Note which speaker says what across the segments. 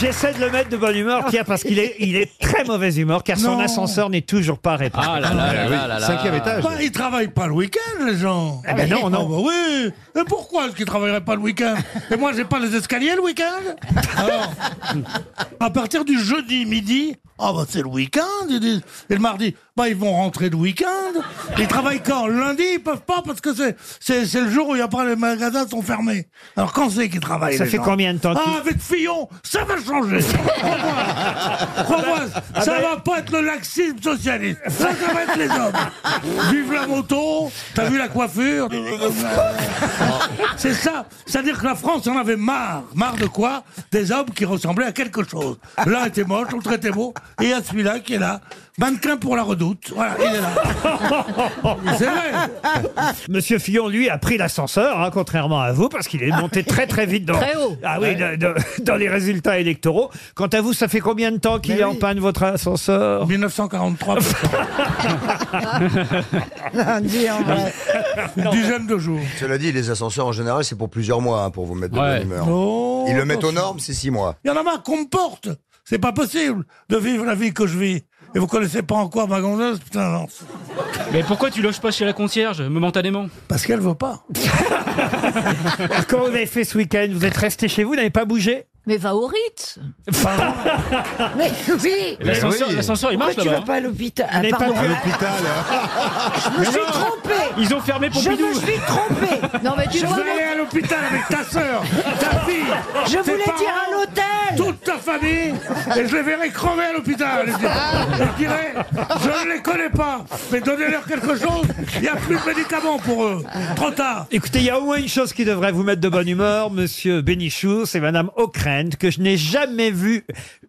Speaker 1: J'essaie de le mettre de bonne humeur, Pierre, parce qu'il est, il est très mauvaise humeur, car son
Speaker 2: Non.
Speaker 1: ascenseur n'est toujours pas réparé.
Speaker 3: Ah là là là là là là. Cinquième étage.
Speaker 2: Bah, ils travaillent pas le week-end, les gens.
Speaker 1: Eh ben non, non.
Speaker 2: bah oui. Et pourquoi est-ce qu'ils travailleraient pas le week-end Et moi, j'ai pas les escaliers le week-end Alors, à partir du jeudi midi, ah bah c'est le week-end, ils disent. Et le mardi, bah ils vont rentrer le week-end. Ils travaillent quand Lundi, ils peuvent pas parce que c'est, c'est, c'est le jour où il y a pas les magasins sont fermés. Alors quand c'est qu'ils travaillent
Speaker 1: Ça
Speaker 2: les
Speaker 1: fait
Speaker 2: gens
Speaker 1: combien de temps qu'ils-
Speaker 2: Ah, avec Fillon, ça va changer. Crois-moi. Crois-moi, ça va pas être le laxisme socialiste. Ça, ça va être les hommes. Vive la moto, t'as vu la coiffure C'est ça. C'est-à-dire que la France en avait marre. Marre de quoi Des hommes qui ressemblaient à quelque chose. L'un était moche, l'autre était beau. Et il y a celui-là qui est là. Mannequin pour la redoute. Voilà, il est là. C'est vrai.
Speaker 1: Monsieur Fillon, lui, a pris l'ascenseur, hein, contrairement à vous, parce qu'il est monté très très vite dans,
Speaker 4: Très haut.
Speaker 1: Ah oui, dans- dans- dans les résultats électoraux. Quant à vous, ça fait combien de temps
Speaker 2: Ben
Speaker 1: qu'il est en panne votre ascenseur
Speaker 2: 1943. Une dizaine de jours.
Speaker 5: Cela dit, les ascenseurs en général, c'est pour plusieurs mois hein, pour vous mettre de
Speaker 3: Ouais.
Speaker 5: bonne humeur.
Speaker 2: Oh,
Speaker 5: Ils le mettent aux
Speaker 2: attention.
Speaker 5: normes, c'est six mois.
Speaker 2: Il y en a marre qu'on me porte. C'est pas possible de vivre la vie que je vis. Et vous connaissez pas encore ma gonzesse Putain, non.
Speaker 6: Mais pourquoi tu loges pas chez la concierge, momentanément
Speaker 2: Parce qu'elle veut pas.
Speaker 1: Quand vous avez fait ce week-end, vous êtes resté chez vous, vous n'avez pas bougé
Speaker 4: Mais va au rite.
Speaker 7: Mais oui
Speaker 6: L'ascenseur,
Speaker 3: oui.
Speaker 6: l'ascenseur, il marche
Speaker 7: Pourquoi tu vas
Speaker 6: là-bas. hein.
Speaker 7: pas à l'hôpital Ah,
Speaker 1: Vous n'avez pas
Speaker 7: pardon.
Speaker 1: pu-
Speaker 8: hein.
Speaker 7: Je me suis trompée
Speaker 6: Ils ont fermé
Speaker 7: Je
Speaker 6: Pompidou.
Speaker 7: me suis trompée
Speaker 4: Non, mais tu
Speaker 2: Je
Speaker 4: vois,
Speaker 2: veux aller à l'hôpital avec ta sœur, ta fille,
Speaker 7: Je
Speaker 2: tes
Speaker 7: voulais
Speaker 2: parents,
Speaker 7: dire à l'hôtel
Speaker 2: toute ta famille, et je les verrai crever à l'hôpital. Et Je dirais, je ne les connais pas, mais donnez-leur quelque chose, il n'y a plus de médicaments pour eux. Trop tard.
Speaker 1: Écoutez, il y a au moins une chose qui devrait vous mettre de bonne humeur, monsieur Bénichou, c'est madame O'Krent, que je n'ai jamais vue.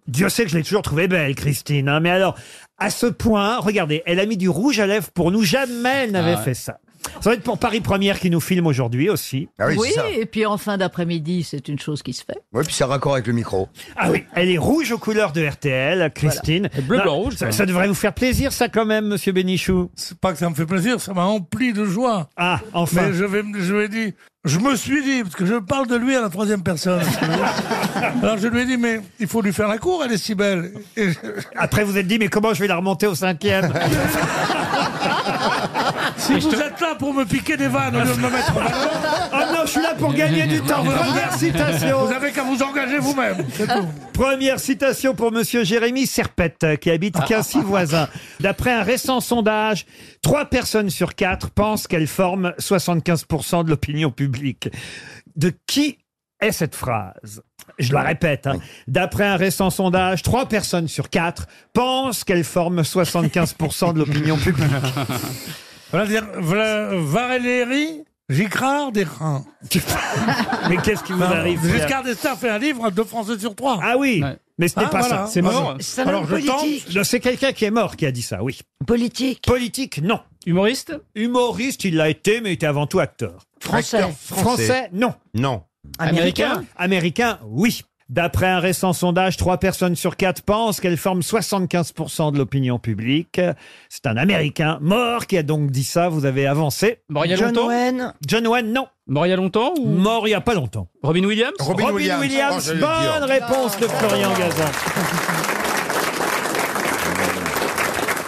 Speaker 1: Dieu sait que je l'ai toujours trouvée belle, Christine. hein, mais alors, à ce point, regardez, elle a mis du rouge à lèvres pour nous. Jamais elle n'avait
Speaker 5: Ah
Speaker 3: ouais.
Speaker 1: fait ça. Ça va être pour Paris Première qui nous filme aujourd'hui aussi.
Speaker 5: Ah oui,
Speaker 4: oui,
Speaker 5: c'est ça.
Speaker 4: et puis en fin d'après-midi, c'est une chose qui se fait.
Speaker 5: Ouais, puis ça raccord avec le micro.
Speaker 1: Ah oui, elle est rouge aux couleurs de RTL, Christine.
Speaker 6: Et bleu,
Speaker 1: Non,
Speaker 6: blanc, rouge,
Speaker 1: Ça,
Speaker 6: ça.
Speaker 1: ça devrait vous faire plaisir, ça, quand même, monsieur Bénichou.
Speaker 2: C'est pas que ça me fait plaisir, ça m'a empli de joie.
Speaker 1: Ah, enfin.
Speaker 2: Mais je vais, me- je vais dire, je me suis dit, parce que je parle de lui à la troisième personne. Alors je lui ai dit, mais il faut lui faire la cour, elle est si belle. Et je-
Speaker 1: Après, vous êtes dit, mais comment je vais la remonter au cinquième Ah,
Speaker 2: si vous êtes là pour me piquer des vannes au lieu de me mettre en valeur,
Speaker 1: Oh non, je suis là pour gagner du temps. Première citation.
Speaker 2: vous avez qu'à vous engager vous-même. C'est tout.
Speaker 1: Première citation pour monsieur Jérémy Serpette, euh, qui habite Quincy voisin. D'après un récent sondage, trois personnes sur quatre pensent qu'elles forment 75% de l'opinion publique. De qui est cette phrase Je la répète. hein. D'après un récent sondage, trois personnes sur quatre pensent qu'elles forment 75% de l'opinion publique.
Speaker 2: Voilà, dire, voilà, Valérie Giscard des reins.
Speaker 1: Mais qu'est-ce qui vous arrive Pierre
Speaker 2: Giscard d'Estaing fait un livre de français sur trois.
Speaker 1: Ah oui,
Speaker 6: Ouais.
Speaker 1: mais ce n'est
Speaker 2: Ah,
Speaker 1: pas
Speaker 2: voilà.
Speaker 1: ça.
Speaker 6: C'est mort.
Speaker 7: C'est un homme
Speaker 2: Alors, je tente.
Speaker 7: politique
Speaker 1: Non, C'est quelqu'un qui est mort qui a dit ça, oui.
Speaker 7: Politique
Speaker 1: Politique, non.
Speaker 6: Humoriste
Speaker 1: Humoriste, il l'a été, mais il était avant tout acteur.
Speaker 7: Français
Speaker 1: Français, non.
Speaker 5: Non.
Speaker 6: Américain
Speaker 1: Américain, oui. D'après un récent sondage, trois personnes sur quatre pensent qu'elles forment 75% de l'opinion publique. C'est un Américain mort qui a donc dit ça. Vous avez avancé.
Speaker 6: Mort il y a
Speaker 7: John
Speaker 6: longtemps
Speaker 7: Wayne
Speaker 1: John Wayne, non.
Speaker 6: Mort il y a longtemps ou
Speaker 1: Mort il n'y a pas longtemps.
Speaker 6: Robin Williams
Speaker 5: Robin, Williams. Oh, j'allais le dire.
Speaker 1: bonne réponse de Florian Gazan.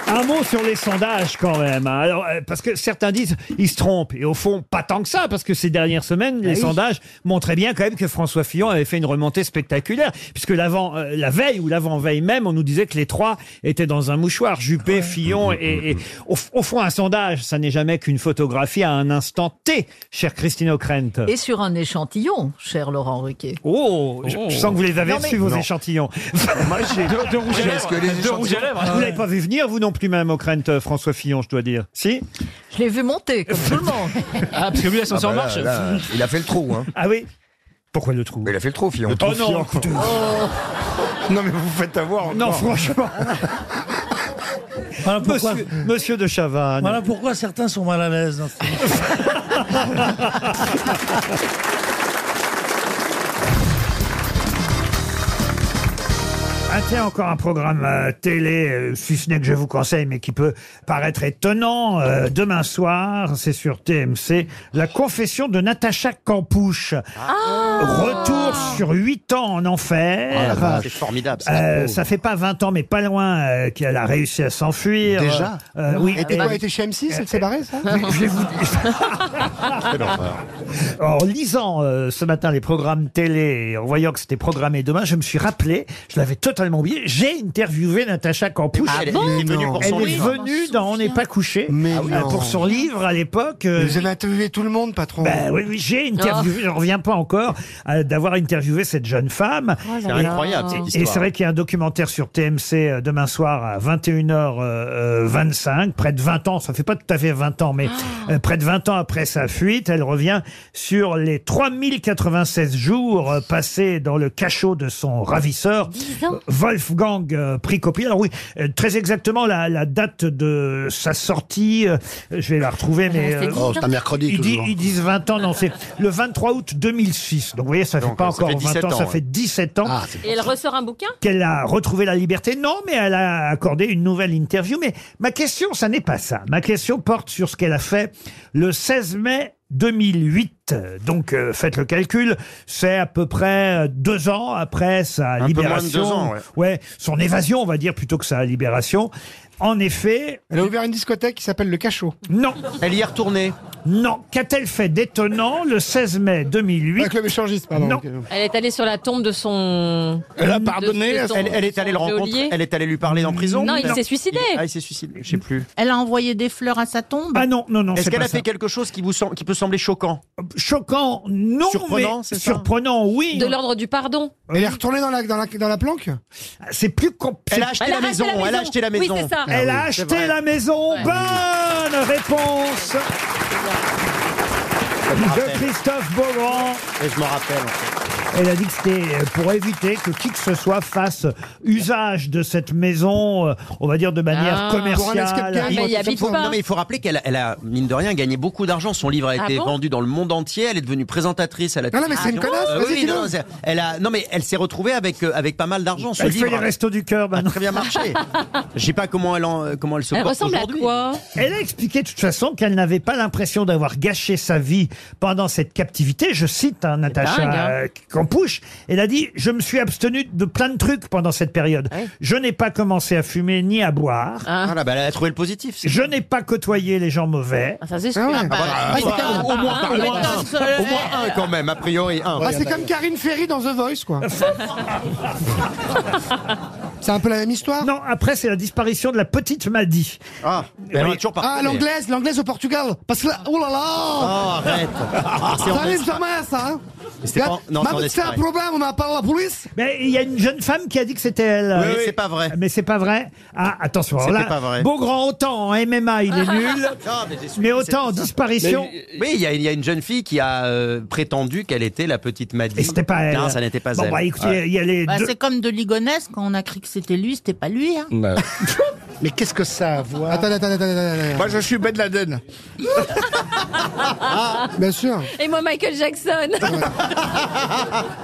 Speaker 1: Un mot sur les sondages quand même. hein. Alors, euh, parce que certains disent ils se trompent. Et au fond, pas tant que ça, parce que ces dernières
Speaker 6: Ah
Speaker 1: semaines, les sondages montraient bien quand même que François Fillon avait fait une remontée spectaculaire. Puisque l'avant, euh, la veille ou l'avant-veille même, on nous disait que les trois étaient dans un mouchoir, Juppé, Fillon. Et, et- au, f- au fond, un sondage, ça n'est jamais qu'une photographie à un instant T, chère Christine O'Krent.
Speaker 4: Et sur un échantillon, cher Laurent Ruquet.
Speaker 1: Oh, je,
Speaker 6: Ah. Oh.
Speaker 1: je sens que vous les avez
Speaker 4: Non, mais-
Speaker 1: reçus, vos
Speaker 5: Non.
Speaker 1: échantillons.
Speaker 6: De, de rouge à
Speaker 5: Oui, parce
Speaker 6: lèvres.
Speaker 5: que les
Speaker 6: De rouge à lèvres. hein.
Speaker 1: Vous l'avez pas vu venir, vous non plus, même, O'Krent, euh, François Fillon, je dois dire. Si
Speaker 4: Je l'ai vu monter, comme tout le monde.
Speaker 6: Ah, parce que lui,
Speaker 5: Ah
Speaker 6: l'ascenseur
Speaker 5: bah là,
Speaker 6: marche.
Speaker 5: là, il a fait le trou, hein.
Speaker 1: Ah oui Pourquoi le trou
Speaker 5: Mais il a fait le trou, Fillon.
Speaker 1: Oh non, écoutez,
Speaker 5: Non, mais vous faites avoir.
Speaker 1: non, franchement,
Speaker 2: Voilà pourquoi,
Speaker 1: monsieur, monsieur de Chavannes.
Speaker 2: voilà pourquoi certains sont mal à l'aise. dans ce film.
Speaker 1: Un Tiens, encore un programme euh, télé, euh, si ce n'est que je vous conseille, mais qui peut paraître étonnant. euh, demain soir, c'est sur TMC, La confession de Natacha Campouche. Retour sur 8 ans en
Speaker 5: Ah,
Speaker 1: enfer.
Speaker 8: C'est formidable. ça.
Speaker 1: Euh, ça fait pas 20 ans, mais pas loin, euh, qu'elle a réussi à s'enfuir.
Speaker 9: Déjà
Speaker 1: Euh, Oui.
Speaker 9: Et t'es quoi, était chez M6
Speaker 8: Euh,
Speaker 9: Elle s'est barrée, ça
Speaker 1: Je vais vous En lisant euh, ce matin les programmes télé, et en voyant que c'était programmé demain, je me suis rappelé, je l'avais totalement oublié, j'ai interviewé Natacha Campouche.
Speaker 8: Elle est- Ah elle est venue pour
Speaker 1: Elle
Speaker 8: son
Speaker 1: est
Speaker 8: livre.
Speaker 1: venue dans On n'est pas couché
Speaker 9: Mais
Speaker 1: euh,
Speaker 9: non.
Speaker 1: pour son livre à l'époque. euh,
Speaker 9: Vous avez interviewé tout le monde, patron.
Speaker 1: ben oui, oui, j'ai interviewé, je reviens pas encore, euh, d'avoir interviewé cette jeune femme.
Speaker 8: C'est incroyable cette
Speaker 1: Et
Speaker 8: histoire.
Speaker 1: c'est vrai qu'il y a un documentaire sur TMC euh, demain soir à 21h25, euh, près de 20 ans, ça fait pas tout à fait 20 ans, mais euh, près de 20 ans après sa fuite, elle revient sur les 3096 jours euh, passés dans le cachot de son ravisseur, euh, Wolfgang euh, Pricopy. Alors oui, euh, très exactement la, la date de sa sortie, euh, je vais la retrouver, mais... euh,
Speaker 10: Oh, c'est un mercredi
Speaker 1: ils, disent,
Speaker 10: toujours.
Speaker 1: ils disent 20 ans, non, c'est le 23 août 2006. Donc vous voyez, ça fait
Speaker 8: Donc,
Speaker 1: pas
Speaker 8: ça
Speaker 1: encore
Speaker 8: fait
Speaker 1: 20
Speaker 8: 17
Speaker 1: ans, ça
Speaker 8: ans,
Speaker 1: fait
Speaker 8: ouais.
Speaker 1: 17 ans
Speaker 10: Ah, c'est
Speaker 11: Et elle ressort un bouquin
Speaker 1: qu'elle a retrouvé la liberté. Non, mais elle a accordé une nouvelle interview. Mais ma question, ça n'est pas ça. Ma question porte sur ce qu'elle a fait le 16 mai 2008. Donc, euh, faites le calcul. C'est à peu près euh, deux ans après sa
Speaker 8: Un peu moins de
Speaker 1: libération.
Speaker 8: deux ans, ouais.
Speaker 1: son évasion, on va dire, plutôt que sa libération. En effet,
Speaker 9: Elle a ouvert une discothèque qui s'appelle Le Cachot.
Speaker 1: non,
Speaker 8: Elle y est retournée.
Speaker 1: non. Qu'a-t-elle fait d'étonnant le 16 mai 2008
Speaker 9: Un club échangiste, pardon.
Speaker 1: Non.
Speaker 11: Elle est allée sur la tombe de son.
Speaker 9: Elle a
Speaker 11: pardonné à son-
Speaker 8: Elle, elle est allée le
Speaker 11: son
Speaker 8: rencontrer.
Speaker 11: geôlier.
Speaker 8: Elle est allée lui parler en prison.
Speaker 11: Non, il
Speaker 8: peut-être
Speaker 11: s'est suicidé.
Speaker 8: Ah, il s'est suicidé. Je sais plus.
Speaker 12: Elle a envoyé des fleurs à sa tombe
Speaker 1: Ah non, non, non.
Speaker 8: Est-ce
Speaker 1: c'est
Speaker 8: qu'elle
Speaker 1: pas
Speaker 8: a fait
Speaker 1: ça.
Speaker 8: quelque chose qui, vous sem- qui peut sembler choquant
Speaker 1: choquant Non,
Speaker 8: Surprenant,
Speaker 1: mais
Speaker 8: c'est ça
Speaker 1: surprenant, oui.
Speaker 11: De l'ordre du pardon.
Speaker 9: Elle est retournée dans la, dans la, dans la planque
Speaker 1: Ah, C'est plus compliqué.
Speaker 8: Elle a acheté
Speaker 11: Elle
Speaker 8: la,
Speaker 11: a racheté
Speaker 8: maison.
Speaker 11: la
Speaker 8: Elle a
Speaker 11: maison.
Speaker 8: acheté la
Speaker 11: Oui,
Speaker 8: maison. Ah
Speaker 11: c'est ça.
Speaker 1: Elle a
Speaker 8: oui, c'est
Speaker 1: acheté
Speaker 8: vrai.
Speaker 1: la maison.
Speaker 11: Ouais.
Speaker 1: Bonne réponse
Speaker 8: Je me
Speaker 1: de
Speaker 8: rappelle.
Speaker 1: Christophe Beaugrand.
Speaker 8: Et je m'en rappelle. en fait.
Speaker 1: Elle a dit que c'était pour éviter que qui que ce soit fasse usage de cette maison, euh, on va dire de manière
Speaker 11: Ah.
Speaker 9: Pour un escape
Speaker 1: commerciale.
Speaker 9: game,
Speaker 11: Mais il y
Speaker 9: un truc comme
Speaker 11: habite
Speaker 9: ça.
Speaker 11: pas.
Speaker 8: Non, mais il faut rappeler qu'elle a- elle a, mine de rien, gagné beaucoup d'argent. Son livre a
Speaker 11: Ah
Speaker 8: été
Speaker 11: bon
Speaker 8: vendu dans le monde entier. Elle est devenue présentatrice à la
Speaker 9: Non, non, mais c'est une
Speaker 8: télévision.
Speaker 9: connasse,
Speaker 8: Euh,
Speaker 9: vas-y,
Speaker 8: oui,
Speaker 9: dis-le.
Speaker 8: non, c'est- elle a, non, mais elle s'est retrouvée avec, euh, avec pas mal d'argent. Ce
Speaker 1: Elle fait
Speaker 8: livre
Speaker 1: les restos du cœur
Speaker 8: a
Speaker 1: maintenant.
Speaker 8: très bien marché. Je sais pas comment elle, en- euh, comment elle se
Speaker 11: Elle
Speaker 8: porte
Speaker 11: ressemble à
Speaker 8: aujourd'hui.
Speaker 11: quoi
Speaker 1: Elle a expliqué de toute façon qu'elle n'avait pas l'impression d'avoir gâché sa vie pendant cette captivité. Je cite hein,
Speaker 11: dingue,
Speaker 1: Natacha
Speaker 11: hein.
Speaker 1: euh, Campouche. Elle a dit Je me suis abstenue de plein de trucs pendant cette période.
Speaker 11: Ah
Speaker 1: Je n'ai pas commencé à fumer ni à boire.
Speaker 8: Voilà, bah, elle a trouvé le positif. c'est-
Speaker 1: Je n'ai pas côtoyé les gens mauvais.
Speaker 11: Ah, Ça, c'est sûr.
Speaker 9: Ah ouais.
Speaker 11: Ah, bah,
Speaker 8: Ah,
Speaker 11: oui,
Speaker 8: c'est
Speaker 11: bah,
Speaker 8: un-
Speaker 11: bah,
Speaker 8: au moins,
Speaker 11: un,
Speaker 8: au moins
Speaker 11: bah,
Speaker 8: un. Au moins un quand même, a priori un.
Speaker 9: Ah, c'est comme Karine Ferry dans The Voice, quoi. c'est un peu la même histoire
Speaker 1: Non, après, c'est la disparition de la petite Maddy.
Speaker 8: Ah, mais on est toujours pas
Speaker 9: Ah,
Speaker 8: retourné.
Speaker 9: l'anglaise, l'anglaise au Portugal. Parce que, là- oh là
Speaker 8: Oh, Ah,
Speaker 9: là
Speaker 8: arrête. C'est
Speaker 9: Ça
Speaker 8: en
Speaker 9: arrive
Speaker 8: Espagne.
Speaker 9: jamais, ça hein.
Speaker 8: C'est pas- non, c'est en
Speaker 9: Maman, c'est un
Speaker 8: Espagne.
Speaker 9: problème, on appelle la police
Speaker 1: Mais il y a une jeune femme qui a dit que c'était elle.
Speaker 8: Oui, oui, c'est pas vrai.
Speaker 1: Mais c'est pas vrai. Ah, attention. alors
Speaker 8: C'était
Speaker 1: là,
Speaker 8: pas vrai.
Speaker 1: Beaugrand, autant en MMA, il est nul.
Speaker 8: Non, mais j'ai su-
Speaker 1: mais
Speaker 8: c'est-
Speaker 1: autant en disparition.
Speaker 8: euh, Oui, il y, a- il y a une jeune fille qui a euh, prétendu qu'elle était la petite Maddy.
Speaker 1: Et c'était pas elle.
Speaker 8: Non, ça n'était pas
Speaker 1: bon,
Speaker 8: elle.
Speaker 1: Bah, écoutez, il y a les deux.
Speaker 12: comme de Ligonès, quand on a cru que c'était lui, c'était pas lui. Hein.
Speaker 9: Mais qu'est-ce que ça a à voir Attends, attends, attends, attends,
Speaker 10: Moi, je suis Ben Laden.
Speaker 8: Ah,
Speaker 9: attends.
Speaker 8: ben
Speaker 9: Bien sûr.
Speaker 11: Et moi, Michael Jackson.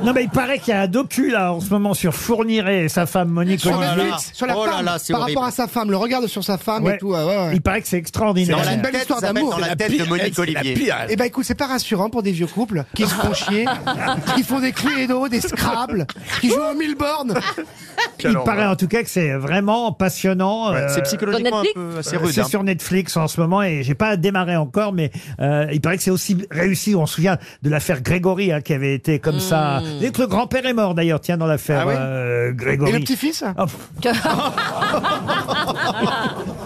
Speaker 1: Non, mais il paraît qu'il y a un docu, là, en ce moment, sur Fourniret et sa femme Monique
Speaker 9: Sur
Speaker 8: Oh là
Speaker 1: Olivier.
Speaker 9: Netflix,
Speaker 8: là.
Speaker 9: sur la
Speaker 8: Oh là
Speaker 9: femme,
Speaker 8: là, c'est
Speaker 9: par
Speaker 8: horrible.
Speaker 9: rapport à sa femme, le regard sur sa femme
Speaker 1: Ouais.
Speaker 9: et tout. ouais, ouais, ouais.
Speaker 1: Il paraît que c'est extraordinaire.
Speaker 8: Dans
Speaker 9: C'est
Speaker 8: la
Speaker 9: une belle
Speaker 8: tête,
Speaker 9: histoire
Speaker 8: ça
Speaker 9: d'amour.
Speaker 8: s'appelle Dans la tête de Monique Olivier.
Speaker 9: Eh ben écoute, c'est pas rassurant pour des vieux couples qui se font chier, qui font des cluedo, des scrabble, qui jouent aux mille bornes.
Speaker 1: Il paraît en tout cas que c'est vraiment passionnant.
Speaker 8: Ouais,
Speaker 1: euh,
Speaker 8: C'est psychologiquement un
Speaker 11: Netflix
Speaker 8: peu assez
Speaker 1: euh,
Speaker 8: rude.
Speaker 1: c'est
Speaker 8: hein.
Speaker 1: sur Netflix en ce moment et j'ai pas démarré encore, mais euh, il paraît que c'est aussi réussi. On se souvient de l'affaire Grégory hein, qui avait été comme ça. Dès que le grand-père est mort d'ailleurs, tiens dans l'affaire
Speaker 9: Ah oui
Speaker 1: euh,
Speaker 9: Et le
Speaker 1: Grégory.
Speaker 9: petit-fils
Speaker 1: Oh, pff.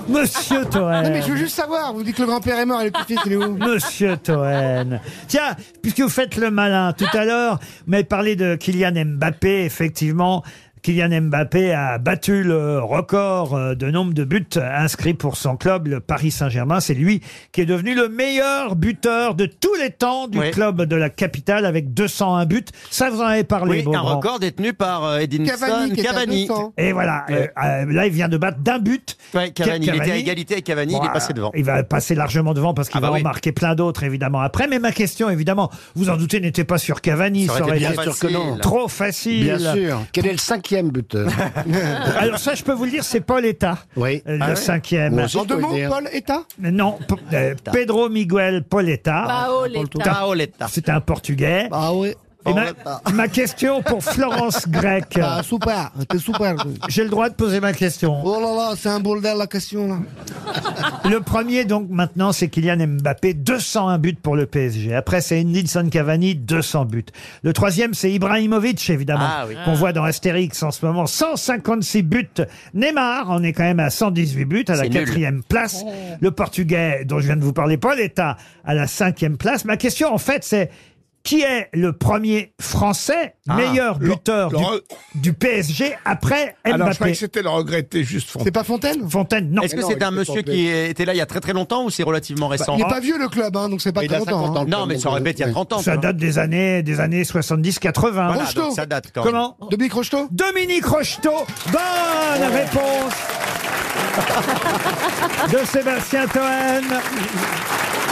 Speaker 1: Monsieur Toen.
Speaker 9: Ah, Non mais je veux juste savoir, vous dites que le grand-père est mort et le petit-fils il est où
Speaker 1: Monsieur Toen. Tiens, puisque vous faites le malin tout à l'heure, vous m'avez parlé de Kylian Mbappé, effectivement. Kylian Mbappé a battu le record euh, de nombre de buts inscrits pour son club, le Paris Saint-Germain. C'est lui qui est devenu le meilleur buteur de tous les temps du
Speaker 8: Oui.
Speaker 1: club de la capitale avec 201 buts. Ça, vous en avez parlé,
Speaker 8: Oui, un
Speaker 1: Beaugrand.
Speaker 8: record détenu par euh, Edinson
Speaker 9: Cavani, qui est à
Speaker 8: Cavani.
Speaker 9: 200.
Speaker 1: Et voilà,
Speaker 8: Ouais.
Speaker 1: euh, euh, là, il vient de battre d'un but.
Speaker 8: Ouais, Cavani. Il était à
Speaker 1: Cavani.
Speaker 8: égalité avec Cavani,
Speaker 1: Bon,
Speaker 8: il est passé devant.
Speaker 1: Il va passer largement devant parce qu'il
Speaker 8: Ah bah
Speaker 1: va
Speaker 8: oui.
Speaker 1: en marquer plein d'autres, évidemment, après. Mais ma question, évidemment, vous en doutez, n'était pas sur Cavani.
Speaker 8: Ça aurait été bien
Speaker 1: été
Speaker 8: sûr que non.
Speaker 1: trop facile.
Speaker 10: Quel est le cinquième
Speaker 13: cinquième buteur.
Speaker 1: Alors ça, je peux vous le dire, c'est Paul État.
Speaker 13: Oui.
Speaker 1: Le
Speaker 13: Ah ouais
Speaker 1: cinquième.
Speaker 13: Moi aussi, je peux le
Speaker 1: demande
Speaker 13: dire.
Speaker 1: Paul État Non, P- euh, Pedro Miguel Pauletta.
Speaker 13: Paoletta.
Speaker 1: Paoletta. C'est un Portugais.
Speaker 13: Ah oui.
Speaker 1: Et ma,
Speaker 13: Paoletta.
Speaker 1: ma question pour Florence Grec.
Speaker 13: Ah, super, t'es super.
Speaker 1: J'ai le droit de poser ma question.
Speaker 13: Oh là là, c'est un bordel la question là.
Speaker 1: Le premier, donc, maintenant, c'est Kylian Mbappé, 201 buts pour le PSG. Après, c'est Nilsson Cavani, 200 buts. Le troisième, c'est Ibrahimovic, évidemment,
Speaker 8: Ah oui.
Speaker 1: qu'on voit dans Astérix en ce moment, 156 buts. Neymar en est quand même à 118 buts, à la
Speaker 8: C'est nul.
Speaker 1: quatrième place. Le Portugais, dont je viens de vous parler, Paul, est à, à la cinquième place. Ma question, en fait, c'est qui est le premier Français
Speaker 14: Ah.
Speaker 1: meilleur
Speaker 14: Le-
Speaker 1: buteur
Speaker 14: le
Speaker 1: du-
Speaker 14: re-
Speaker 1: du, PSG après Mbappé
Speaker 8: Ah
Speaker 14: Alors, je croyais que c'était le regretté, juste fond.
Speaker 1: Eh ben, C'est pas Fontaine Fontaine, non.
Speaker 12: Est-ce
Speaker 9: Eh
Speaker 12: que c'est un monsieur qui était là il y a très très longtemps ou c'est
Speaker 9: Bah,
Speaker 12: relativement récent
Speaker 13: Bah, il est pas vieux le club, hein, donc c'est pas
Speaker 12: Il
Speaker 13: très
Speaker 12: a 50
Speaker 13: longtemps.
Speaker 12: ans,
Speaker 13: hein.
Speaker 12: le club, Non, mais donc, euh, ça aurait pu être il y a 30 ans.
Speaker 1: Ça
Speaker 12: quoi.
Speaker 1: date des années, des années 70-80.
Speaker 12: Voilà, Rocheteau. donc ça date quand même.
Speaker 1: Comment Dominique Rocheteau Dominique Rocheteau Bonne réponse de Sébastien Toen.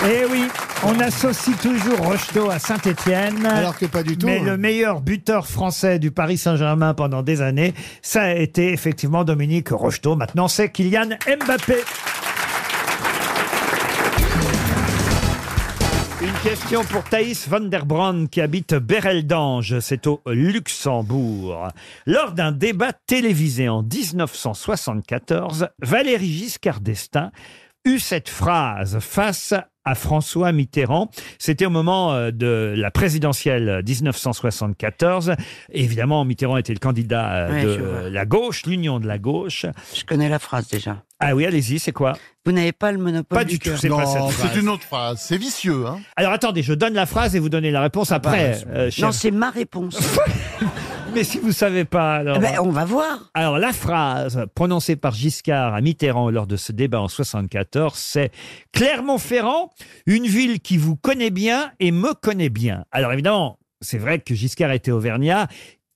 Speaker 1: Eh oui, on associe toujours Rocheteau à Saint-Étienne.
Speaker 13: Alors que pas du tout,
Speaker 1: Mais
Speaker 13: hein.
Speaker 1: le meilleur buteur français du Paris Saint-Germain pendant des années, ça a été effectivement Dominique Rocheteau. Maintenant, c'est Kylian Mbappé. Une question pour Thaïs van der Brand qui habite Bereldange, c'est au Luxembourg. Lors d'un débat télévisé en 1974, Valéry Giscard d'Estaing eut cette phrase face à François Mitterrand. C'était au moment euh, de la présidentielle 1974. Évidemment, Mitterrand était le candidat euh,
Speaker 15: Ouais, je
Speaker 1: de
Speaker 15: vois.
Speaker 1: la gauche, l'union de la gauche.
Speaker 15: Je connais la phrase déjà.
Speaker 1: Ah oui, allez-y, c'est quoi
Speaker 15: Vous n'avez pas le monopole
Speaker 1: Pas du
Speaker 15: cœur.
Speaker 1: tout, c'est pas cette phrase.
Speaker 15: autre phrase. C'est vicieux, hein
Speaker 1: Alors attendez, je donne la phrase et vous donnez la réponse après. euh, cher-
Speaker 15: Non, bah, c'est ma réponse.
Speaker 1: Mais si vous savez pas, alors.
Speaker 15: Eh ben, on va voir.
Speaker 1: Alors, la phrase prononcée par Giscard à Mitterrand lors de ce débat en 74, c'est Clermont-Ferrand, une ville qui vous connaît bien et me connaît bien. Alors, évidemment, c'est vrai que Giscard était auvergnat.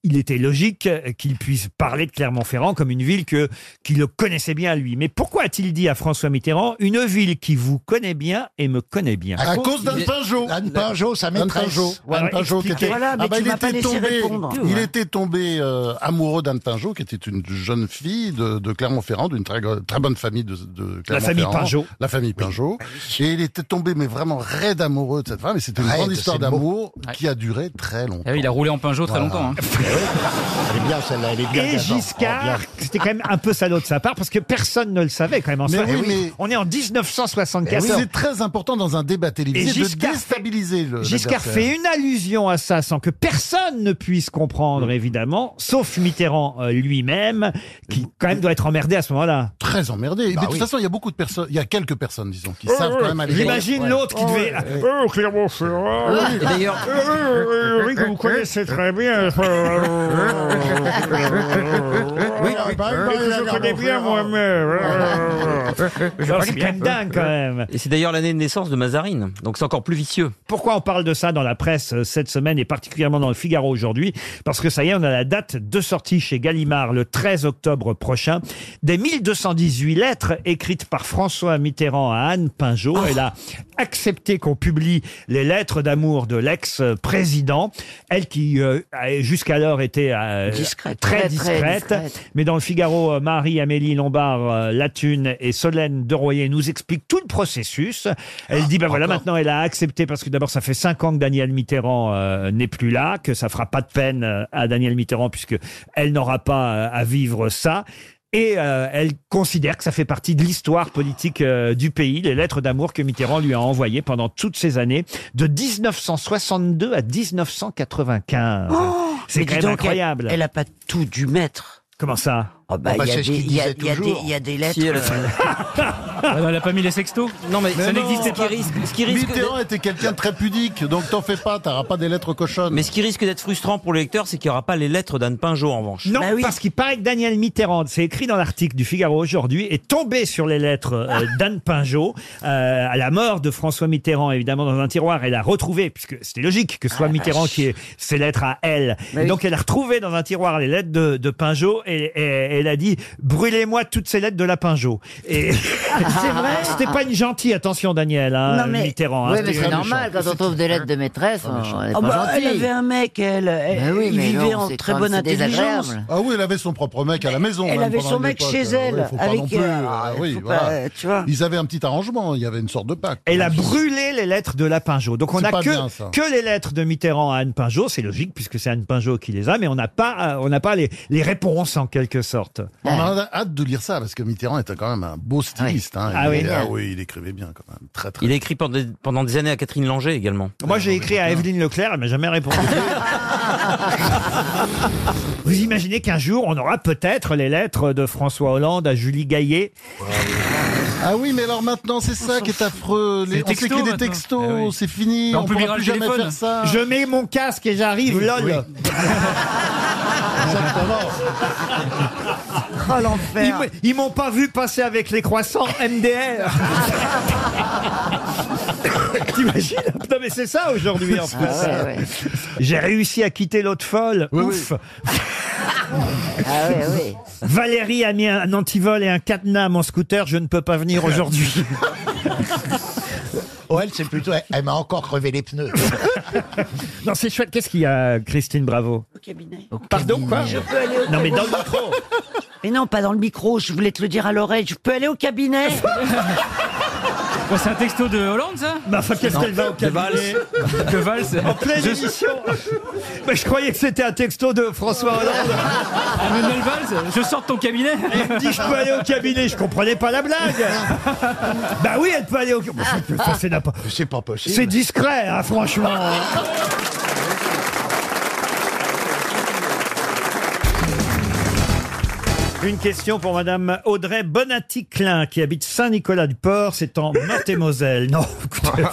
Speaker 1: Il était logique qu'il puisse parler de Clermont-Ferrand comme une ville que, qui le connaissait bien lui. Mais pourquoi a-t-il dit à François Mitterrand une ville qui vous connaît bien et me connaît bien
Speaker 9: À cause d'Anne Pinjot. Anne Pinjot, sa
Speaker 1: Anne
Speaker 9: maîtresse.
Speaker 1: Pinjot.
Speaker 9: Ouais, Anne
Speaker 1: Alors,
Speaker 9: Pinjot qui
Speaker 1: Ah expliquez.
Speaker 9: était. Ah bah,
Speaker 1: Voilà, mais tu
Speaker 9: il
Speaker 1: m'as pas
Speaker 9: était
Speaker 1: laissé
Speaker 9: tombé,
Speaker 1: répondre.
Speaker 9: il était tombé euh, amoureux d'Anne Pinjot, qui était une jeune fille de, de Clermont-Ferrand, d'une très, gr- très bonne famille de, de Clermont-Ferrand.
Speaker 1: La famille Ah Pinjot.
Speaker 9: La famille Pinjot. Et il était tombé, mais vraiment raide amoureux de cette femme. Et c'était une
Speaker 6: Raide,
Speaker 9: grande histoire
Speaker 6: c'est le mot.
Speaker 9: d'amour qui a duré très longtemps.
Speaker 6: Ah oui, il a roulé en Pinjot très
Speaker 9: Voilà.
Speaker 6: longtemps. hein.
Speaker 9: Elle est bien celle-là, elle est
Speaker 1: Et Giscard, c'était quand même un peu salaud de sa part parce que personne ne le savait quand même. En
Speaker 9: Mais
Speaker 1: soi.
Speaker 9: oui,
Speaker 1: Eh
Speaker 9: mais-
Speaker 1: On est en
Speaker 9: Et
Speaker 1: 1974.
Speaker 9: C'est très important dans un débat
Speaker 1: Et
Speaker 9: télévisé de
Speaker 1: Giscard fait-
Speaker 9: déstabiliser le.
Speaker 1: Giscard
Speaker 9: l'adversaire.
Speaker 1: fait une allusion à ça sans que personne ne puisse comprendre, évidemment, sauf Mitterrand euh, lui-même, qui quand même doit être emmerdé à ce moment-là.
Speaker 9: Très emmerdé.
Speaker 1: Bah
Speaker 9: mais de
Speaker 1: oui.
Speaker 9: toute façon, il y a beaucoup de personnes, il y a quelques personnes, disons, qui
Speaker 1: Oh,
Speaker 9: savent
Speaker 1: ouais.
Speaker 9: quand même aller.
Speaker 1: J'imagine l'autre qui devait-
Speaker 9: Oh, Clermont-Ferrand.
Speaker 1: Et d'ailleurs-
Speaker 9: oui,
Speaker 1: vous connaissez très bien.
Speaker 8: je connais bien moi-même.
Speaker 1: Non, Oh, c'est quand même dingue, quand même.
Speaker 12: Et c'est d'ailleurs l'année de naissance de Mazarine, donc c'est encore plus vicieux.
Speaker 1: Pourquoi on parle de ça dans la presse euh, cette semaine et particulièrement dans le Figaro aujourd'hui Parce que ça y est, on a la date de sortie chez Gallimard le 13 octobre prochain des 1218 lettres écrites par François Mitterrand à Anne Pinjot.
Speaker 12: Oh.
Speaker 1: Elle a accepté qu'on publie les lettres d'amour de l'ex-président. Elle qui euh, a jusqu'alors était euh,
Speaker 15: Discrète.
Speaker 1: très,
Speaker 15: Très, très
Speaker 1: discrète.
Speaker 15: discrète.
Speaker 1: Mais dans le Figaro, euh, Marie-Amélie Lombard, euh, Latune et Solène Deroyer nous expliquent tout le processus. Elle dit, ben voilà, maintenant elle a accepté parce que d'abord ça fait cinq ans que Daniel Mitterrand euh, n'est plus là, que ça fera pas de peine euh, à Daniel Mitterrand puisque elle n'aura pas euh, à vivre ça. Et euh, elle considère que ça fait partie de l'histoire politique euh, du pays, les lettres d'amour que Mitterrand lui a envoyées pendant toutes ces années, de 1962 à 1995.
Speaker 15: Oh,
Speaker 1: C'est
Speaker 15: Mais dis
Speaker 1: quand même
Speaker 15: donc, elle-
Speaker 1: incroyable.
Speaker 15: Elle n'a pas tout dû mettre.
Speaker 1: Comment ça
Speaker 15: Oh bah, il y a des- il y a- il y a des- il y a des lettres.
Speaker 6: Si, elle a-
Speaker 15: euh,
Speaker 6: Ah non, elle a pas mis les sextos Non, mais, ça n'existait pas.
Speaker 9: Mitterrand était quelqu'un de très pudique, donc t'en fais pas, t'auras pas des lettres cochonnes.
Speaker 12: Mais ce qui risque d'être frustrant pour le lecteur, c'est qu'il n'y aura pas les lettres d'Anne Pinjot en
Speaker 15: euh,
Speaker 12: revanche.
Speaker 15: Bah
Speaker 1: Non, parce qu'il paraît que Daniel Mitterrand, c'est écrit dans l'article du Figaro aujourd'hui, est tombé sur les lettres
Speaker 15: Ah.
Speaker 1: euh, d'Anne Pinjot. Euh, à la mort de François Mitterrand, évidemment, dans un tiroir, elle a retrouvé, puisque c'était logique que ce soit
Speaker 15: Ah
Speaker 1: Mitterrand
Speaker 15: Bah
Speaker 1: qui ait ses lettres à elle. Et donc elle a retrouvé dans un tiroir les lettres de, de Pinjot et, et- et elle a dit brûlez-moi toutes ces lettres de Lapinjo. Et
Speaker 16: Ah,
Speaker 17: C'est vrai
Speaker 1: C'était pas une gentille attention, Daniel, hein, Mitterrand. hein,
Speaker 17: Ouais, mais
Speaker 1: c'était
Speaker 17: c'est
Speaker 1: méchant.
Speaker 17: normal, quand on trouve des lettres de maîtresse, on n'est
Speaker 12: Ah
Speaker 17: pas
Speaker 12: bah, elle
Speaker 17: gentil. Bah
Speaker 12: avait un mec, elle. elle-
Speaker 17: oui,
Speaker 12: il
Speaker 17: mais
Speaker 12: vivait
Speaker 17: non,
Speaker 12: en
Speaker 17: c'est
Speaker 12: très
Speaker 17: quand
Speaker 12: bonne
Speaker 17: c'est
Speaker 12: intelligence.
Speaker 17: désagréable.
Speaker 15: Ah oui, elle avait son propre mec à la maison.
Speaker 12: Elle
Speaker 15: même
Speaker 12: avait
Speaker 15: pendant
Speaker 12: son
Speaker 15: une
Speaker 12: mec
Speaker 15: époque.
Speaker 12: chez
Speaker 15: Euh,
Speaker 12: elle,
Speaker 15: ouais, faut pas
Speaker 12: avec,
Speaker 15: non plus,
Speaker 12: euh,
Speaker 15: euh,
Speaker 12: faut
Speaker 15: oui,
Speaker 12: pas,
Speaker 15: voilà.
Speaker 12: euh, tu vois.
Speaker 15: Ils avaient un petit arrangement. Il y avait une sorte de pacte.
Speaker 1: Elle a brûlé les lettres de la Pinjot. Donc on
Speaker 15: C'est
Speaker 1: n'a
Speaker 15: pas
Speaker 1: que,
Speaker 15: bien, ça.
Speaker 1: que les lettres de Mitterrand à Anne Pinjot. C'est logique puisque c'est Anne Pinjot qui les a, mais on n'a pas, euh, on n'a pas les, les réponses en quelque sorte.
Speaker 15: On a hâte de lire ça parce que Mitterrand était quand même un beau styliste. hein.
Speaker 1: Ah
Speaker 15: Il-
Speaker 1: oui.
Speaker 15: oui, il écrivait bien quand même. Très, très
Speaker 8: Il a écrit pendant, pendant des années à Catherine Langer également.
Speaker 1: Moi
Speaker 15: Euh,
Speaker 1: j'ai écrit à Evelyne Leclerc, elle m'a jamais répondu. Vous imaginez qu'un jour on aura peut-être les lettres de François Hollande à Julie Gaillet
Speaker 15: Ah oui, mais alors maintenant, c'est ça qui est affreux.
Speaker 1: C'est
Speaker 15: Les, on
Speaker 1: texto,
Speaker 15: s'écrit des
Speaker 1: maintenant.
Speaker 15: textos,
Speaker 1: Eh oui.
Speaker 15: c'est fini. on ne pourra plus jamais faire ça.
Speaker 1: Je mets mon casque et j'arrive, lol.
Speaker 12: Oh
Speaker 1: Ils
Speaker 12: l'enfer.
Speaker 1: m- Ils m'ont pas vu passer avec les croissants MDR. T'imagines Non mais c'est ça aujourd'hui en
Speaker 17: Ah
Speaker 1: plus.
Speaker 17: ouais, ouais.
Speaker 1: J'ai réussi à quitter l'autre folle. Ouf.
Speaker 17: Ah ouais, ouais.
Speaker 1: Valérie a mis un antivol et un cadenas à mon scooter. Je ne peux pas venir aujourd'hui.
Speaker 9: Oh, elle, c'est plutôt. Elle, elle m'a encore crevé les pneus.
Speaker 1: non, c'est chouette. Qu'est-ce qu'il y a, Christine Bravo
Speaker 12: Au cabinet.
Speaker 1: Pardon, quoi
Speaker 12: Je peux aller au
Speaker 1: Non, mais dans le
Speaker 12: cabinet.
Speaker 1: micro.
Speaker 12: Mais non, pas dans le micro, je voulais te le dire à l'oreille. Je peux aller au cabinet
Speaker 1: Ah,
Speaker 2: c'est un texto de Hollande, ça
Speaker 1: Bah, enfin, qu'est-ce qu'elle va au cabinet
Speaker 2: De Valls.
Speaker 1: En pleine
Speaker 2: Je-
Speaker 1: émission. Mais je croyais que c'était un texto de François Hollande.
Speaker 2: Ah, Manuel Valls, je sors de ton cabinet.
Speaker 1: Elle me dit je peux aller au cabinet, je comprenais pas la blague. bah oui, elle peut aller au cabinet. C'est n'importe-
Speaker 9: C'est pas possible.
Speaker 1: c'est discret, hein, franchement. hein. Une question pour Madame Audrey Bonatti-Klein, qui habite Saint-Nicolas-du-Port, c'est en Meurthe-et-Moselle. Non, écoutez,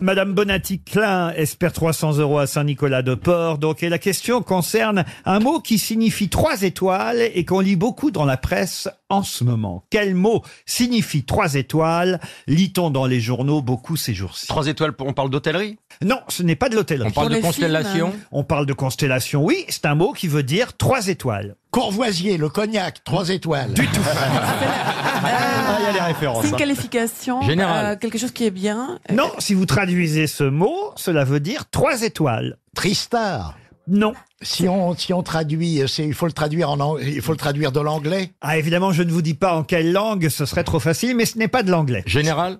Speaker 1: Madame Bonatti-Klein espère 300 euros à Saint-Nicolas-de-Port. Donc, et la question concerne un mot qui signifie trois étoiles et qu'on lit beaucoup dans la presse en ce moment. Quel mot signifie trois étoiles Lit-on dans les journaux beaucoup ces jours-ci
Speaker 8: Trois étoiles, pour- on parle d'hôtellerie
Speaker 1: Non, ce n'est pas de l'hôtellerie.
Speaker 8: On parle Pour de les constellation films.
Speaker 1: On parle de constellation, oui. C'est un mot qui veut dire trois étoiles.
Speaker 9: Courvoisier, le cognac, trois étoiles. Du
Speaker 1: tout.
Speaker 9: Ah, il y a les références.
Speaker 11: C'est
Speaker 8: hein.
Speaker 11: une qualification.
Speaker 1: Général.
Speaker 11: euh, quelque chose qui est bien.
Speaker 1: Non, si vous traduisez ce mot, cela veut dire trois étoiles.
Speaker 9: Tristar.
Speaker 1: Non.
Speaker 9: Si on, si on traduit, euh, c'est, il faut le traduire en, ang- il faut le traduire de l'anglais.
Speaker 1: Ah, évidemment, je ne vous dis pas en quelle langue, ce serait trop facile, mais ce n'est pas de l'anglais.
Speaker 8: Général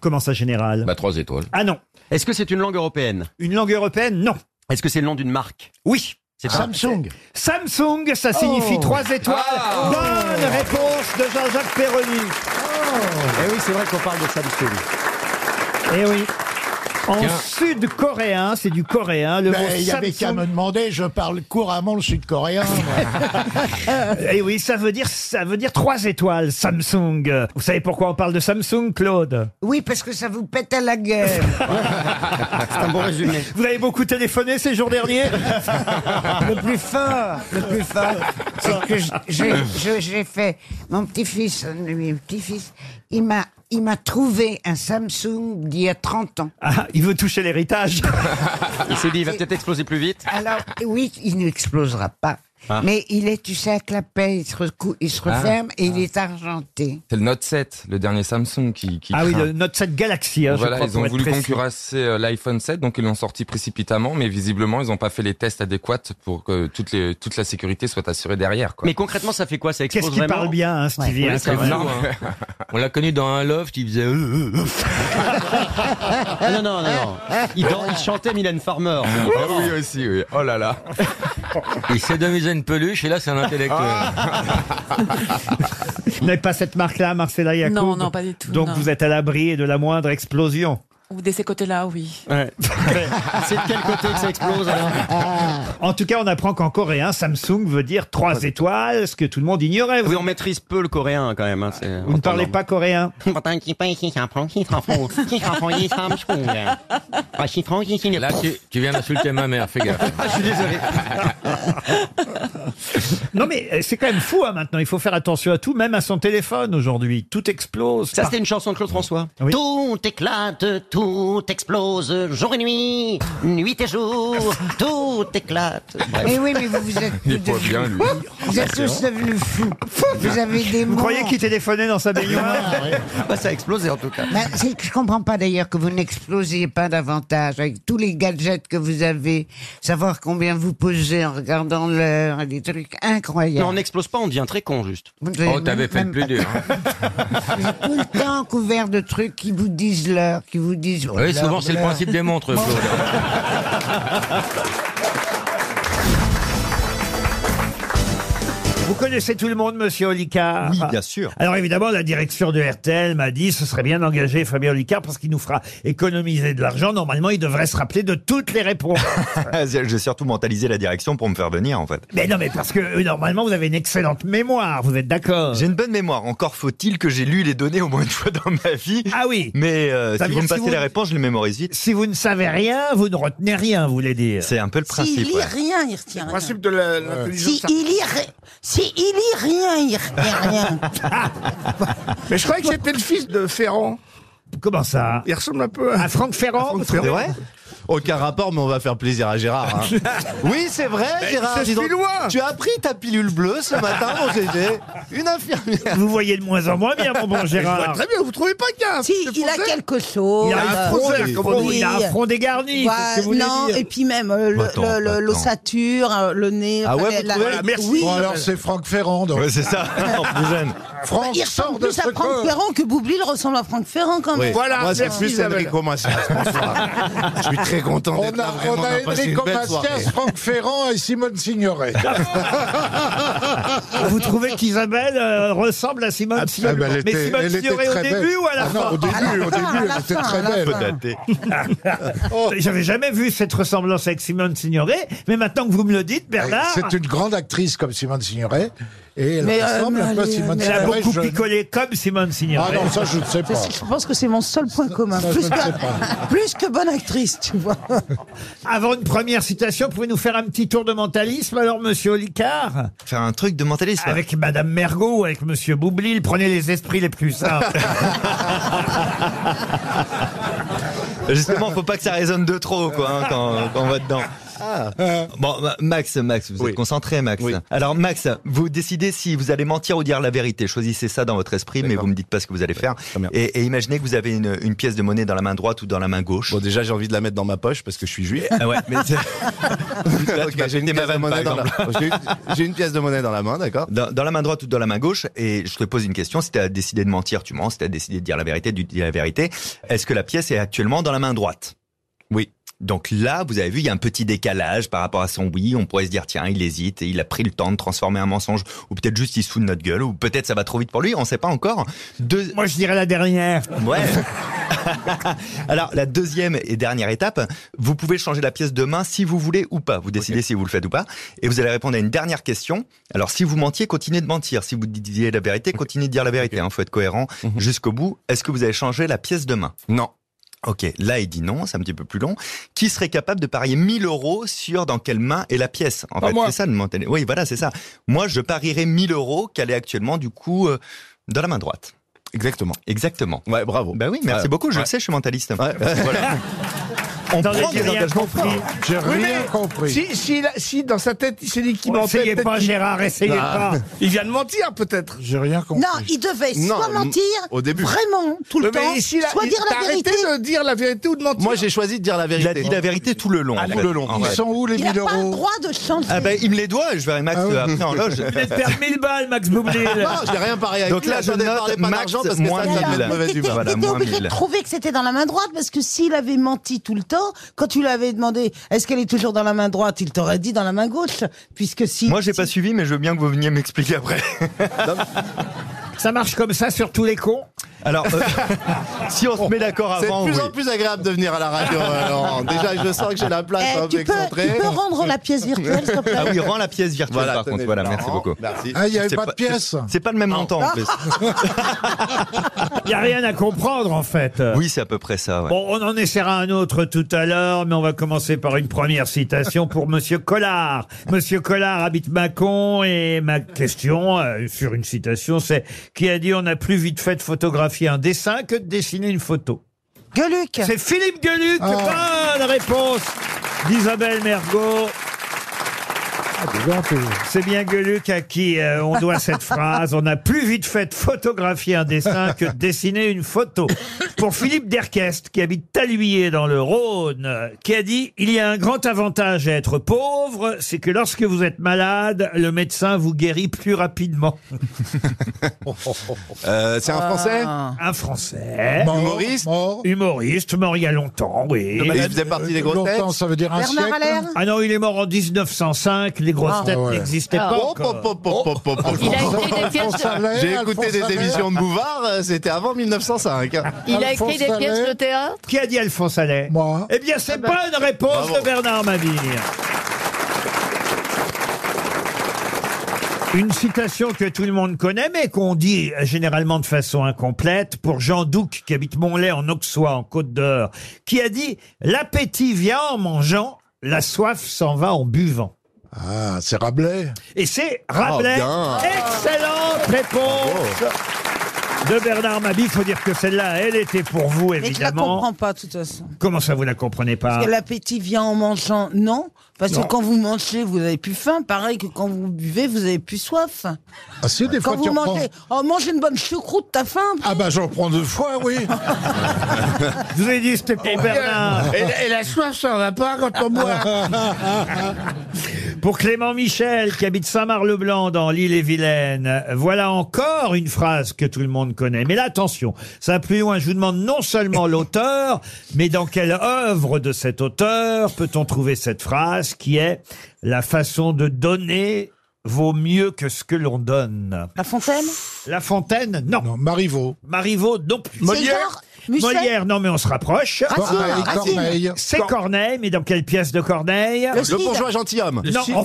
Speaker 1: Comment ça, général
Speaker 8: Ah. Bah, trois étoiles.
Speaker 1: Ah non.
Speaker 8: Est-ce que c'est une langue européenne
Speaker 1: Une langue européenne Non.
Speaker 8: Est-ce que c'est le nom d'une marque
Speaker 1: Oui.
Speaker 8: C'est
Speaker 1: Ah, Samsung, ça
Speaker 8: Oh.
Speaker 1: signifie trois étoiles.
Speaker 8: Ah.
Speaker 1: Bonne réponse de Jean-Jacques Perroni. Oh.
Speaker 8: Eh oui, c'est vrai qu'on parle de Samsung.
Speaker 1: Eh oui. En
Speaker 9: Tiens.
Speaker 1: sud-coréen, c'est du coréen. Le
Speaker 9: Ben,
Speaker 1: mot
Speaker 9: Il y avait qu'à
Speaker 1: Samsung-
Speaker 9: me demander, je parle couramment le sud-coréen. moi.
Speaker 1: Eh oui, ça veut dire ça veut dire trois étoiles Samsung. Vous savez pourquoi on parle de Samsung, Claude
Speaker 16: Oui, parce que ça vous pète à la gueule.
Speaker 1: C'est
Speaker 8: un bon résumé.
Speaker 1: Vous avez beaucoup téléphoné ces jours derniers
Speaker 16: Le plus fort, le plus fort, c'est que je- je- je- j'ai fait mon petit-fils, un de mes petits-fils, il m'a il m'a trouvé un Samsung d'il y a 30 ans.
Speaker 1: Ah, il veut toucher l'héritage.
Speaker 8: Il s'est dit, il va peut-être exploser plus vite.
Speaker 16: Alors, oui, il n'explosera pas.
Speaker 8: Ah.
Speaker 16: Mais il est, tu sais, avec la paix, il se, recou- il se
Speaker 18: Ah.
Speaker 16: referme et il est argenté.
Speaker 18: C'est le Note 7, le dernier Samsung qui. qui
Speaker 1: Ah oui,
Speaker 18: craint.
Speaker 1: le Note 7 Galaxy. hein, je
Speaker 18: voilà,
Speaker 1: crois,
Speaker 18: ils
Speaker 1: pour
Speaker 18: ont
Speaker 1: être
Speaker 18: voulu
Speaker 1: précis.
Speaker 18: concurrencer euh, l'iPhone 7, donc ils l'ont sorti précipitamment, mais visiblement, ils n'ont pas fait les tests adéquats pour que toute, les, toute la sécurité soit assurée derrière. Quoi.
Speaker 8: Mais concrètement, ça fait quoi Ça explose
Speaker 1: Qu'est-ce qui
Speaker 8: vraiment
Speaker 1: parle bien, hein, Stevie hein, c'est vrai.
Speaker 8: On l'a connu dans un loft, il faisait.
Speaker 19: euh,
Speaker 8: Ah, non, non, non, non. Il, dan- il chantait Mylène Farmer.
Speaker 18: Ah oui, aussi, oui. Oh là là.
Speaker 8: Il s'est demisé une peluche et là, c'est un intellectuel.
Speaker 18: Ah.
Speaker 1: Vous n'avez pas cette marque-là, Marcella Yacoub
Speaker 11: Non, non, pas du tout,
Speaker 1: Donc
Speaker 11: non.
Speaker 1: vous êtes à l'abri de la moindre explosion.
Speaker 11: Ou de ces côtés-là, oui.
Speaker 8: C'est de quel côté que ça explose
Speaker 1: En tout cas, on apprend qu'en coréen, Samsung veut dire trois étoiles, ce que tout le monde ignorait.
Speaker 8: Oui, on maîtrise peu le coréen quand même. hein,
Speaker 1: Vous ne parlez pas coréen
Speaker 8: Là,
Speaker 19: tu- tu viens d'insulter ma mère, fais gaffe.
Speaker 8: je suis désolé.
Speaker 1: Non mais euh, c'est quand même fou hein, maintenant, il faut faire attention à tout, même à son téléphone aujourd'hui. Tout explose.
Speaker 8: Ça, c'était une chanson de Claude François.
Speaker 1: Oui.
Speaker 19: Tout éclate, tout
Speaker 20: tout explose, jour et nuit, nuit et jour, tout éclate. Bref.
Speaker 16: Mais Eh oui, mais vous vous êtes
Speaker 20: Il est
Speaker 16: tous
Speaker 20: pas
Speaker 16: devenus-
Speaker 20: bien, lui.
Speaker 16: Vous êtes tous devenus fous. Vous avez des
Speaker 1: Vous
Speaker 16: mots.
Speaker 1: croyez qu'il téléphonait dans sa baignoire
Speaker 8: Ah, Bah,
Speaker 21: Ça a explosé en tout cas.
Speaker 16: Bah, c'est que je comprends pas d'ailleurs que vous n'explosiez pas davantage avec tous les gadgets que vous avez, savoir combien vous pesez en regardant l'heure, des trucs
Speaker 20: Ah,
Speaker 16: incroyables.
Speaker 21: Non, on n'explose pas, on devient très con juste.
Speaker 16: Vous devez Oh, t'avais même- fait le plus
Speaker 21: dur.
Speaker 16: tout le temps couvert de trucs qui vous disent l'heure, qui vous disent.
Speaker 19: Oui, souvent c'est le principe des montres, Flo.
Speaker 1: Vous connaissez tout le monde, monsieur Olicard Oui, bien sûr. Alors évidemment, la direction de RTL m'a dit ce serait bien d'engager Fabien Olicard parce qu'il nous fera économiser de l'argent. Normalement, il devrait se rappeler de toutes les réponses.
Speaker 18: J'ai surtout mentalisé la direction pour me faire venir en fait.
Speaker 1: mais non, mais parce que euh, normalement, vous avez une excellente mémoire, vous êtes d'accord
Speaker 18: J'ai une bonne mémoire. Encore faut-il que j'ai lu les données au moins une fois dans ma vie.
Speaker 1: Ah oui.
Speaker 18: Mais euh,
Speaker 1: Ça
Speaker 18: si vous
Speaker 1: veut dire
Speaker 18: me
Speaker 1: si
Speaker 18: passez
Speaker 1: vous-
Speaker 18: les réponses, je les mémorise vite.
Speaker 1: Si vous ne savez rien, vous ne retenez rien, vous voulez dire.
Speaker 18: C'est un peu le
Speaker 20: S'il
Speaker 18: principe.
Speaker 20: lit
Speaker 18: ouais.
Speaker 20: rien, il retient rien.
Speaker 2: principe de la- l'intelligence
Speaker 20: Si il lit, ri- si il lit rien, il retient rien.
Speaker 2: Mais je croyais que c'était le fils de Ferrand.
Speaker 1: Comment ça
Speaker 2: Il ressemble un peu à,
Speaker 1: à Franck Ferrand.
Speaker 2: C'est vrai
Speaker 8: Aucun rapport, mais on va faire plaisir à Gérard. hein.
Speaker 2: Ah.
Speaker 8: oui, c'est vrai,
Speaker 1: Mais
Speaker 8: Gérard.
Speaker 1: c'est
Speaker 8: dis donc,
Speaker 1: si loin.
Speaker 8: Tu as pris ta pilule bleue ce matin, mon GG. Une infirmière.
Speaker 1: Vous voyez de moins en moins bien, mon bon Gérard.
Speaker 2: Très bien, vous trouvez pas qu'il
Speaker 1: Ah,
Speaker 2: y a un
Speaker 20: Si,
Speaker 2: fils de
Speaker 20: il a
Speaker 2: français
Speaker 20: quelque chose.
Speaker 1: Il a un
Speaker 20: euh,
Speaker 1: front, il a comment on dit, il a un
Speaker 20: oui.
Speaker 1: front dégarni,
Speaker 20: Voilà,
Speaker 1: c'est ce que vous voulez
Speaker 20: non,
Speaker 1: dire.
Speaker 20: et puis même euh, le-
Speaker 18: Attends,
Speaker 20: le- le-
Speaker 18: attends.
Speaker 20: l'ossature, euh, le nez.
Speaker 18: Ah ouais,
Speaker 20: enfin,
Speaker 18: vous
Speaker 20: la-
Speaker 18: trouvez
Speaker 20: la-
Speaker 18: Merci.
Speaker 20: Oui.
Speaker 18: Bon, alors,
Speaker 22: C'est Franck Ferrand. donc.
Speaker 18: Ouais, c'est ça. En plus jeune.
Speaker 20: Bah, il ressemble plus à Franck Ferrand que Boublil ressemble à Franck Ferrand quand même.
Speaker 8: Moi, c'est plus Enrico Macias. bonsoir. Je suis très content
Speaker 22: On
Speaker 8: d'être là.
Speaker 22: a,
Speaker 8: Vraiment,
Speaker 22: on a
Speaker 8: passé une
Speaker 22: Enrico
Speaker 8: belle soirée.
Speaker 22: Macias, Franck Ferrand et Simone Signoret.
Speaker 1: Vous trouvez qu'Isabelle euh, ressemble à Simone
Speaker 22: Absolument. Ah
Speaker 1: Signoret
Speaker 22: bah, elle
Speaker 1: Mais
Speaker 22: était-
Speaker 1: Simone
Speaker 22: elle était
Speaker 1: Signoret au
Speaker 22: très
Speaker 1: début
Speaker 22: belle.
Speaker 1: ou à la
Speaker 22: Ah
Speaker 1: fin
Speaker 22: non, au début, À la au fin, début, à la elle était fin, très à la belle. Oh. fin.
Speaker 1: J'avais jamais vu cette ressemblance avec Simone Signoret, mais maintenant que vous me le dites, Bernard.
Speaker 22: Eh, C'est une grande actrice comme Simone Signoret. Et elle
Speaker 1: Mais, euh,
Speaker 22: ressemble un peu à
Speaker 1: elle
Speaker 22: Simone
Speaker 1: a
Speaker 22: Signoret.
Speaker 1: beaucoup
Speaker 22: jeune.
Speaker 1: picolé comme Simone
Speaker 22: Ah
Speaker 1: Signoret.
Speaker 22: non, ça, je ne sais
Speaker 20: Je
Speaker 22: pas.
Speaker 20: sais- je pense que c'est mon seul point commun.
Speaker 22: ça, je
Speaker 20: plus,
Speaker 22: ne
Speaker 20: que,
Speaker 22: sais pas.
Speaker 20: plus que bonne actrice, tu vois.
Speaker 1: Avant une première citation, pouvez-nous faire un petit tour de mentalisme alors, monsieur Olicard
Speaker 18: Faire un truc de mentalisme.
Speaker 1: Avec madame Mergot, avec monsieur Boublil, prenez les esprits les plus sains.
Speaker 18: Justement, faut pas que ça résonne de trop, quoi, hein, quand, quand on va dedans. Bon, Ma- Max, Max, vous êtes concentré, Max. Alors, Max, vous décidez si vous allez mentir ou dire la vérité. Choisissez ça dans votre esprit, mais vous me dites pas ce que vous allez faire. Et, et imaginez que vous avez une, une pièce de monnaie dans la main droite ou dans la main gauche. Bon,
Speaker 8: déjà, j'ai envie de la mettre dans ma poche parce que je suis juif.
Speaker 18: Ah ouais, mais c'est- Là, tu m'as
Speaker 8: j'ai une
Speaker 18: pété ma
Speaker 8: pièce de
Speaker 18: vanne,
Speaker 8: monnaie
Speaker 18: par
Speaker 8: dans la-
Speaker 18: exemple.
Speaker 8: J'ai une- J'ai une pièce de monnaie dans la main, d'accord
Speaker 18: Dans, dans la main droite ou dans la main gauche, et je te pose une question, si tu as décidé de mentir, tu mens, si tu as décidé de dire la vérité, tu dis la vérité, est-ce que la pièce est actuellement dans la main droite Oui. Donc là, vous avez vu, il y a un petit décalage par rapport à son oui, on pourrait se dire, tiens, il hésite, et il a pris le temps de transformer un mensonge, ou peut-être juste il se fout de notre gueule, ou peut-être ça va trop vite pour lui, on sait pas encore. Deux...
Speaker 1: Moi, je dirais la dernière.
Speaker 18: Ouais. Alors, la deuxième et dernière étape, vous pouvez changer la pièce de main si vous voulez ou pas. Vous décidez si vous le faites ou pas. Et vous allez répondre à une dernière question. Alors, si vous mentiez, continuez de mentir. Si vous disiez la vérité, continuez de dire la vérité. Il faut être cohérent jusqu'au bout. Est-ce que vous avez changé la pièce de main Mhm. Non. Ok, là il dit non, c'est un petit peu plus long. Qui serait capable de parier 1000 euros sur dans quelle main est la pièce En fait, c'est ça le mental. Oui, voilà, c'est ça. Moi, je parierais 1000 euros qu'elle est actuellement du coup euh, dans la main droite. Exactement. Exactement. Ouais, bravo. Ben oui, merci
Speaker 8: Ouais.
Speaker 18: beaucoup. Je
Speaker 8: Ouais.
Speaker 18: le sais, je suis mentaliste. Voilà. On
Speaker 1: Attendez,
Speaker 18: prend
Speaker 1: j'ai
Speaker 18: des
Speaker 1: rien
Speaker 18: engagements
Speaker 1: compris.
Speaker 18: forts.
Speaker 22: J'ai
Speaker 2: Oui,
Speaker 22: rien
Speaker 2: mais
Speaker 22: compris.
Speaker 2: Si, si, là- si dans sa tête, il s'est dit qu'il
Speaker 1: Oh,
Speaker 2: mentait.
Speaker 1: essayez
Speaker 2: peut-être
Speaker 1: pas,
Speaker 2: qu'il-
Speaker 1: Gérard, essayez
Speaker 2: Ah.
Speaker 1: pas.
Speaker 2: Il vient de mentir, peut-être.
Speaker 22: J'ai rien compris.
Speaker 20: Non, il devait
Speaker 2: Non,
Speaker 20: soit
Speaker 2: m-
Speaker 20: mentir,
Speaker 2: au début.
Speaker 20: vraiment, tout le
Speaker 2: Mais
Speaker 20: temps,
Speaker 2: ici, là,
Speaker 20: soit
Speaker 2: il-
Speaker 20: dire
Speaker 2: t'as
Speaker 20: la vérité.
Speaker 2: arrêté de dire la vérité ou de mentir.
Speaker 8: Moi, j'ai choisi de dire la
Speaker 18: Il
Speaker 8: vérité.
Speaker 18: a dit la vérité Ah, tout le long. en fait.
Speaker 8: tout le long.
Speaker 18: En
Speaker 22: Ils
Speaker 18: fait.
Speaker 22: sont où les
Speaker 20: Il n'a
Speaker 22: 1000
Speaker 20: pas le
Speaker 22: euros
Speaker 20: droit de changer.
Speaker 8: bah,
Speaker 18: Ah ben, il me les doit, je verrai Max
Speaker 22: Ah oui.
Speaker 18: euh, après en loge.
Speaker 1: Vous allez perdre 1000 balles, Max Boublil.
Speaker 8: Non, j'ai rien parié avec
Speaker 18: Donc
Speaker 8: lui,
Speaker 18: là, je
Speaker 8: attendez, parlez
Speaker 18: note
Speaker 8: pas
Speaker 18: Max
Speaker 8: d'argent parce que
Speaker 18: moins
Speaker 8: ça, ça me met de
Speaker 18: 1000.
Speaker 20: Mais
Speaker 8: mauvaise
Speaker 20: T'étais
Speaker 18: Voilà,
Speaker 20: t'étais
Speaker 18: moins
Speaker 20: obligé de
Speaker 18: 1000.
Speaker 20: trouver que c'était dans la main droite parce que s'il avait menti tout le temps, quand tu lui avais demandé est-ce qu'elle est toujours dans la main droite, il t'aurait dit dans la main gauche. Puisque si.
Speaker 18: Moi, j'ai pas suivi, mais je veux bien que vous veniez m'expliquer après.
Speaker 1: Ça marche comme ça sur tous les cons
Speaker 18: Alors, euh, si on se met d'accord
Speaker 8: C'est
Speaker 18: avant,
Speaker 8: de plus
Speaker 18: oui.
Speaker 8: en plus agréable de venir à la radio. euh, Laurent. Déjà, je sens que j'ai la place
Speaker 20: Eh,
Speaker 8: un peu
Speaker 20: tu, peux,
Speaker 8: excentrée.
Speaker 20: tu peux rendre la pièce virtuelle, s'il te plaît
Speaker 18: Ah oui, rend la pièce virtuelle
Speaker 8: Voilà,
Speaker 18: par
Speaker 8: tenez,
Speaker 18: contre. Voilà, merci
Speaker 8: Laurent.
Speaker 18: beaucoup.
Speaker 8: Merci.
Speaker 22: Ah, il n'y avait
Speaker 18: C'est
Speaker 22: pas, de
Speaker 18: c'est-
Speaker 22: pièce.
Speaker 18: C'est pas le même montant en plus.
Speaker 1: Il n'y a rien à comprendre, en fait.
Speaker 18: Oui, c'est à peu près ça. ouais.
Speaker 1: Bon, Euh, on en essaiera un autre tout à l'heure, mais on va commencer par une première citation pour Monsieur Collard. Monsieur Collard habite Mâcon et ma question euh, sur une citation, c'est qui a dit on a plus vite fait de photographier un dessin que de dessiner une photo. Gueluc. C'est Philippe Gueluc.
Speaker 8: Ah.
Speaker 1: Bonne réponse d'Isabelle Mergot. C'est bien Gueluc à qui euh, on doit cette phrase. On a plus vite fait de photographier un dessin que de dessiner une photo. Pour Philippe Derquest, qui habite Taluyer dans le Rhône, euh, qui a dit Il y a un grand avantage à être pauvre, c'est que lorsque vous êtes malade, le médecin vous guérit plus rapidement.
Speaker 18: Euh,
Speaker 9: Bah, c'est un Français
Speaker 8: Ah.
Speaker 1: Un Français.
Speaker 9: Mort, Humoriste
Speaker 1: Humoriste, mort il y a longtemps, oui.
Speaker 9: Le malade Il faisait partie des grosses
Speaker 22: longtemps, têtes ça veut dire un Bernard siècle Allaire
Speaker 1: Ah non, il est mort en 1905, les grosses
Speaker 22: Ah,
Speaker 1: têtes
Speaker 22: ouais.
Speaker 1: n'existaient
Speaker 9: Ah.
Speaker 1: pas.
Speaker 9: Oh,
Speaker 1: encore.
Speaker 9: pop, pop, pop, pop, pop.
Speaker 23: Il a écrit des pièces
Speaker 22: Alphonse
Speaker 23: de,
Speaker 22: Allais,
Speaker 9: J'ai
Speaker 22: Alphonse
Speaker 9: écouté des
Speaker 22: Allais.
Speaker 9: émissions de Bouvard, euh, c'était avant 1905.
Speaker 23: il a écrit des pièces de théâtre.
Speaker 1: Qui a dit Alphonse Allais
Speaker 22: Moi.
Speaker 1: Eh bien,
Speaker 22: Ah
Speaker 1: c'est
Speaker 22: ben.
Speaker 1: pas une réponse de Bernard Mabille. Une citation que tout le monde connaît, mais qu'on dit généralement de façon incomplète, pour Jean Douc, qui habite Montlay en Auxois, en Côte d'Or, qui a dit « L'appétit vient en mangeant, la soif s'en va en buvant
Speaker 22: Ah, c'est Rabelais. ».
Speaker 1: Et c'est Rabelais.
Speaker 22: Ah, bien.
Speaker 1: Excellente réponse de Bernard Mabille. Il faut dire que celle-là, elle était pour vous,
Speaker 12: Mais je la
Speaker 1: évidemment.
Speaker 12: comprends pas, de toute façon.
Speaker 1: Comment ça, vous la comprenez pas
Speaker 22: Ah.
Speaker 12: Parce que l'appétit vient en mangeant, non. Parce
Speaker 1: Non.
Speaker 12: que quand vous mangez, vous avez plus faim. Pareil que quand vous buvez, vous avez plus soif.
Speaker 22: Ah si, des
Speaker 12: quand
Speaker 22: fois,
Speaker 12: vous
Speaker 22: tu reprends-
Speaker 12: mangez, oh, mange une bonne choucroute, t'as faim.
Speaker 22: Ah bah j'en prends deux fois, oui.
Speaker 1: Je vous ai dit, c'était
Speaker 22: Oh,
Speaker 1: pour
Speaker 12: Ah.
Speaker 1: Bernard.
Speaker 2: Et, la- et la soif, ça va pas quand on boit.
Speaker 1: Pour Clément Michel, qui habite Saint-Marc-le-Blanc dans l'île-et-Vilaine, voilà encore une phrase que tout le monde connaît. Mais là, attention, ça va plus loin. Je vous demande non seulement l'auteur, mais dans quelle œuvre de cet auteur peut-on trouver cette phrase qui est « La façon de donner vaut mieux que ce que l'on donne ».
Speaker 12: La fontaine
Speaker 1: La Fontaine, non. Non,
Speaker 22: Marivaux.
Speaker 1: Marivaux, non plus.
Speaker 12: Molière Musset
Speaker 1: Molière, non, mais on se rapproche.
Speaker 12: Racine, Corneille, Racine. Corneille.
Speaker 1: C'est Corneille, mais dans quelle pièce de Corneille
Speaker 9: Le Le Cid. bourgeois gentilhomme. Le
Speaker 1: Non.
Speaker 9: Cid.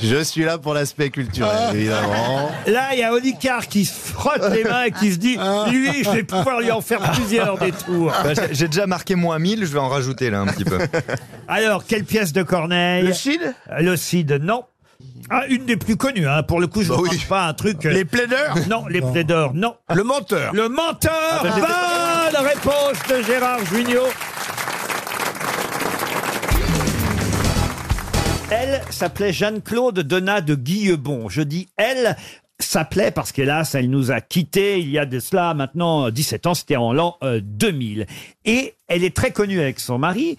Speaker 9: Je suis là pour l'aspect culturel, évidemment.
Speaker 1: Là, il y a Olicard qui se frotte les mains et qui se dit
Speaker 18: Ah.
Speaker 1: Lui, je vais pouvoir lui en faire plusieurs des tours.
Speaker 18: Bah, j'ai- J'ai déjà marqué moins 1000, je vais en rajouter là un petit peu.
Speaker 1: Alors, quelle pièce de Corneille
Speaker 2: Le Cid
Speaker 1: Euh, Le Cid, non. Ah, une des plus connues, hein. pour le coup, je ne pense pas à un truc. euh,
Speaker 2: Les plaideurs
Speaker 1: Non, les plaideurs, non. Le menteur Le menteur Bonne réponse de Gérard Junior. Elle s'appelait Jeanne-Claude Donat de Guillebon. Je dis elle s'appelait parce qu'hélas, elle nous a quittés il y a de cela maintenant euh, 17 ans, c'était en l'an euh, 2000. Et elle est très connue avec son mari.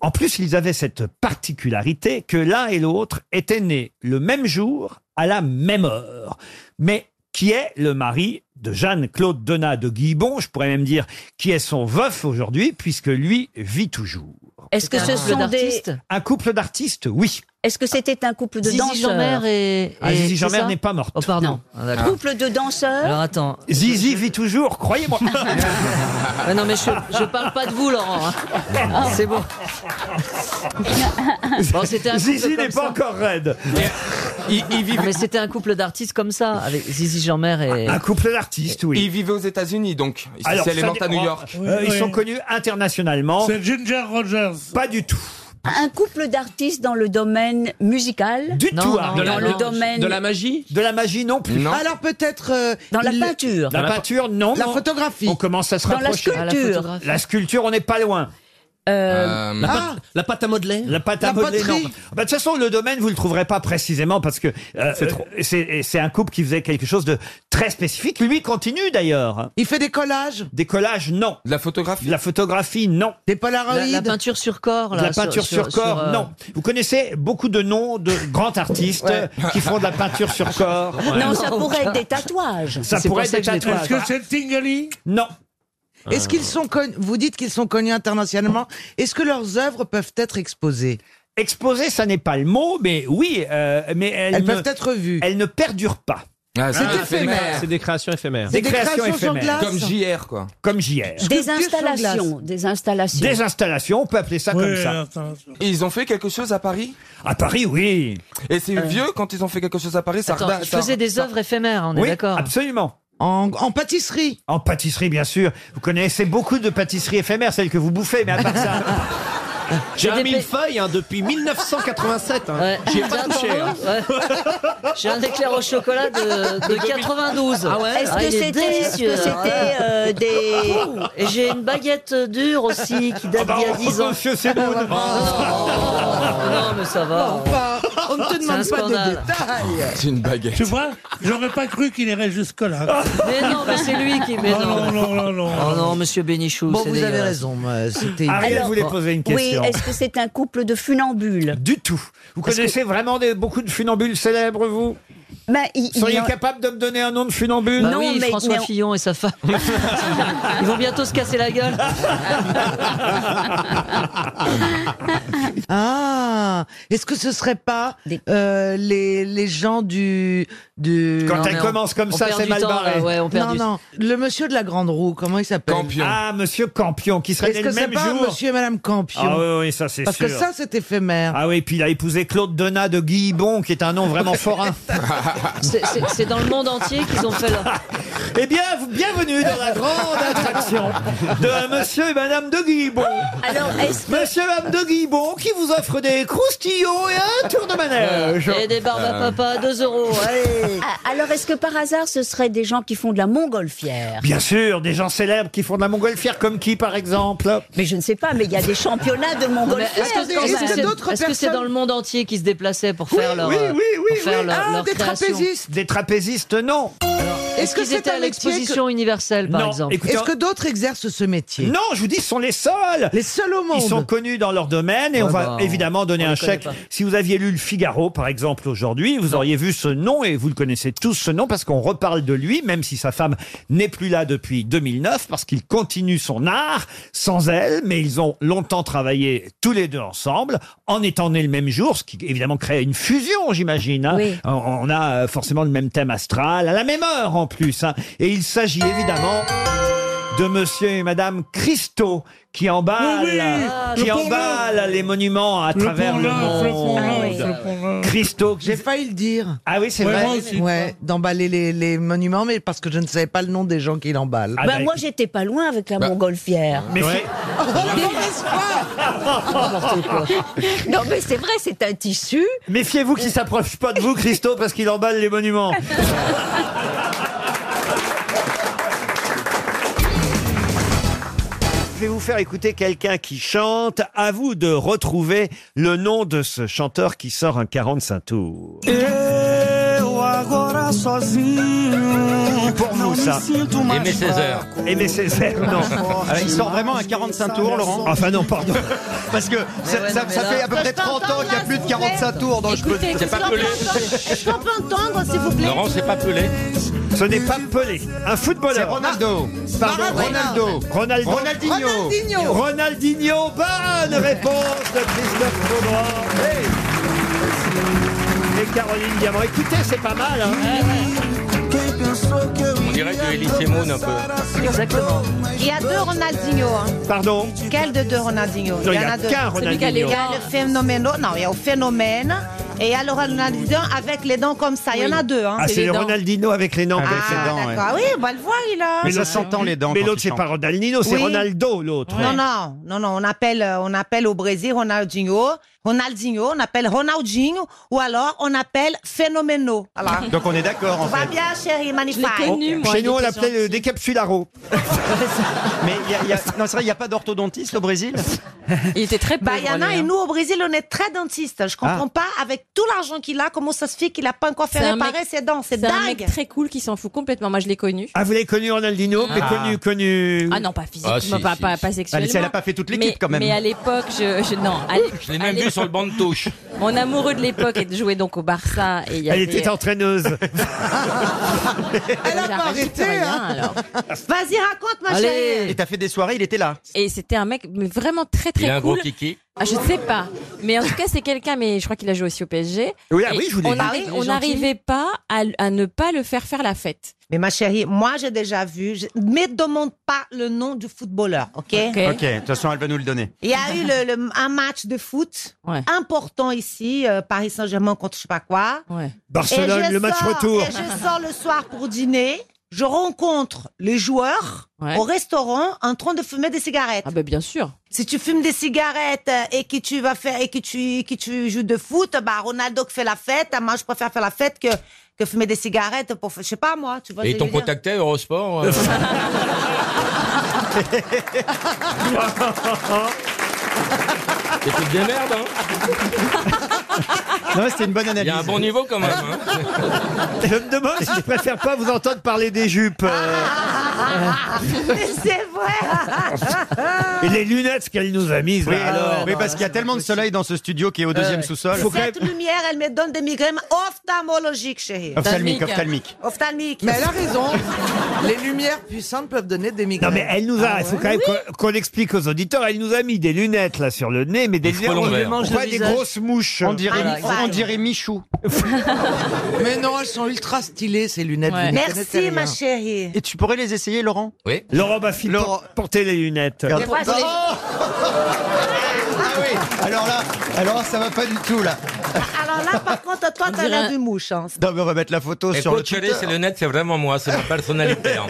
Speaker 1: En plus, ils avaient cette particularité que l'un et l'autre étaient nés le même jour, à la même heure. Mais qui est le mari de Jeanne-Claude Donat de Guillebon Je pourrais même dire qui est son veuf aujourd'hui, puisque lui vit toujours.
Speaker 7: Est-ce que ce sont des.
Speaker 1: Un couple d'artistes, oui.
Speaker 7: Est-ce que c'était un couple de
Speaker 1: Zizi
Speaker 7: danseurs
Speaker 1: Jeanmaire
Speaker 7: et. Oh,
Speaker 1: Ah, Zizi Jeanmaire n'est pas morte.
Speaker 7: pardon. couple de danseurs.
Speaker 1: Alors attends. Zizi vit toujours, croyez-moi.
Speaker 7: Ouais, Ah, non, mais je, je parle pas de vous, Laurent. hein. C'est bon. Bon, c'était un couple
Speaker 1: Zizi
Speaker 7: comme
Speaker 1: n'est pas encore raide.
Speaker 7: Ah, Mais c'était un couple d'artistes comme ça, avec Zizi Jeanmaire et.
Speaker 1: Un couple d'artistes, oui.
Speaker 24: Ils vivaient aux États-Unis, donc. Ici,
Speaker 1: Alors,
Speaker 24: c'est les
Speaker 1: ça
Speaker 24: ventes à
Speaker 1: dépend.
Speaker 24: New York.
Speaker 1: Euh, Ils sont connus internationalement.
Speaker 7: C'est
Speaker 1: Ginger Rogers. Pas du tout.
Speaker 7: Un couple d'artistes dans le domaine musical.
Speaker 1: Du tout, Ariel.
Speaker 7: dans le domaine.
Speaker 1: magie De la magie non plus.
Speaker 7: Non.
Speaker 8: Ah,
Speaker 1: Alors peut-être
Speaker 7: Dans la peinture.
Speaker 1: La
Speaker 7: Dans la-
Speaker 1: peinture non.
Speaker 7: La
Speaker 1: On-
Speaker 7: photographie.
Speaker 1: On commence à se
Speaker 7: Dans la
Speaker 1: rapprocher.
Speaker 7: sculpture. La photographie.
Speaker 1: La sculpture, on n'est pas loin.
Speaker 7: Euh,
Speaker 1: la, pâte, à modeler Ah La pâte à
Speaker 7: La
Speaker 1: modeler, non.
Speaker 7: poterie.
Speaker 1: Bah, de toute façon, le domaine, vous ne le trouverez pas précisément parce que euh, euh, c'est c'est un couple qui faisait quelque chose de très spécifique. Lui continue d'ailleurs. Il fait des collages Des collages, non. De la photographie La photographie, non. Des
Speaker 7: La, la peinture sur corps.
Speaker 1: de
Speaker 7: là,
Speaker 1: la peinture sur, corps,
Speaker 7: euh,
Speaker 1: non. Vous connaissez beaucoup de noms de grands artistes
Speaker 7: Ouais.
Speaker 1: qui font de la peinture sur corps.
Speaker 7: Non, ça pourrait être des tatouages.
Speaker 1: Ça pourrait être des tatouages.
Speaker 8: Tingali
Speaker 1: Non. Ah.
Speaker 8: Est-ce qu'ils sont connus Vous dites qu'ils sont connus internationalement. Est-ce que leurs œuvres peuvent être exposées
Speaker 1: Exposées, ça n'est pas le mot, mais oui, euh, mais elles,
Speaker 8: Elles
Speaker 1: ne-
Speaker 8: peuvent être vues.
Speaker 1: Elles ne perdurent pas.
Speaker 8: Ah, c'est- C'est ah, c'est des- éphémère.
Speaker 25: C'est des créations éphémères.
Speaker 1: Des créations éphémères.
Speaker 25: Comme JR, quoi.
Speaker 1: Comme JR.
Speaker 7: Des installations. Des installations.
Speaker 1: Des installations, on peut appeler ça comme ça.
Speaker 24: Et ils ont fait quelque chose à Paris
Speaker 1: À Paris, oui.
Speaker 24: Et c'est
Speaker 8: Euh.
Speaker 24: vieux quand ils ont fait quelque chose à Paris, ça
Speaker 7: Attends,
Speaker 24: reda-
Speaker 7: ils
Speaker 24: ça-
Speaker 7: faisaient des œuvres éphémères, on est
Speaker 1: oui,
Speaker 7: d'accord.
Speaker 1: absolument.
Speaker 8: En, pâtisserie
Speaker 1: En pâtisserie, bien sûr. Vous connaissez beaucoup de pâtisseries éphémères, celles que vous bouffez, mais à part ça.
Speaker 26: J'ai
Speaker 12: J'ai
Speaker 26: remis
Speaker 12: des
Speaker 26: une feuille hein, depuis 1987. Hein. J'y ai pas touché. hein.
Speaker 12: J'ai un éclair au chocolat de, de 92.
Speaker 26: Ah ouais
Speaker 20: Est-ce que
Speaker 12: il est
Speaker 20: c'était- est-ce
Speaker 12: délicieux.
Speaker 20: que c'était, euh, des-
Speaker 12: Et j'ai une baguette dure aussi qui date d'il y a 10 ans.
Speaker 1: Monsieur, c'est
Speaker 12: bon. Non, mais ça va.
Speaker 2: on ne
Speaker 12: C'est
Speaker 2: te demande
Speaker 12: un
Speaker 2: pas de
Speaker 12: scandale.
Speaker 2: détails.
Speaker 27: C'est une baguette. Tu vois J'aurais pas cru qu'il irait jusque-là.
Speaker 12: Mais non, mais c'est lui qui. Mais
Speaker 27: Oh
Speaker 12: non.
Speaker 27: non, non, non, non.
Speaker 12: Oh non, monsieur Bénichou.
Speaker 27: Bon,
Speaker 12: c'est
Speaker 27: vous avez
Speaker 12: dégueulasse.
Speaker 27: raison,
Speaker 1: c'était- Ariel Ah voulait poser une question.
Speaker 7: Oui, est-ce que c'est un couple de funambules
Speaker 1: Du tout. Vous connaissez vraiment des- beaucoup de funambules célèbres, vous
Speaker 7: Bah, il- il y
Speaker 1: Seriez
Speaker 7: en-
Speaker 1: capable de me donner un nom de funambule
Speaker 7: Bah Non, oui, mais-
Speaker 12: François
Speaker 7: mais on-
Speaker 12: Fillon et sa femme. Ils vont bientôt se casser la gueule.
Speaker 2: Ah, est-ce que ce serait pas euh, les, les gens du, du...
Speaker 1: Quand
Speaker 2: Non,
Speaker 1: elle
Speaker 2: mais on-
Speaker 1: commence comme
Speaker 2: on
Speaker 1: ça,
Speaker 2: perd
Speaker 1: c'est
Speaker 2: du
Speaker 1: mal
Speaker 2: temps,
Speaker 1: barré.
Speaker 2: là, ouais, on perd
Speaker 1: Non,
Speaker 2: du-
Speaker 1: non.
Speaker 2: Le monsieur de la grande roue, comment il s'appelle
Speaker 1: Ah, monsieur Campion, qui serait
Speaker 2: Est-ce
Speaker 1: né
Speaker 2: que
Speaker 1: le
Speaker 2: c'est
Speaker 1: même
Speaker 2: pas
Speaker 1: jour.
Speaker 2: monsieur et madame Campion
Speaker 1: Ah oui, oui, ça, c'est
Speaker 2: Parce que
Speaker 1: sûr.
Speaker 2: ça, c'est éphémère.
Speaker 1: Ah oui, puis il a épousé Claude Donat de Guillibon, qui est un nom vraiment forain.
Speaker 12: C'est- c'est- C'est dans le monde entier qu'ils ont fait leur.
Speaker 1: Eh bien, vous- bienvenue dans la grande attraction de Monsieur et Madame de Guillibon.
Speaker 7: Alors, est-ce que-
Speaker 1: Monsieur et Madame de Guillibon qui vous offre des croustillons et un tour de manège.
Speaker 7: Et des barbes
Speaker 22: Euh.
Speaker 7: à
Speaker 12: papa à 2 euros. Allez.
Speaker 7: Ah, Alors, est-ce que par hasard, ce seraient des gens qui font de la montgolfière
Speaker 1: Bien sûr, des gens célèbres qui font de la montgolfière, comme qui par exemple
Speaker 7: Mais je ne sais pas, mais il y a des championnats de
Speaker 12: Mais
Speaker 7: montgolfière.
Speaker 12: Est-ce que
Speaker 7: quand
Speaker 12: est-ce que
Speaker 7: même.
Speaker 12: c'est est-ce que c'est dans le monde entier qu'ils se déplaçaient pour faire leur.
Speaker 1: oui,
Speaker 12: euh,
Speaker 1: oui, oui,
Speaker 12: pour faire
Speaker 1: oui.
Speaker 12: leur-
Speaker 1: Ah,
Speaker 12: leur
Speaker 1: des
Speaker 12: création
Speaker 1: trapézistes. Des trapézistes, non.
Speaker 12: Est-ce qu'ils étaient à l'exposition universelle, par
Speaker 1: Non,
Speaker 12: exemple
Speaker 1: écoutez,
Speaker 2: Est-ce que d'autres exercent ce métier
Speaker 1: Non, je vous dis, ce sont les seuls.
Speaker 2: Les seuls au monde.
Speaker 1: Ils sont connus dans leur domaine et
Speaker 2: Ouais,
Speaker 1: on va
Speaker 2: bah, on-
Speaker 1: évidemment donner
Speaker 2: on
Speaker 1: un
Speaker 2: les connaît
Speaker 1: chèque.
Speaker 2: pas.
Speaker 1: Si vous aviez lu le Figaro, par exemple, aujourd'hui, vous auriez vu ce nom et vous le connaissez tous ce nom parce qu'on reparle de lui, même si sa femme n'est plus là depuis 2009, parce qu'il continue son art sans elle, mais ils ont longtemps travaillé tous les deux ensemble en étant nés le même jour, ce qui évidemment crée une fusion, j'imagine. hein. On- On a euh, forcément le même thème astral, à la même heure en plus. hein. Et il s'agit évidemment de monsieur et madame Christo qui emballent,
Speaker 28: Oui, oui,
Speaker 1: qui
Speaker 28: le
Speaker 1: emballent les monuments à
Speaker 28: Le
Speaker 1: travers le
Speaker 28: Pont-Neuf, le Pont-Neuf,
Speaker 1: monde.
Speaker 12: Ah,
Speaker 28: le Pont-Neuf.
Speaker 1: Christo,
Speaker 2: J'ai failli le dire.
Speaker 1: Ah oui, c'est Ouais, vrai. moi aussi.
Speaker 2: Ouais, d'emballer les, les monuments, mais parce que je ne savais pas le nom des gens qui l'emballent.
Speaker 1: Ah,
Speaker 7: Bah,
Speaker 1: ben,
Speaker 7: moi, j'étais pas loin avec
Speaker 1: Bah,
Speaker 7: la montgolfière.
Speaker 2: Mais Ouais.
Speaker 7: non, mais c'est vrai, c'est un tissu.
Speaker 1: Méfiez-vous qu'il s'approche pas de vous, Christo, parce qu'il emballe les monuments. Je vais vous faire écouter quelqu'un qui chante. À vous de retrouver le nom de ce chanteur qui sort un 45 tours.
Speaker 28: Eu agora sozinho.
Speaker 1: Pour vous, ça.
Speaker 21: Aimé Césaire.
Speaker 1: Aimé Césaire, non.
Speaker 8: Ah, il sort vraiment à 45 tours, Laurent
Speaker 1: Enfin, non, pardon.
Speaker 8: Parce que ça, ouais, ça- non, mais ça là- fait à peu
Speaker 20: Bah,
Speaker 8: Quand près je t'entends, 30 ans qu'il y a là, plus de c'est 45 vrai. tours, donc je peux. C'est pas Pelé.
Speaker 20: Est-ce qu'on peut entendre, s'il vous plaît
Speaker 8: Laurent, c'est pas Pelé.
Speaker 1: Ce n'est pas Pelé. Un footballeur.
Speaker 8: C'est Ronaldo.
Speaker 1: Pardon,
Speaker 8: Maradona.
Speaker 1: Ronaldo. Ronaldo.
Speaker 8: Ronaldinho.
Speaker 1: Ronaldinho.
Speaker 8: Ronaldinho.
Speaker 1: Bonne réponse de Christophe Beaugrand. Et Caroline Diamant. Écoutez, c'est pas mal. hein.
Speaker 21: On dirait du Elise Moon un peu.
Speaker 12: Exactement.
Speaker 20: Il y a deux Ronaldinho. hein.
Speaker 1: Pardon
Speaker 20: Quel de deux Ronaldinho
Speaker 1: Non, il y a
Speaker 20: deux.
Speaker 1: qu'un
Speaker 20: Celui qui a les- Il y a
Speaker 1: Ronaldinho.
Speaker 20: le phénomène. Non, il y a le phénomène. Et il y a le Ronaldinho avec les dents comme ça. Il y en a deux. Hein.
Speaker 1: Ah, c'est le Ronaldinho avec les noms.
Speaker 20: Ah, d'accord. Oui, bah, le voit, il a.
Speaker 1: Mais l'autre- Mais
Speaker 8: quand
Speaker 1: l'autre,
Speaker 8: il
Speaker 1: c'est
Speaker 8: chante.
Speaker 1: pas Ronaldinho, c'est
Speaker 20: Oui.
Speaker 1: Ronaldo, l'autre.
Speaker 20: Non, non, non, non, on appelle, euh, on appelle au Brésil Ronaldinho, Ronaldinho, on appelle Ronaldinho, ou alors on appelle Phénoméno. Voilà.
Speaker 8: Donc on est d'accord en
Speaker 20: On va
Speaker 8: fait.
Speaker 20: bien, chérie, magnifique.
Speaker 8: Oh,
Speaker 1: Chez nous, on l'appelait le décapsularo.
Speaker 8: Mais il y a- il y a- non, c'est vrai, il n'y a pas d'orthodontiste au Brésil
Speaker 20: Il était très
Speaker 8: pauvre,
Speaker 20: Bayana
Speaker 8: lui, hein.
Speaker 20: et nous, au Brésil, on est très dentistes. Je
Speaker 8: Ah.
Speaker 20: comprends pas, avec tout l'argent qu'il a, comment ça se fait qu'il a pas encore fait
Speaker 11: C'est un
Speaker 20: réparer
Speaker 11: mec-
Speaker 20: ses dents. C'est
Speaker 11: C'est
Speaker 20: dingue.
Speaker 11: un mec très cool qui s'en fout complètement. Moi, je l'ai connu.
Speaker 1: Ah, vous l'avez connu, Ronaldinho Mais
Speaker 11: Ah.
Speaker 1: connu, connu.
Speaker 11: Ah non, pas physiquement, pas, pas, pas sexuellement.
Speaker 8: Allez, si Ah, elle a pas fait toute l'équipe,
Speaker 11: Mais-
Speaker 8: quand même.
Speaker 11: Mais à l'époque, je, je- non. à l'é-
Speaker 21: Je l'ai
Speaker 11: à
Speaker 21: même vu
Speaker 11: l'é-
Speaker 21: sur le banc de touche.
Speaker 11: Mon amoureux de l'époque jouait donc au Barça et il y
Speaker 1: Elle
Speaker 11: avait.
Speaker 1: était entraîneuse.
Speaker 11: Elle a pas arrêté.
Speaker 20: Vas-y, raconte, ma
Speaker 11: Allez.
Speaker 8: Et t'as fait des soirées, il était là.
Speaker 11: Et c'était un mec mais vraiment très très
Speaker 8: Il a un gros
Speaker 11: cool.
Speaker 8: kiki.
Speaker 11: Ah, je sais pas, mais en tout cas c'est quelqu'un. Mais je crois qu'il a joué aussi au PSG.
Speaker 20: Oui, ah
Speaker 11: Et
Speaker 20: oui, je vous l'ai
Speaker 11: on
Speaker 20: dit.
Speaker 11: arri-
Speaker 20: Ah oui, il est
Speaker 11: On
Speaker 20: gentil.
Speaker 11: n'arrivait pas à, à ne pas le faire faire la fête.
Speaker 20: Mais ma chérie, moi, j'ai déjà vu. Je... Mais demande pas le nom du footballeur,
Speaker 8: Ok, de toute façon, elle va nous le donner.
Speaker 20: Il y a eu le- le- un match de foot
Speaker 11: Ouais.
Speaker 20: important ici, euh, Paris Saint-Germain contre je sais pas quoi.
Speaker 11: Ouais.
Speaker 1: Barcelone,
Speaker 20: Et je
Speaker 1: le match
Speaker 20: sors-
Speaker 1: retour.
Speaker 20: Et je sors le soir pour dîner. je rencontre les joueurs au restaurant en train de fumer des cigarettes. Ah ben bien sûr. Si tu fumes des cigarettes euh, et que tu vas faire et que tu que tu joues de foot, bah Ronaldo qui fait la fête. Moi, je préfère faire la fête que que fumer des cigarettes pour je sais pas moi. Tu vois. ce
Speaker 19: Et ils
Speaker 20: que
Speaker 19: t'ont
Speaker 20: je veux dire
Speaker 19: contacté, Eurosport euh, C'est toutes des merdes, hein
Speaker 1: Non, c'était une bonne analyse.
Speaker 19: Il y a un bon niveau quand même. hein.
Speaker 1: Je me demande si je préfère pas vous entendre parler des jupes. euh.
Speaker 20: Mais c'est vrai.
Speaker 1: Et les lunettes qu'elle nous a mises.
Speaker 8: Oui,
Speaker 1: là,
Speaker 8: alors,
Speaker 1: alors.
Speaker 8: oui, parce
Speaker 21: Ah,
Speaker 8: qu'il y a tellement de soleil dans ce studio
Speaker 21: Euh,
Speaker 8: qui est au deuxième sous-sol.
Speaker 1: Faut quand même-
Speaker 20: Cette lumière, elle me donne des migraines ophtalmologiques, chérie.
Speaker 8: Ophtalmique, ophtalmique.
Speaker 20: Ophtalmique.
Speaker 21: Mais elle a raison. Les lumières puissantes peuvent donner des migraines.
Speaker 1: Non mais elle nous a,
Speaker 21: Ah
Speaker 1: il faut
Speaker 21: ouais.
Speaker 1: quand même qu'on- qu'on explique aux auditeurs, elle nous a mis des lunettes là sur le nez, mais des lunettes,
Speaker 8: frelons
Speaker 1: on-
Speaker 8: verts.
Speaker 1: pourquoi
Speaker 8: Le
Speaker 1: des
Speaker 8: visage.
Speaker 1: grosses mouches
Speaker 8: On dirait-
Speaker 1: Voilà.
Speaker 8: on dirait Michou.
Speaker 21: Mais non, elles sont ultra stylées ces lunettes.
Speaker 20: Ouais. Merci, ma chérie.
Speaker 8: Et tu pourrais les essayer, Laurent
Speaker 1: Oui. Laurent Baffy, por- portez les lunettes.
Speaker 8: Et pourtant- Oh Ah oui, alors là, alors là, ça va pas du tout là.
Speaker 20: Alors là, par contre, toi, t'as l'air d'une mouche. hein.
Speaker 8: Non mais on va mettre la photo
Speaker 19: Et
Speaker 8: sur le
Speaker 19: pour tirer
Speaker 8: Twitter.
Speaker 19: ces lunettes, c'est vraiment moi, c'est ma personnalité. hein.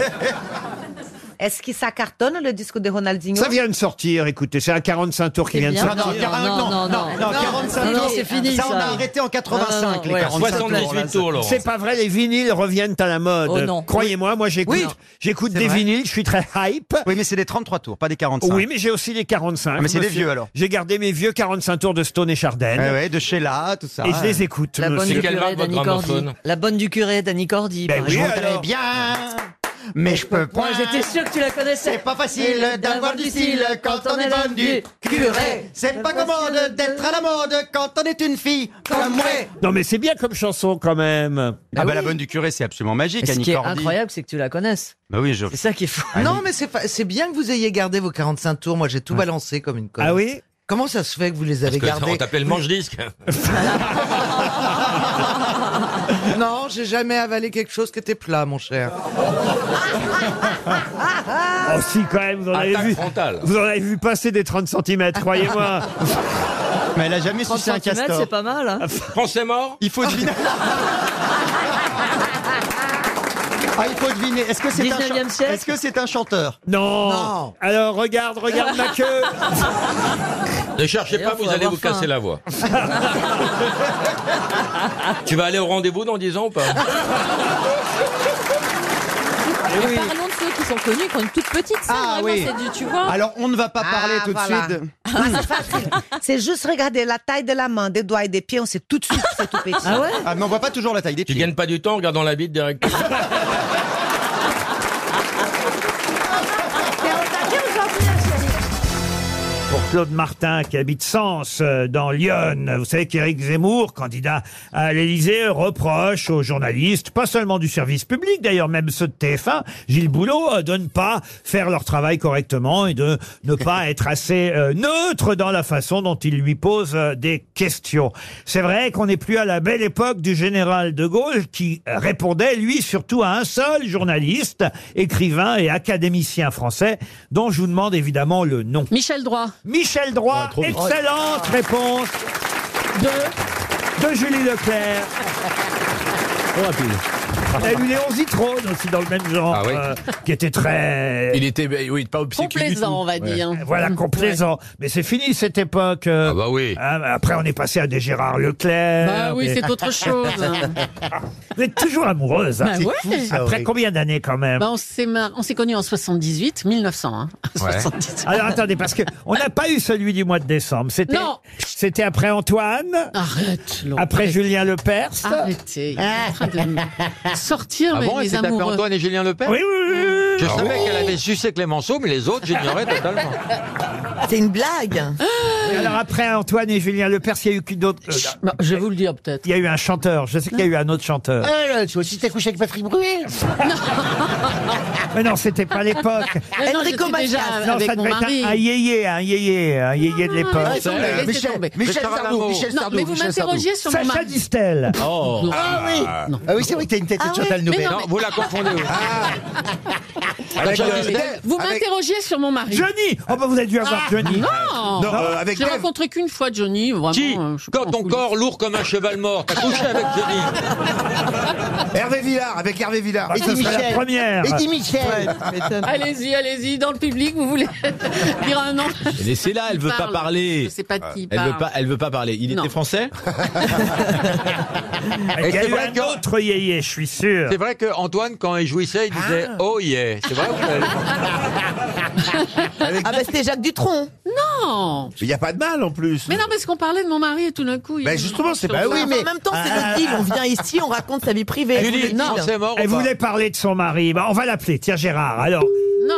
Speaker 20: Est-ce que ça cartonne le disque de Ronaldinho
Speaker 1: Ça vient de sortir, écoutez, c'est un 45 tours qui
Speaker 20: C'est
Speaker 1: vient de
Speaker 20: bien.
Speaker 1: sortir.
Speaker 20: Non, non, 40,
Speaker 8: non, non, non, 45
Speaker 1: non,
Speaker 8: tours.
Speaker 1: c'est fini,
Speaker 8: Ça, on a
Speaker 1: ça.
Speaker 8: arrêté en 85
Speaker 1: Non, non, non,
Speaker 8: les
Speaker 1: ouais.
Speaker 8: 45 tours.
Speaker 19: 78 tours, Laurent.
Speaker 1: C'est pas vrai, les vinyles reviennent à la mode.
Speaker 8: Oh non.
Speaker 1: Croyez-moi, moi j'écoute,
Speaker 8: Oui.
Speaker 1: j'écoute
Speaker 8: C'est
Speaker 1: des
Speaker 8: vrai.
Speaker 1: vinyles, je suis très hype.
Speaker 8: Oui, mais c'est des 33 tours, pas des 45.
Speaker 1: Oui, mais j'ai aussi les 45.
Speaker 8: Ah, mais c'est des
Speaker 1: monsieur.
Speaker 8: vieux, alors.
Speaker 1: J'ai gardé mes vieux 45 tours de Stone et Chardin.
Speaker 8: Ouais, ouais, de Sheila, tout ça.
Speaker 1: Et je les écoute.
Speaker 12: La bonne
Speaker 1: monsieur.
Speaker 12: du curé d'Annie Cordy. La bonne du curé d'Annie Cordy.
Speaker 1: Ben
Speaker 12: par
Speaker 1: oui,
Speaker 12: exemple.
Speaker 21: Eh
Speaker 1: alors.
Speaker 8: bien, mais je peux
Speaker 12: Moi, j'étais sûr que tu la connaissais.
Speaker 8: C'est pas facile d'avoir du style quand on est bonne du curé. C'est pas commode d'être à la mode quand on est une fille comme moi.
Speaker 1: Non, mais c'est bien comme chanson quand même.
Speaker 8: Ah bah la bonne du curé, c'est absolument magique,
Speaker 12: Ce
Speaker 8: Annie
Speaker 12: qui est
Speaker 8: Cordy.
Speaker 12: incroyable, c'est que tu la connaisses.
Speaker 8: Bah oui, je...
Speaker 12: C'est ça qui est fou.
Speaker 21: Non, mais c'est fa- c'est bien que vous ayez gardé vos 45 tours. Moi, j'ai tout balancé comme une conne.
Speaker 1: Ah oui
Speaker 21: Comment ça se fait que vous les avez
Speaker 19: Parce que
Speaker 21: gardés
Speaker 19: on t'appelait le
Speaker 21: Vous-
Speaker 19: manche-disque.
Speaker 21: Non, j'ai jamais avalé quelque chose qui était plat, mon cher.
Speaker 1: Oh si, quand même,
Speaker 8: Ah,
Speaker 1: vous en avez
Speaker 19: Attaque
Speaker 1: vu.
Speaker 19: frontale.
Speaker 1: Vous en avez vu passer des 30 cm, croyez-moi.
Speaker 8: Mais elle a jamais
Speaker 12: 30
Speaker 8: sucé un
Speaker 12: cm,
Speaker 8: castor.
Speaker 12: c'est pas mal.
Speaker 1: Ah,
Speaker 12: hein.
Speaker 19: Français mort
Speaker 8: Il faut deviner. Ah, il faut deviner. Est-ce que c'est un, chan-
Speaker 12: 19e siècle.
Speaker 8: est-ce que c'est un chanteur
Speaker 1: Non.
Speaker 8: Non.
Speaker 1: Alors regarde, regarde ma queue.
Speaker 19: Ne cherchez
Speaker 12: D'ailleurs,
Speaker 19: pas,
Speaker 12: faut
Speaker 19: vous allez
Speaker 12: avoir
Speaker 19: vous
Speaker 12: faim.
Speaker 19: casser la voix. tu vas aller au rendez-vous dans 10 ans ou pas
Speaker 1: Eh oui.
Speaker 11: Parlons de ceux qui sont connus, qui ont une toute petite salle.
Speaker 8: Ah
Speaker 11: vraiment,
Speaker 8: oui.
Speaker 11: c'est du, tu vois.
Speaker 8: Alors, on ne va pas
Speaker 20: Ah,
Speaker 8: parler tout
Speaker 20: voilà. Ah,
Speaker 8: de suite.
Speaker 20: C'est juste regarder la taille de la main, des doigts et des pieds, on sait tout de suite que c'est tout petit.
Speaker 12: Ah ouais
Speaker 8: Ah, mais on voit pas toujours la taille des
Speaker 19: Tu
Speaker 8: pieds.
Speaker 19: gagnes pas du temps en regardant la bite direct.
Speaker 1: Eh,
Speaker 20: Mais on t'a dit aujourd'hui, hein, chérie.
Speaker 1: Pour Claude Martin, qui habite Sens, euh, dans Lyon, vous savez qu'Éric Zemmour, candidat à l'Élysée, reproche aux journalistes, pas seulement du service public, d'ailleurs même ceux de TF1, Gilles Boulot, euh, de ne pas faire leur travail correctement et de ne pas être assez euh, neutre dans la façon dont il lui pose euh, des questions. C'est vrai qu'on n'est plus à la belle époque du général de Gaulle qui répondait, lui, surtout à un seul journaliste, écrivain et académicien français, dont je vous demande évidemment le nom.
Speaker 12: Michel Droit.
Speaker 1: Michel Droit,
Speaker 12: Ah, trop bien.
Speaker 1: excellente réponse de, de Julie Leclerc. On a eu Léon Zitrone aussi dans le même genre,
Speaker 19: Ah oui.
Speaker 1: euh, qui était très...
Speaker 29: Il était, ben, oui, pas obséquieux du tout.
Speaker 12: Complaisant, on va
Speaker 29: Ouais.
Speaker 12: dire.
Speaker 1: Voilà, complaisant. Mais c'est fini cette époque. euh.
Speaker 19: Ah bah oui.
Speaker 1: Ah, bah, Après, on est passé à des Gérard Leclerc.
Speaker 12: Bah oui,
Speaker 1: mais-
Speaker 12: c'est autre chose.
Speaker 1: Vous êtes toujours amoureuse. hein.
Speaker 12: Bah ouais. C'est fou, ça,
Speaker 1: Après
Speaker 30: oui.
Speaker 1: combien d'années quand même
Speaker 12: Bah, on s'est mar- on s'est connus en 78, 1900. hein. 78.
Speaker 1: Alors attendez, parce que on n'a pas eu celui du mois de décembre. C'était,
Speaker 12: Non.
Speaker 1: c'était après Antoine,
Speaker 12: Arrête, Ah, Laurent.
Speaker 1: après Julien Lepers.
Speaker 12: Arrêtez. Il est
Speaker 1: Ah.
Speaker 12: en train de me sortir
Speaker 29: Ah
Speaker 12: mais
Speaker 29: bon, elle
Speaker 12: les
Speaker 29: s'est tapée
Speaker 12: amoureux.
Speaker 29: Antoine et Julien Lepers
Speaker 1: Oui, oui, oui, oui.
Speaker 29: Je
Speaker 19: Ah
Speaker 29: savais
Speaker 19: oui.
Speaker 29: qu'elle avait sucé Clémenceau, mais les autres, j'ignorais totalement.
Speaker 9: C'est une blague.
Speaker 1: Ah. Alors après Antoine et Julien Lepers, il y a eu qui d'autre Euh,
Speaker 12: Bah, je vais vous le dire peut-être.
Speaker 1: Il y a eu un chanteur. Je sais qu'il y a eu un autre chanteur.
Speaker 12: Ah.
Speaker 9: Euh, tu aussi t'es couché avec Patrick Bruel
Speaker 1: Mais non, c'était pas l'époque.
Speaker 12: Mais non,
Speaker 9: Enrico
Speaker 12: j'étais déjà
Speaker 9: Macias.
Speaker 1: Non,
Speaker 12: avec
Speaker 1: ça
Speaker 12: mon
Speaker 1: devait
Speaker 12: mari.
Speaker 1: être un- un yéyé, un yéyé, un yéyé de l'époque.
Speaker 12: laissez tomber, laissez
Speaker 9: Michel,
Speaker 12: tomber.
Speaker 9: Michel
Speaker 29: Richard
Speaker 9: Sardou,
Speaker 29: Lamont.
Speaker 9: Michel
Speaker 12: Non,
Speaker 9: Sardou.
Speaker 12: mais vous
Speaker 9: Michel Sardou.
Speaker 12: m'interrogiez sur mon
Speaker 1: Sacha
Speaker 12: mari.
Speaker 1: Distel.
Speaker 29: Oh
Speaker 9: Ah oui
Speaker 29: Non,
Speaker 9: Ah oui, c'est vrai que t'as une tête de
Speaker 12: oui,
Speaker 9: Chantal
Speaker 12: mais
Speaker 9: Nobel.
Speaker 12: non,
Speaker 8: Ah.
Speaker 29: vous la confondez. oui.
Speaker 31: Avec,
Speaker 12: Johnny
Speaker 31: euh,
Speaker 12: Depp.
Speaker 31: Depp.
Speaker 12: Vous
Speaker 31: Avec-
Speaker 12: m'interrogiez sur mon mari. Ah.
Speaker 31: Johnny Oh, bah, vous avez dû avoir Johnny.
Speaker 12: Non,
Speaker 31: Non, euh, avec
Speaker 12: J'ai
Speaker 31: Dev.
Speaker 12: rencontré qu'une fois Johnny. Vraiment,
Speaker 8: Qui
Speaker 12: euh, je sais pas,
Speaker 8: Quand
Speaker 12: en
Speaker 8: ton
Speaker 12: coulisses.
Speaker 8: corps lourd comme un cheval mort, t'as couché avec Johnny.
Speaker 9: Hervé Villard, avec Hervé Villard.
Speaker 12: Bah, ça serait la première.
Speaker 9: Et
Speaker 12: Eddie
Speaker 9: Michel.
Speaker 12: Allez-y, allez-y, dans le public, vous voulez dire un nom
Speaker 32: Et Laissez-la, elle veut pas
Speaker 12: Parle.
Speaker 32: parler.
Speaker 12: Je sais pas de qui il
Speaker 32: elle veut
Speaker 12: parle.
Speaker 32: pas, elle veut pas parler. Il
Speaker 12: Non.
Speaker 32: était français.
Speaker 1: Il y a
Speaker 8: c'est
Speaker 1: eu
Speaker 8: vrai
Speaker 1: un
Speaker 8: que-
Speaker 1: autre yéyé, je suis sûr.
Speaker 8: C'est vrai qu'Antoine, quand il jouissait, il disait Oh yeah. C'est vrai ou pas
Speaker 16: Ah bah c'était Jacques Dutronc.
Speaker 12: Non
Speaker 9: Il n'y a pas de mal en plus.
Speaker 12: Mais non, parce qu'on parlait de mon mari et tout d'un coup. il y a
Speaker 9: Ben
Speaker 12: une
Speaker 9: justement, c'est
Speaker 12: chose.
Speaker 9: pas- Ah oui, mais-
Speaker 16: En même temps, c'est notre deal. On vient ici, on raconte sa vie privée.
Speaker 1: Julie,
Speaker 16: Non.
Speaker 1: Elle voulait parler de son mari. Bah, on va l'appeler. Tiens, Gérard, alors.
Speaker 12: Non.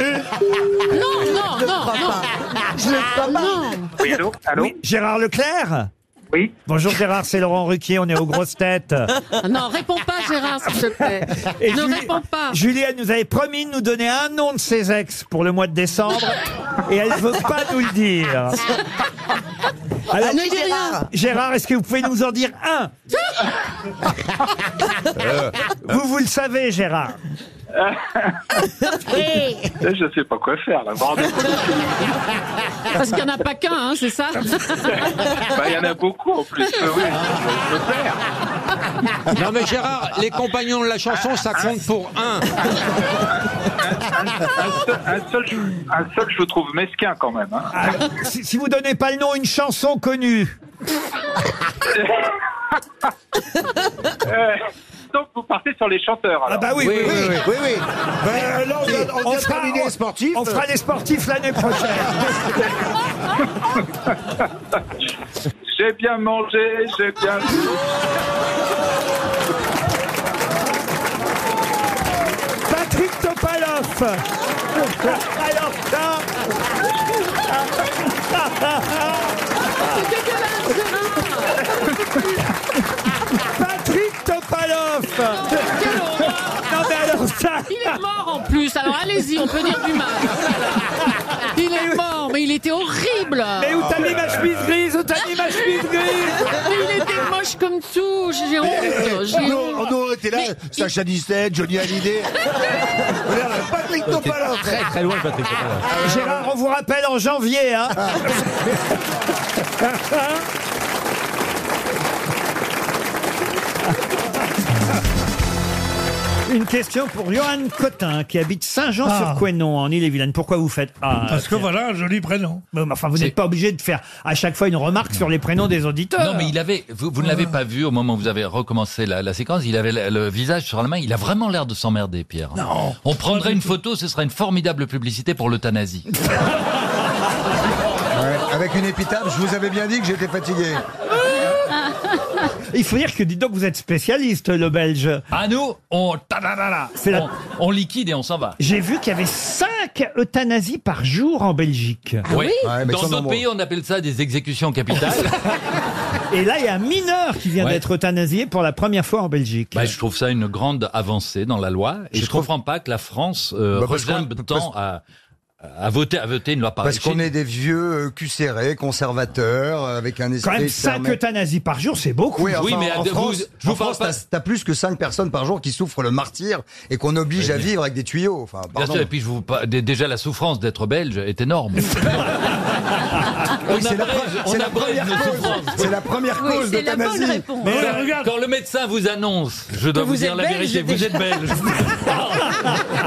Speaker 12: Non, non,
Speaker 16: Je le
Speaker 12: non,
Speaker 16: crois
Speaker 12: non.
Speaker 16: Je le crois pas.
Speaker 1: Oui, allô, Gérard Leclerc Oui. Bonjour Gérard, c'est Laurent Ruquier, on est aux grosses têtes.
Speaker 12: Ah Non, réponds pas, Gérard, s'il te plaît.
Speaker 1: Et
Speaker 12: ne
Speaker 1: Julie-
Speaker 12: réponds pas.
Speaker 1: Julie, elle Ah. nous avait promis de nous donner un nom de ses ex pour le mois de décembre et elle veut pas nous le dire. Alors,
Speaker 16: Allô, Gérard.
Speaker 1: Gérard, est-ce que vous pouvez nous en dire un Euh.
Speaker 22: Euh,
Speaker 1: Vous, vous le savez, Gérard.
Speaker 22: Je sais pas quoi faire là. Bordel.
Speaker 12: Parce qu'il n'y en a pas qu'un, hein, c'est ça
Speaker 22: Bah, il y en a beaucoup en plus. Euh, oui, je, je perds.
Speaker 8: Non, mais Gérard, les compagnons de la chanson, ça compte pour un.
Speaker 22: Un seul, un seul, je- un seul, je le trouve mesquin quand même. hein.
Speaker 1: Ah, si, si vous donnez pas le nom, une chanson connue.
Speaker 22: Euh, donc vous partez sur les chanteurs. alors.
Speaker 1: Ah bah oui, oui, oui, oui. oui, Euh,
Speaker 9: Ben, là, on vient- on vient de
Speaker 1: fera-
Speaker 9: terminer les sportifs.
Speaker 1: on fera les sportifs l'année prochaine.
Speaker 22: J'ai bien mangé, j'ai bien.
Speaker 1: Patrick Topalov. Alors ça. Patrick Topalov. Non mais alors ça.
Speaker 12: Il est mort en plus, alors allez-y, on peut dire du mal. Il est mort, mais il était horrible.
Speaker 1: Mais où t'as mis ma chemise grise Où t'as mis ma chemise grise
Speaker 12: Mais il était moche comme tout, j'ai honte, j'ai
Speaker 9: Nous,
Speaker 12: honte.
Speaker 9: on aurait été là, Sacha Distel, Johnny Hallyday. Regarde, Patrick Topalov.
Speaker 32: Très très loin, Patrick. Chopin.
Speaker 1: Gérard, on vous rappelle en janvier. Hein. Une question pour Johan Cotin qui habite Saint-Jean-sur-Couesnon en Ille-et-Vilaine. Pourquoi vous faites Ah,
Speaker 2: Parce que
Speaker 1: tiens.
Speaker 2: voilà un joli prénom.
Speaker 1: Mais Enfin, vous n'êtes pas obligé de faire à chaque fois une remarque sur les prénoms des auditeurs.
Speaker 19: Non, mais il avait, vous, vous ne l'avez pas vu au moment où vous avez recommencé la, la séquence, il avait le, le visage sur la main, il a vraiment l'air de s'emmerder, Pierre. Non. On prendrait une photo, ce serait une formidable publicité pour l'euthanasie.
Speaker 9: avec une épitaphe, je vous avais bien dit que j'étais fatigué.
Speaker 1: Il faut dire que, dis donc, vous êtes spécialiste, le Belge.
Speaker 19: À nous, on, tadadada,
Speaker 1: C'est la-
Speaker 19: on, on liquide et on s'en va.
Speaker 1: J'ai vu qu'il y avait 5 euthanasies par jour en Belgique.
Speaker 19: Ouais. Ah Dans d'autres pays, on appelle ça des exécutions capitales.
Speaker 1: Et là, il y a un mineur qui vient
Speaker 19: Ouais.
Speaker 1: d'être euthanasié pour la première fois en Belgique.
Speaker 19: Bah, je trouve ça une grande avancée dans la loi et je, comprends pas que la France euh,
Speaker 9: Bah, parce
Speaker 19: regimbe
Speaker 9: qu'on-
Speaker 19: tant à, à voter à voter une loi pareille.
Speaker 21: Parce qu'on est des vieux euh, cul serrés, conservateurs, euh, avec un esprit...
Speaker 1: Quand même 5 euthanasies par jour, c'est beaucoup.
Speaker 21: Oui, enfin,
Speaker 19: Oui, mais à-
Speaker 21: en
Speaker 19: vous-
Speaker 21: France,
Speaker 19: je vous
Speaker 21: en
Speaker 19: parle
Speaker 21: France,
Speaker 19: pas-
Speaker 21: t'as- t'as plus que 5 personnes par jour qui souffrent le martyr et qu'on oblige à vivre avec des tuyaux. Enfin,
Speaker 19: Bien
Speaker 21: pardon.
Speaker 19: sûr, et puis je vous par- dé- déjà la souffrance d'être belge est énorme. on
Speaker 21: c'est la
Speaker 19: abrège,
Speaker 21: pre-
Speaker 19: on
Speaker 21: c'est la
Speaker 19: abrège
Speaker 21: première
Speaker 19: nos
Speaker 21: cause.
Speaker 19: souffrances.
Speaker 21: C'est la première
Speaker 19: Oui,
Speaker 21: cause
Speaker 19: c'est la bonne
Speaker 21: d'euthanasie.
Speaker 19: réponse. Mais
Speaker 21: Voilà.
Speaker 19: quand- quand le médecin vous annonce, je dois
Speaker 21: Que
Speaker 19: vous,
Speaker 21: vous
Speaker 19: dire
Speaker 21: êtes
Speaker 19: la
Speaker 21: belge,
Speaker 19: vérité, vous
Speaker 21: déjà.
Speaker 19: êtes belge.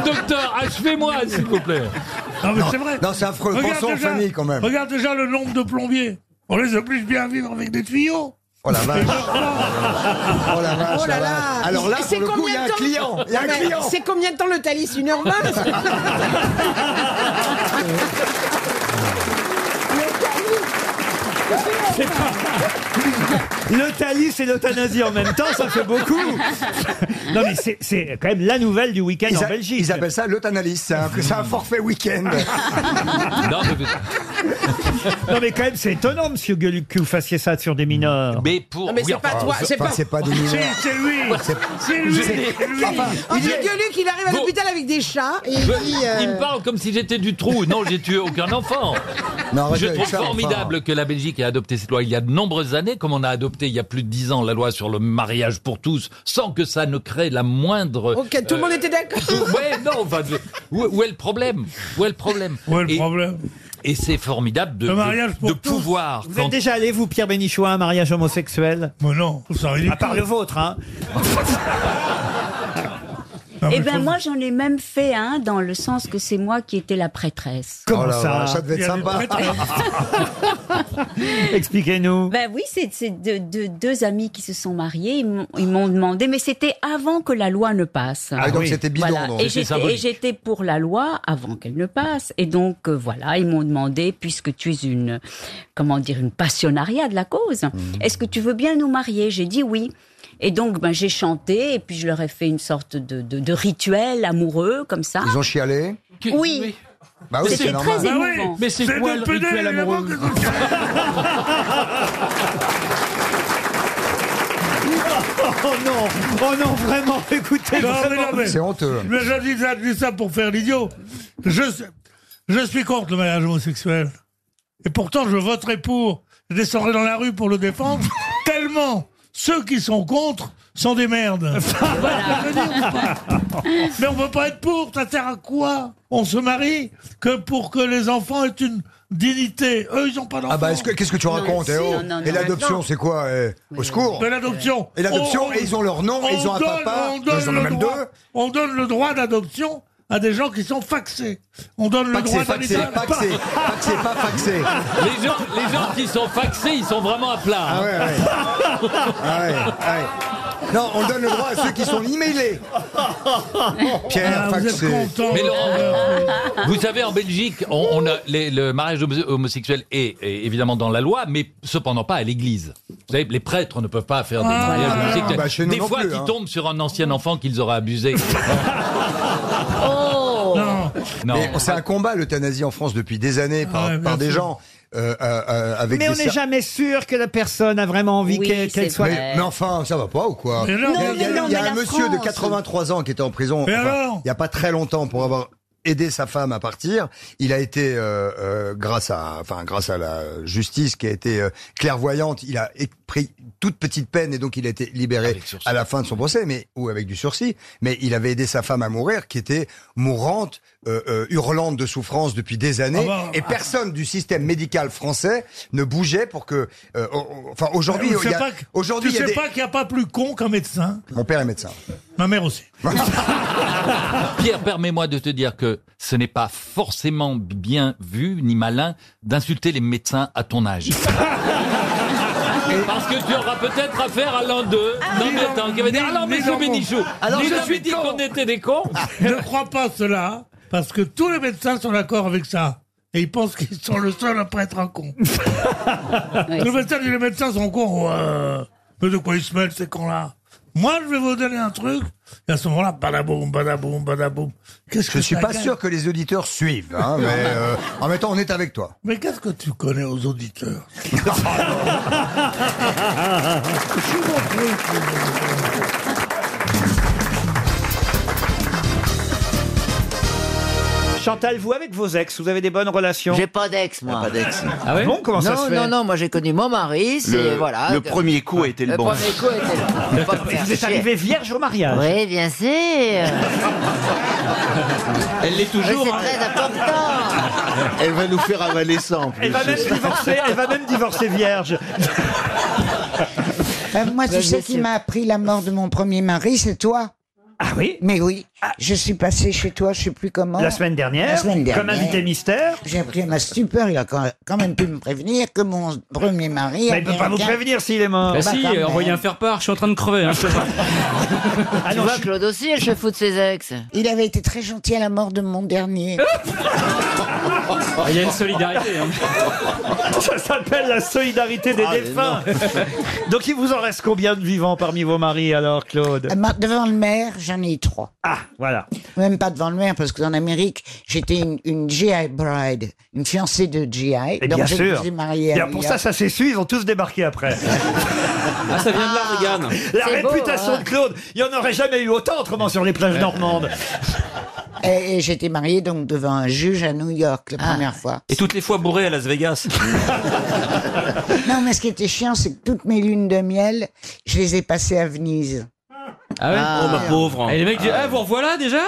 Speaker 19: Docteur, achevez-moi, s'il vous plaît.
Speaker 2: Non, mais
Speaker 21: Non,
Speaker 2: c'est vrai.
Speaker 21: non, c'est affreux. Pensons en famille, quand même.
Speaker 2: Regarde déjà le nombre de plombiers. On les oblige bien à vivre avec des tuyaux.
Speaker 21: Oh la vache. Oh la vache.
Speaker 16: Oh là
Speaker 21: la
Speaker 16: là.
Speaker 21: vache. Alors là,
Speaker 16: Et
Speaker 21: pour
Speaker 16: c'est
Speaker 21: le coup,
Speaker 16: combien
Speaker 21: il y a un
Speaker 16: de temps-
Speaker 21: client. Il y a un
Speaker 16: Mais
Speaker 21: client.
Speaker 16: C'est combien de temps le Thalys 1h20
Speaker 1: C'est pas- Le Thalys et l'euthanasie en même temps, ça fait beaucoup. Non, mais c'est- c'est quand même la nouvelle du week-end
Speaker 21: Ils,
Speaker 1: en
Speaker 21: a-
Speaker 1: Belgique.
Speaker 21: ils appellent ça l'euthanalyse. C'est un, c'est un forfait week-end.
Speaker 19: Non, mais vous-
Speaker 1: Non, mais quand même, c'est étonnant, monsieur Gueluc, que vous fassiez ça sur des mineurs.
Speaker 19: Mais pour.
Speaker 16: Non, mais
Speaker 19: oui,
Speaker 16: c'est
Speaker 19: enfin,
Speaker 16: pas toi,
Speaker 21: Enfin,
Speaker 16: c'est pas.
Speaker 21: c'est pas des
Speaker 2: C'est
Speaker 21: mineurs.
Speaker 2: c'est lui. C'est lui.
Speaker 19: Je-
Speaker 2: c'est lui.
Speaker 12: Oh,
Speaker 16: André Gueuluc, il arrive à
Speaker 19: Bon.
Speaker 16: l'hôpital avec des chats et il
Speaker 19: Je-
Speaker 16: dit. euh,
Speaker 19: Il me parle comme si j'étais du trou. Non, j'ai tué aucun enfant.
Speaker 21: Non, arrêtez
Speaker 19: je
Speaker 21: avec
Speaker 19: trouve
Speaker 21: ça, enfin.
Speaker 19: formidable que la Belgique ait adopté cette loi il y a de nombreuses années, comme on a adopté adopté il y a plus de dix ans la loi sur le mariage pour tous, sans que ça ne crée la moindre. euh,
Speaker 20: Ok, tout le monde était d'accord.
Speaker 19: ouais, non, enfin, je- où, où est le problème Où est le problème Où est le problème Et c'est formidable de,
Speaker 1: Le
Speaker 19: de-
Speaker 1: mariage pour
Speaker 19: de pouvoir.
Speaker 1: Vous
Speaker 19: quand-
Speaker 1: êtes déjà allé, vous, Pierre Bénichou, à un mariage homosexuel
Speaker 2: Moi non, ça ridicule.
Speaker 1: À part le vôtre,
Speaker 21: Oh
Speaker 1: hein.
Speaker 7: Eh ben moi j'en ai même fait un dans le sens que c'est moi qui étais la prêtresse.
Speaker 1: Comment
Speaker 22: Oh
Speaker 1: ça Expliquez-nous.
Speaker 7: Ben oui, c'est c'est de- de- deux amis qui se sont mariés, ils m'ont- ils m'ont demandé, mais c'était avant que la loi ne passe.
Speaker 21: Ah, donc c'était bidon,
Speaker 7: Voilà.
Speaker 21: donc.
Speaker 7: Et
Speaker 21: C'était
Speaker 7: j'étais-
Speaker 21: symbolique.
Speaker 7: et j'étais pour la loi avant qu'elle ne passe. Et donc euh, voilà, ils m'ont demandé, puisque tu es une, comment dire, une passionnariat de la cause,
Speaker 21: Mhm.
Speaker 7: est-ce que tu veux bien nous marier J'ai dit oui. Et donc ben, j'ai chanté, et puis je leur ai fait une sorte de, de- de rituel amoureux, comme ça.
Speaker 21: Ils ont chialé
Speaker 7: Oui.
Speaker 21: Bah oui,
Speaker 7: C'était
Speaker 21: c'est normal.
Speaker 7: très émouvant.
Speaker 21: Mais c'est
Speaker 7: C'est
Speaker 21: quoi
Speaker 7: de
Speaker 21: le
Speaker 7: peser
Speaker 21: rituel
Speaker 7: évidemment
Speaker 21: amoureux
Speaker 1: Oh non, oh non, vraiment, écoutez,
Speaker 2: Non, mais
Speaker 1: vraiment.
Speaker 2: non, mais- Mais je dis, ça- je dis ça pour faire l'idiot. Je, je suis contre le mariage homosexuel. Et pourtant, je voterai pour. Je descendrai dans la rue pour le défendre. tellement ceux qui sont contre sont des merdes. Mais on peut pas être pour, ça sert à quoi On se marie que pour que les enfants aient une dignité. Eux, ils ont pas d'enfants.
Speaker 21: Ah bah est-ce que- qu'est-ce que tu racontes eh, oh Et l'adoption, c'est quoi eh Au secours
Speaker 2: De l'adoption.
Speaker 21: Et l'adoption,
Speaker 2: On-
Speaker 21: et ils ont leur nom, et ils
Speaker 2: on
Speaker 21: ont un
Speaker 2: donne-
Speaker 21: papa,
Speaker 2: on donne
Speaker 21: ils en ont
Speaker 2: le
Speaker 21: même
Speaker 2: droit-
Speaker 21: deux.
Speaker 2: On donne le droit d'adoption à des gens qui sont faxés. On donne
Speaker 21: Faxés,
Speaker 2: le droit
Speaker 21: faxés,
Speaker 2: d'adoption.
Speaker 21: faxés, faxés, pas faxés.
Speaker 19: Les gens, les gens qui sont faxés, ils sont vraiment à plat. hein.
Speaker 21: Ah ouais, ah ouais. Non, on donne le droit à ceux qui sont emailés. Pierre, faxé.
Speaker 19: Mais Laurent, vous savez, en Belgique, on, on a les- le mariage homo- homosexuel est, est évidemment dans la loi, mais cependant pas à l'église. Vous savez, les prêtres ne peuvent pas faire des
Speaker 21: Ah,
Speaker 19: mariages
Speaker 21: ah,
Speaker 19: homosexuels.
Speaker 21: bah, chez nous
Speaker 19: des
Speaker 21: non
Speaker 19: fois,
Speaker 21: plus,
Speaker 19: ils
Speaker 21: hein.
Speaker 19: tombent sur un ancien enfant qu'ils auraient abusé.
Speaker 2: Oh
Speaker 19: euh,
Speaker 21: Non. Mais c'est un combat l'euthanasie en France depuis des années par,
Speaker 1: Ouais, bien
Speaker 21: par des
Speaker 1: sûr.
Speaker 21: gens euh, euh, euh, avec
Speaker 1: Mais
Speaker 21: des
Speaker 1: on n'est
Speaker 21: cer-
Speaker 1: jamais sûr que la personne a vraiment envie
Speaker 21: Oui,
Speaker 1: qu'elle qu'elle
Speaker 21: c'est
Speaker 1: soit.
Speaker 21: vrai. Mais- mais enfin, ça va pas ou quoi
Speaker 1: Mais non,
Speaker 21: Il y a-
Speaker 1: mais
Speaker 21: il y a,
Speaker 1: non,
Speaker 21: il y a
Speaker 1: mais
Speaker 21: un
Speaker 1: la
Speaker 21: monsieur de
Speaker 1: France.
Speaker 21: 83 ans qui était en prison
Speaker 1: Mais
Speaker 21: enfin,
Speaker 1: alors
Speaker 21: il n'y a pas très longtemps pour avoir aidé sa femme à partir. Il a été, euh, euh, grâce, à, enfin, grâce à la justice qui a été euh, clairvoyante, il a é- pris toute petite peine et donc il a été libéré à la fin de son procès, mais ou avec du sursis. Mais il avait aidé sa femme à mourir, qui était mourante, euh, euh, hurlante de souffrance depuis des années,
Speaker 2: Ah bah,
Speaker 21: et personne du système médical français ne bougeait pour que... euh, oh, oh, enfin, aujourd'hui,
Speaker 2: Tu
Speaker 21: il y
Speaker 2: sais
Speaker 21: a...
Speaker 2: pas que-
Speaker 21: Aujourd'hui,
Speaker 2: tu
Speaker 21: il y a
Speaker 2: sais
Speaker 21: des-
Speaker 2: pas qu'il n'y a pas plus con qu'un médecin.
Speaker 21: Mon père est médecin.
Speaker 2: Ma mère aussi.
Speaker 19: Pierre, permets-moi de te dire que ce n'est pas forcément bien vu ni malin d'insulter les médecins à ton âge. Parce que tu auras peut-être affaire à l'un d'eux.
Speaker 21: Ah
Speaker 19: Non, mais attends, qui va dire, alors, monsieur Bénichou,
Speaker 2: Alors,
Speaker 19: vous
Speaker 2: je
Speaker 19: avez
Speaker 2: suis
Speaker 19: dit qu'on était des cons.
Speaker 2: Je ne crois pas cela, parce que tous les médecins sont d'accord avec ça. Et ils pensent qu'ils sont le seul à pas être un con. les, médecins, disent, les médecins sont cons. Ouais. euh, Mais de quoi ils se mêlent, ces cons-là Moi, je vais vous donner un truc. Et à ce moment-là, badaboum, badaboum, badaboum. Qu'est-ce
Speaker 21: Je
Speaker 2: que
Speaker 21: suis
Speaker 2: ça
Speaker 21: pas
Speaker 2: gagne
Speaker 21: sûr que les auditeurs suivent, hein, mais euh, en même temps, on est avec toi.
Speaker 2: Mais qu'est-ce que tu connais aux auditeurs
Speaker 1: Chantal, vous avec vos ex, vous avez des bonnes relations
Speaker 12: J'ai pas d'ex, moi.
Speaker 1: Pas d'ex. Ah ouais Non, comment ça
Speaker 12: Non,
Speaker 1: se fait
Speaker 12: Non, non, moi j'ai connu mon mari, c'est
Speaker 1: Le-
Speaker 12: voilà.
Speaker 1: le premier coup a été le bon.
Speaker 12: premier coup a été le bon. Faut pas me faire
Speaker 1: Vous êtes
Speaker 12: chier.
Speaker 1: arrivé vierge au mariage.
Speaker 12: Oui, bien sûr.
Speaker 8: Elle l'est toujours.
Speaker 12: Oui,
Speaker 8: hein.
Speaker 12: c'est très important.
Speaker 8: Elle va nous faire avaler ça en plus.
Speaker 1: Elle va même divorcer, elle va même divorcer vierge.
Speaker 16: Euh, moi,
Speaker 1: Vas-y,
Speaker 16: tu sais qui
Speaker 1: monsieur.
Speaker 16: m'a appris la mort de mon premier mari, c'est toi.
Speaker 1: Ah oui
Speaker 16: Mais oui. Je suis passée chez toi, je sais plus comment.
Speaker 1: La semaine dernière,
Speaker 16: La semaine dernière.
Speaker 1: comme invité mystère.
Speaker 16: J'ai appris à ma stupeur, il a quand quand même pu me prévenir que mon premier mari.
Speaker 1: Mais il peut pas vous
Speaker 16: américain-
Speaker 1: prévenir s'il est mort.
Speaker 16: Bah si, Bah, quand euh, même. envoyez un
Speaker 1: faire-part, je suis en train de crever.
Speaker 8: hein.
Speaker 16: Ah
Speaker 12: tu
Speaker 16: non,
Speaker 12: vois,
Speaker 16: je-
Speaker 12: Claude aussi, elle se fout de ses ex.
Speaker 16: Il avait été très gentil à la mort de mon dernier.
Speaker 1: Ah. Il y a une solidarité. hein. Ça s'appelle la solidarité
Speaker 12: Ah,
Speaker 1: des défunts. Donc il vous en reste combien de vivants parmi vos maris alors, Claude
Speaker 16: Euh, ma- Devant le maire, j'en ai eu trois.
Speaker 1: Ah, voilà.
Speaker 16: Même pas devant le maire, parce qu'en Amérique, j'étais une, une GI bride, une fiancée de GI.
Speaker 1: Et
Speaker 16: donc
Speaker 1: bien
Speaker 16: je
Speaker 1: sûr.
Speaker 16: suis mariée à
Speaker 1: Bien,
Speaker 16: New
Speaker 1: pour
Speaker 16: York.
Speaker 1: ça, ça s'essuie, ils ont tous débarqué après.
Speaker 8: Ah, ça vient de là, Regan.
Speaker 12: hein.
Speaker 1: La réputation de Claude, il n'y en aurait jamais eu autant autrement sur les plages normandes.
Speaker 16: Et, et j'étais mariée donc devant un juge à New York la première fois.
Speaker 5: Et toutes les fois bourré à Las Vegas.
Speaker 16: Non, mais ce qui était chiant, c'est que toutes mes lunes de miel, je les ai passées à Venise.
Speaker 5: Ah ouais
Speaker 16: Ah.
Speaker 5: Oh, ma pauvre. Et les mecs disent,
Speaker 8: eh,
Speaker 5: ah, vous revoilà déjà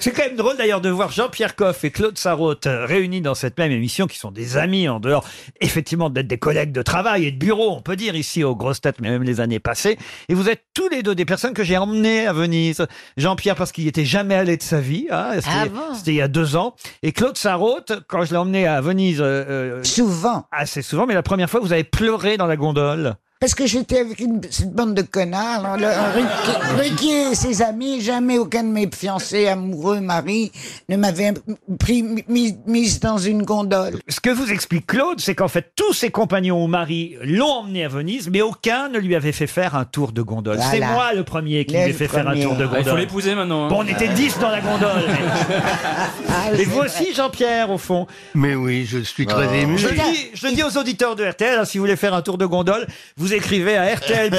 Speaker 1: C'est quand même drôle d'ailleurs de voir Jean-Pierre Coff et Claude Sarraute euh, réunis dans cette même émission, qui sont des amis en dehors, effectivement, d'être des collègues de travail et de bureau, on peut dire, ici aux grosses têtes, mais même les années passées. Et vous êtes tous les deux des personnes que j'ai emmenées à Venise. Jean-Pierre, parce qu'il n'y était jamais allé de sa vie, hein, c'était
Speaker 16: Ah bon
Speaker 1: c'était il y a deux ans. Et Claude Sarraute, quand je l'ai emmené à Venise. euh,
Speaker 16: souvent.
Speaker 1: Assez souvent, mais la première fois, vous avez pleuré dans la gondole.
Speaker 16: Parce que j'étais avec une, cette bande de connards, hein, le- Ruquier- Ruquier et ses amis, jamais aucun de mes fiancés, amoureux, mari, ne m'avait pris, mis, mise dans une gondole.
Speaker 1: Ce que vous explique Claude, c'est qu'en fait, tous ses compagnons ou maris l'ont emmené à Venise, mais aucun ne lui avait fait faire un tour de gondole. C'est
Speaker 16: Voilà.
Speaker 1: moi le premier qui lui
Speaker 16: Le
Speaker 1: ai fait faire un
Speaker 16: premier.
Speaker 1: tour de
Speaker 16: Ah,
Speaker 1: gondole.
Speaker 5: il faut l'épouser maintenant, hein.
Speaker 1: Bon, on était
Speaker 5: Ouais.
Speaker 1: 10 dans la gondole.
Speaker 16: Ah,
Speaker 1: mais- Et vous aussi, Jean-Pierre, au fond.
Speaker 8: Mais oui, je suis très ému.
Speaker 1: Je le dis, je le dis aux auditeurs de RTL, hein, si vous voulez faire un tour de gondole, vous écrivez à rtl.fr.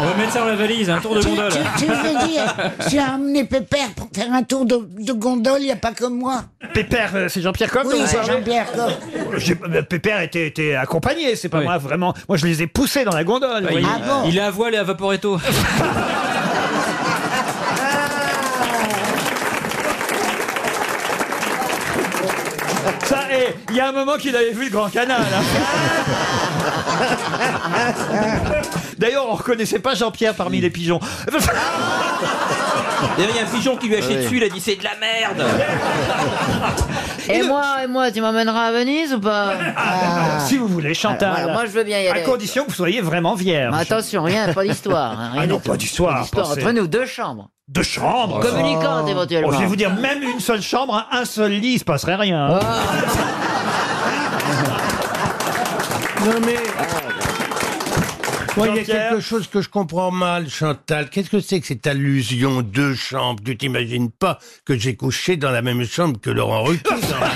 Speaker 5: On va mettre ça dans la valise, un tour de
Speaker 16: Ah. Tu,
Speaker 5: gondole.
Speaker 16: tu- tu veux dire, tu as emmené Pépère pour faire un tour de, de gondole, il n'y a pas que moi.
Speaker 1: Pépère, euh, c'est Jean-Pierre Coff
Speaker 16: Oui,
Speaker 1: dont vous
Speaker 16: c'est
Speaker 1: parlez
Speaker 16: Jean-Pierre Coff.
Speaker 1: J'ai- euh, Pépère était, était accompagné, c'est pas moi vraiment. Moi, je les ai poussés dans la gondole.
Speaker 15: Ah,
Speaker 5: Bah,
Speaker 1: vous
Speaker 5: il,
Speaker 1: voyez.
Speaker 16: Ah
Speaker 5: il est à voile et à vaporetto.
Speaker 1: Ça, eh, il y a un moment qu'il avait vu le Grand Canal. hein. D'ailleurs, on reconnaissait pas Jean-Pierre parmi les pigeons.
Speaker 5: D'ailleurs, il y a un pigeon qui lui a
Speaker 15: Ah
Speaker 5: chié
Speaker 1: Oui.
Speaker 5: dessus, il a dit c'est de la merde.
Speaker 12: Et moi, et moi, tu m'emmèneras à Venise ou pas
Speaker 1: Si vous voulez, Chantal.
Speaker 12: Alors, Ah. voilà, moi, je veux bien y aller.
Speaker 1: À condition que vous soyez vraiment vierge.
Speaker 12: Mais attention, rien, pas d'histoire. hein, rien
Speaker 1: ah non,
Speaker 12: du tout.
Speaker 1: pas d'histoire.
Speaker 12: d'histoire,
Speaker 1: pensez.
Speaker 12: entre nous, deux chambres.
Speaker 1: Deux chambres.
Speaker 12: Communicantes,
Speaker 1: Oh.
Speaker 12: éventuellement.
Speaker 1: Oh, je vais vous dire, même une seule chambre, un seul lit, il se passerait rien. hein.
Speaker 12: Ah,
Speaker 8: Non mais. Moi, il y a
Speaker 1: Jean-Pierre
Speaker 8: quelque chose que je comprends mal, Chantal. Qu'est-ce que c'est que cette allusion deux chambres Tu t'imagines pas que j'ai couché dans la même chambre que Laurent Ruquier dans la-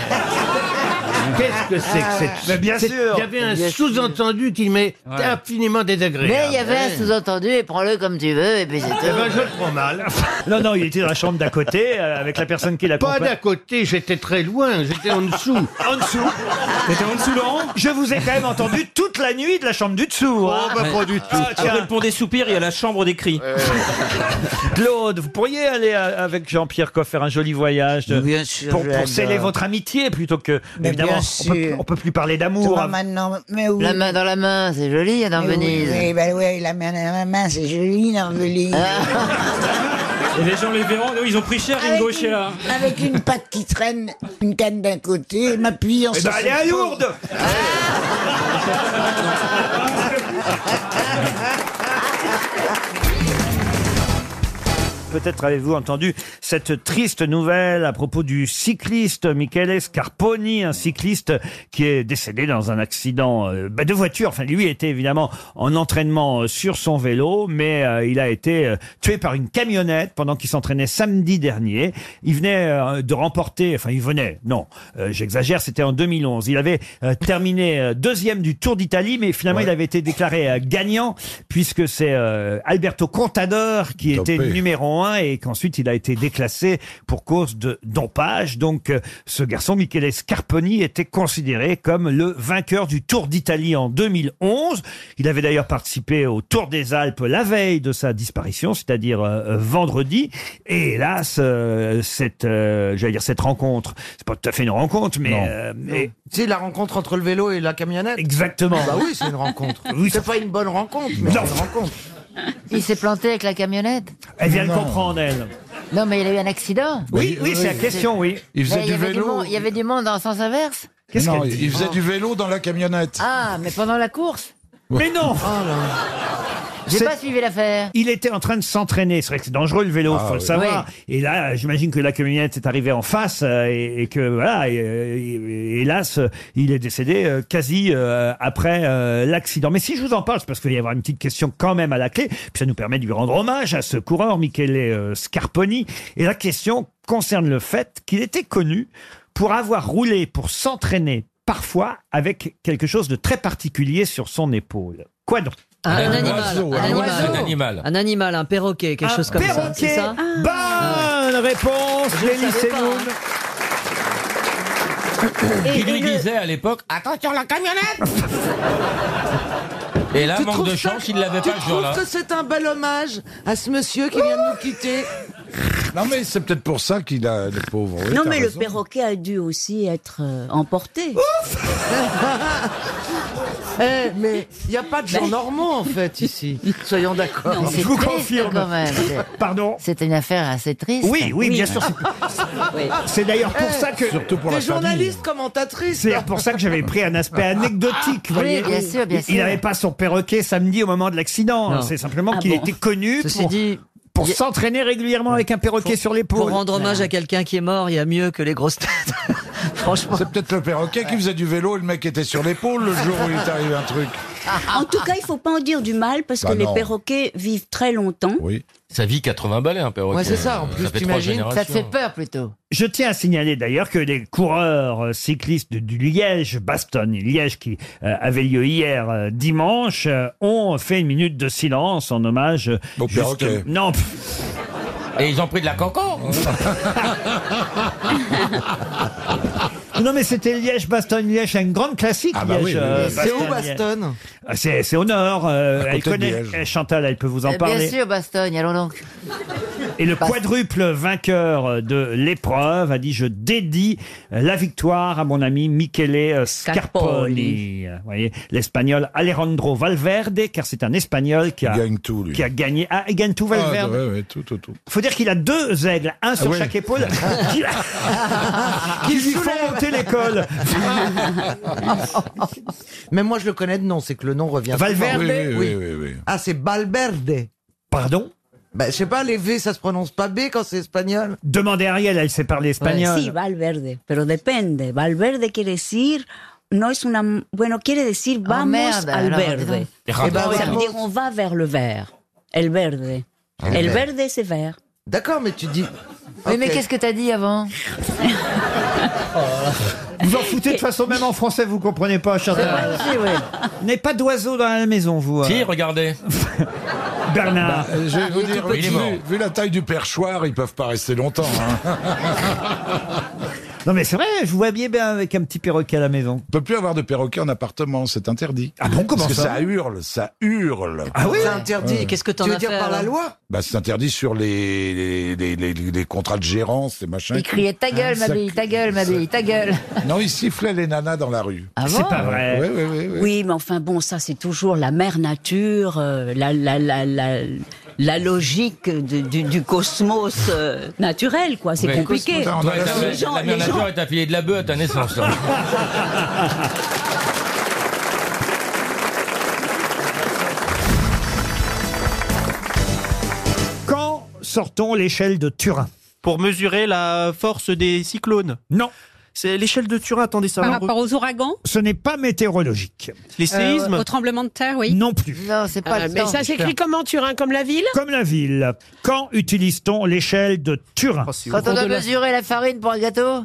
Speaker 8: Qu'est-ce que c'est que cette...
Speaker 12: Mais bien
Speaker 8: cette-
Speaker 12: sûr.
Speaker 8: Il y avait un
Speaker 12: Ah Bien sûr.
Speaker 8: sous-entendu qui m'est
Speaker 12: Ouais.
Speaker 8: infiniment désagréable.
Speaker 12: Mais il y avait un sous-entendu et prends-le comme tu veux et puis c'est
Speaker 8: Eh ben,
Speaker 12: tout.
Speaker 8: je le prends mal.
Speaker 1: Non, non, il était dans la chambre d'à côté euh, avec la personne qui l'accompagne.
Speaker 8: Pas d'à côté, j'étais très loin, j'étais en dessous.
Speaker 1: en dessous T'étais en dessous, Laurent Je vous ai quand même entendu toute la nuit de la chambre du dessous. Oh,
Speaker 5: bah, pas du tout. Après le pont des soupirs, il y a la chambre des cris.
Speaker 1: Euh, Claude, vous pourriez aller à- avec Jean-Pierre Coff faire un joli voyage de-
Speaker 16: Bien sûr,
Speaker 1: pour,
Speaker 16: je
Speaker 1: pour sceller
Speaker 16: l'adore.
Speaker 1: votre amitié plutôt que
Speaker 16: Mais
Speaker 1: évidemment
Speaker 16: bien
Speaker 1: on peut,
Speaker 16: sûr.
Speaker 1: on peut plus parler
Speaker 16: Toi,
Speaker 1: d'amour.
Speaker 16: maintenant, mais oui.
Speaker 12: La main dans la main, c'est joli hein, dans
Speaker 16: Mais oui,
Speaker 12: Venise. Ah.
Speaker 16: Oui, bah oui, la main dans la main, c'est joli dans Venise.
Speaker 5: Et les gens les verront, eux, ils ont pris cher, Ringo
Speaker 16: Avec
Speaker 5: Sheila.
Speaker 8: hein.
Speaker 16: une, avec une patte qui traîne, une canne d'un côté, et m'appuyant
Speaker 1: Eh
Speaker 16: sur
Speaker 1: ben, allez à
Speaker 16: cette
Speaker 1: Lourdes Peut-être avez-vous entendu cette triste nouvelle à propos du cycliste Michele Scarponi, un cycliste qui est décédé dans un accident euh, bah, de voiture. Enfin, lui était évidemment en entraînement euh, sur son vélo, mais euh, il a été euh, tué par une camionnette pendant qu'il s'entraînait samedi dernier. Il venait euh, de remporter, enfin, il venait, non, euh, j'exagère, c'était en 2011. Il avait euh, terminé euh, deuxième du Tour d'Italie, mais finalement, il avait été déclaré euh, gagnant puisque c'est euh, Alberto Contador qui était
Speaker 21: Dopé.
Speaker 1: numéro un et qu'ensuite il a été déclassé pour cause de dompage. Donc euh, ce garçon, Michele Scarponi, était considéré comme le vainqueur du Tour d'Italie en 2011. Il avait d'ailleurs participé au Tour des Alpes la veille de sa disparition, c'est-à-dire euh, euh, vendredi. Et hélas, euh, cette, euh, j'allais dire cette rencontre, c'est pas tout à fait une rencontre, mais, euh, mais
Speaker 15: Tu sais, la rencontre entre le vélo et la camionnette.
Speaker 1: Exactement.
Speaker 15: Bah oui, c'est une rencontre.
Speaker 1: Oui,
Speaker 15: c'est pas une bonne rencontre, mais c'est une rencontre.
Speaker 12: Il s'est planté avec la camionnette.
Speaker 1: elle vient de comprendre elle.
Speaker 12: Non, mais il a eu un accident.
Speaker 1: Oui, oui, c'est la question, oui.
Speaker 12: Il faisait du vélo. il y avait du monde en sens inverse.
Speaker 14: Non, il faisait du vélo dans la camionnette.
Speaker 12: Ah, mais pendant la course. Oh
Speaker 1: Mais non
Speaker 12: J'ai
Speaker 1: C'est-
Speaker 12: pas suivi l'affaire.
Speaker 1: Il était en train de s'entraîner. C'est vrai que c'est dangereux le vélo,
Speaker 12: Ah,
Speaker 1: faut le
Speaker 12: oui.
Speaker 1: savoir. Et là, j'imagine que la camionnette est arrivée en face euh, et, et que voilà, et, euh, et- hélas, euh, il est décédé euh, quasi euh, après euh, l'accident. Mais si je vous en parle, c'est parce qu'il va y avoir une petite question quand même à la clé. Puis ça nous permet de lui rendre hommage à ce coureur, Michele euh, Scarponi. Et la question concerne le fait qu'il était connu pour avoir roulé, pour s'entraîner parfois avec quelque chose de très particulier sur son épaule. Quoi donc
Speaker 33: Un,
Speaker 1: Ah, Un
Speaker 33: animal.
Speaker 1: oiseau,
Speaker 33: un,
Speaker 1: un
Speaker 33: animal.
Speaker 1: oiseau. Un animal.
Speaker 33: Un animal, un perroquet,
Speaker 12: Ah,
Speaker 33: quelque
Speaker 1: Un
Speaker 33: chose comme ça.
Speaker 1: perroquet.
Speaker 33: C'est ça
Speaker 8: Ah,
Speaker 1: Bonne réponse,
Speaker 33: Je
Speaker 1: Denis
Speaker 33: savais pas,
Speaker 1: Semoun.
Speaker 33: hein.
Speaker 19: Qui lui disait à l'époque Attention la camionnette Et là,
Speaker 34: Tu
Speaker 19: manque
Speaker 34: trouves
Speaker 19: de
Speaker 34: ça
Speaker 19: chance, il l'avait
Speaker 34: Tu
Speaker 19: pas ce jour-là.
Speaker 34: trouves que c'est un bel hommage à ce monsieur qui vient de nous quitter
Speaker 22: Non, mais c'est peut-être pour ça qu'il a le pauvre. oui,
Speaker 7: non,
Speaker 22: t'as
Speaker 7: mais
Speaker 22: raison.
Speaker 7: le perroquet a dû aussi être euh, emporté.
Speaker 34: Eh, mais il n'y a pas de gens normaux en fait ici. Soyons d'accord.
Speaker 12: Non, c'est triste, quand même. C'est-
Speaker 1: Pardon
Speaker 12: C'est une affaire assez triste. Ah,
Speaker 1: Oui, oui, bien sûr. C'est d'ailleurs pour
Speaker 34: Eh,
Speaker 1: ça que- Surtout pour
Speaker 34: t'es
Speaker 1: la famille.
Speaker 34: journaliste commentatrice.
Speaker 1: C'est pour ça que j'avais pris un aspect anecdotique.
Speaker 34: Oui,
Speaker 1: voyez.
Speaker 34: bien sûr, bien
Speaker 1: Il-
Speaker 34: sûr.
Speaker 1: Il n'avait pas son perroquet samedi au moment de l'accident.
Speaker 33: Non.
Speaker 1: C'est simplement
Speaker 33: Ah
Speaker 1: qu'il
Speaker 33: bon.
Speaker 1: était connu
Speaker 33: Ceci
Speaker 1: pour,
Speaker 33: dit,
Speaker 1: pour
Speaker 33: y a-
Speaker 1: s'entraîner régulièrement avec un perroquet sur l'épaule.
Speaker 33: Pour rendre hommage à quelqu'un qui est mort, il y a mieux que les grosses têtes. Franchement.
Speaker 22: C'est peut-être le perroquet qui faisait du vélo et le mec était sur l'épaule le jour où il est arrivé un truc.
Speaker 7: en tout cas, il faut pas en dire du mal parce
Speaker 19: Bah
Speaker 7: que
Speaker 19: non.
Speaker 7: les perroquets vivent très longtemps.
Speaker 19: Ça vit 80 balais, un perroquet. fait trois générations.
Speaker 7: peur plutôt.
Speaker 1: Je tiens à signaler d'ailleurs que les coureurs euh, cyclistes du Liège, Bastogne et Liège, qui euh, avait lieu hier euh, dimanche, euh, ont fait une minute de silence en hommage. Au
Speaker 19: perroquet.
Speaker 1: Non.
Speaker 19: Et ils ont pris de la cancan
Speaker 1: Non mais c'était Liège, Bastogne, Liège, une grande classique.
Speaker 19: Ah bah oui, oui, oui.
Speaker 1: Liège, euh,
Speaker 34: C'est où
Speaker 1: Bastogne, Liège.
Speaker 34: Bastogne
Speaker 1: Ah, C'est c'est au nord. euh,
Speaker 34: À
Speaker 1: elle
Speaker 34: côté de
Speaker 1: connaît
Speaker 34: Liège.
Speaker 1: eh, Chantal, elle peut vous en
Speaker 12: Euh,
Speaker 1: parler.
Speaker 12: Bien sûr, Bastogne, allons donc.
Speaker 1: Et le quadruple vainqueur de l'épreuve a dit Je dédie la victoire à mon ami Michele euh, Scarponi. Vous voyez, l'espagnol Alejandro Valverde, car c'est un espagnol qui a, qui a gagné. Ah, il gagne tout, Valverde.
Speaker 22: Ah, ouais, ouais, tout, tout, tout. Ah
Speaker 1: faut dire qu'il a deux aigles, un sur
Speaker 22: ouais.
Speaker 1: chaque épaule, qui,
Speaker 20: Ah,
Speaker 1: qui lui font monter l'école.
Speaker 34: Mais moi je le connais de nom, c'est que le nom revient.
Speaker 22: Valverde
Speaker 34: souvent.
Speaker 22: Oui, oui, oui, oui, oui.
Speaker 34: Ah, c'est Balberde.
Speaker 1: Pardon
Speaker 34: bah, Je sais pas, les V ça se prononce pas B quand c'est espagnol.
Speaker 1: Demandez à Ariel, elle sait parler espagnol.
Speaker 35: bah.
Speaker 7: Sí, Valverde, pero depende. Valverde quiere decir, no es una, bueno, quiere decir vamos
Speaker 12: merde,
Speaker 7: al
Speaker 12: alors,
Speaker 7: verde.
Speaker 12: dis donc. Eh ben,
Speaker 7: ça veut
Speaker 12: vamos.
Speaker 7: dire on va vers le vert. El verde.
Speaker 12: El
Speaker 7: El
Speaker 12: verde.
Speaker 7: verde, c'est vert.
Speaker 34: D'accord, mais tu dis.
Speaker 12: Oui, mais
Speaker 7: Ok.
Speaker 12: qu'est-ce que t'as dit avant
Speaker 1: Vous en foutez de toute façon, même en français, vous comprenez pas, Chantal. Vous n'avez pas d'oiseau dans la maison, vous.
Speaker 19: Si,
Speaker 1: euh,
Speaker 19: regardez.
Speaker 1: Bernard. Bah,
Speaker 22: Euh, je vais vous dire,
Speaker 19: petit. Il est mort.
Speaker 22: vu, vu la taille du perchoir, ils peuvent pas rester longtemps. hein.
Speaker 1: Non mais c'est vrai, je vous vois bien bien avec un petit perroquet à la maison.
Speaker 22: On peut plus avoir de perroquet en appartement, c'est interdit.
Speaker 1: Ah bon, comment
Speaker 22: Parce que
Speaker 1: ça
Speaker 22: ça hurle, ça hurle.
Speaker 34: C'est interdit.
Speaker 19: Ouais.
Speaker 33: Qu'est-ce que t'en
Speaker 34: Tu veux
Speaker 33: as
Speaker 34: dire
Speaker 33: fait,
Speaker 34: par la
Speaker 33: alors
Speaker 34: loi
Speaker 22: Bah, c'est interdit sur les, les, les, les- les contrats de gérance, les machins. Hein,
Speaker 12: Il criait ta gueule, ma
Speaker 22: Ça-
Speaker 12: bille, ta gueule, ma bille, ta gueule.
Speaker 22: Non, il sifflait les nanas dans la rue.
Speaker 12: Ah C'est bon pas
Speaker 1: vrai.
Speaker 22: Ouais, ouais, ouais, ouais.
Speaker 7: Oui, mais enfin bon, ça c'est toujours la mère nature, euh, la, la, la, la, la logique de- du, du cosmos euh, naturel, quoi. C'est
Speaker 19: Ouais.
Speaker 7: compliqué.
Speaker 19: Toi,
Speaker 7: Les
Speaker 19: et ta-
Speaker 7: gens-
Speaker 19: La
Speaker 7: les
Speaker 19: mère
Speaker 7: gens-
Speaker 19: nature, elle t'a filé de la bœuf à ta naissance. là.
Speaker 1: Quand sort-on l'échelle de Turin
Speaker 8: Pour mesurer la force des cyclones.
Speaker 1: Non.
Speaker 8: C'est l'échelle de Turin, attendez ça.
Speaker 35: Par
Speaker 8: va, on
Speaker 35: rapport
Speaker 8: re-
Speaker 35: aux ouragans
Speaker 1: Ce n'est pas météorologique.
Speaker 8: Les séismes
Speaker 35: Euh, Au tremblement de terre, oui
Speaker 1: Non plus.
Speaker 35: Non, c'est
Speaker 1: pas le
Speaker 35: Ah, Mais
Speaker 1: temps.
Speaker 35: ça s'écrit
Speaker 1: Putain.
Speaker 35: comment, Turin Comme la ville
Speaker 1: Comme la ville, quand utilise-t-on l'échelle de Oh Turin
Speaker 35: Oh,
Speaker 12: Quand on doit mesurer la farine pour un gâteau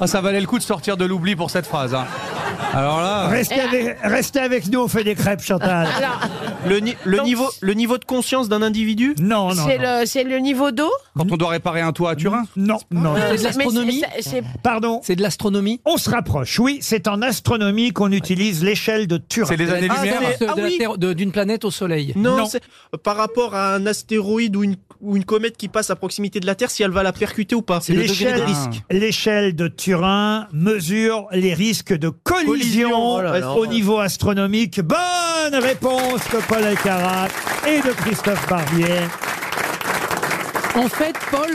Speaker 8: Ah, ça valait le coup de sortir de l'oubli pour cette phrase. hein. Alors là. euh.
Speaker 1: Restez avec, restez avec nous, on fait des crêpes, Chantal.
Speaker 8: Le, ni- le niveau, le niveau de conscience d'un individu
Speaker 1: Non,
Speaker 35: C'est le, c'est le niveau d'eau
Speaker 8: Quand on doit réparer un toit à Turin
Speaker 1: Non, non.
Speaker 35: Ah, C'est de l'astronomie Mais c'est- c'est-
Speaker 1: Pardon C'est de l'astronomie On se rapproche, oui. C'est en astronomie qu'on utilise l'échelle de Turin.
Speaker 8: C'est les années-lumière. Ah, c'est-
Speaker 1: Ah
Speaker 8: de la
Speaker 1: oui.
Speaker 8: Terre-
Speaker 2: D'une planète au soleil.
Speaker 8: Non,
Speaker 1: Non.
Speaker 8: c'est- euh, par rapport à un astéroïde ou une, ou une comète qui passe à proximité de la Terre, si elle va la percuter ou pas. C'est le degré de
Speaker 1: L'échelle
Speaker 8: risque.
Speaker 1: l'échelle de Turin mesure les risques de collision,
Speaker 8: Collision, oh là là.
Speaker 1: au niveau astronomique. Bonne réponse de Paul Alcarat et de Christophe Barbier.
Speaker 2: En fait, Paul,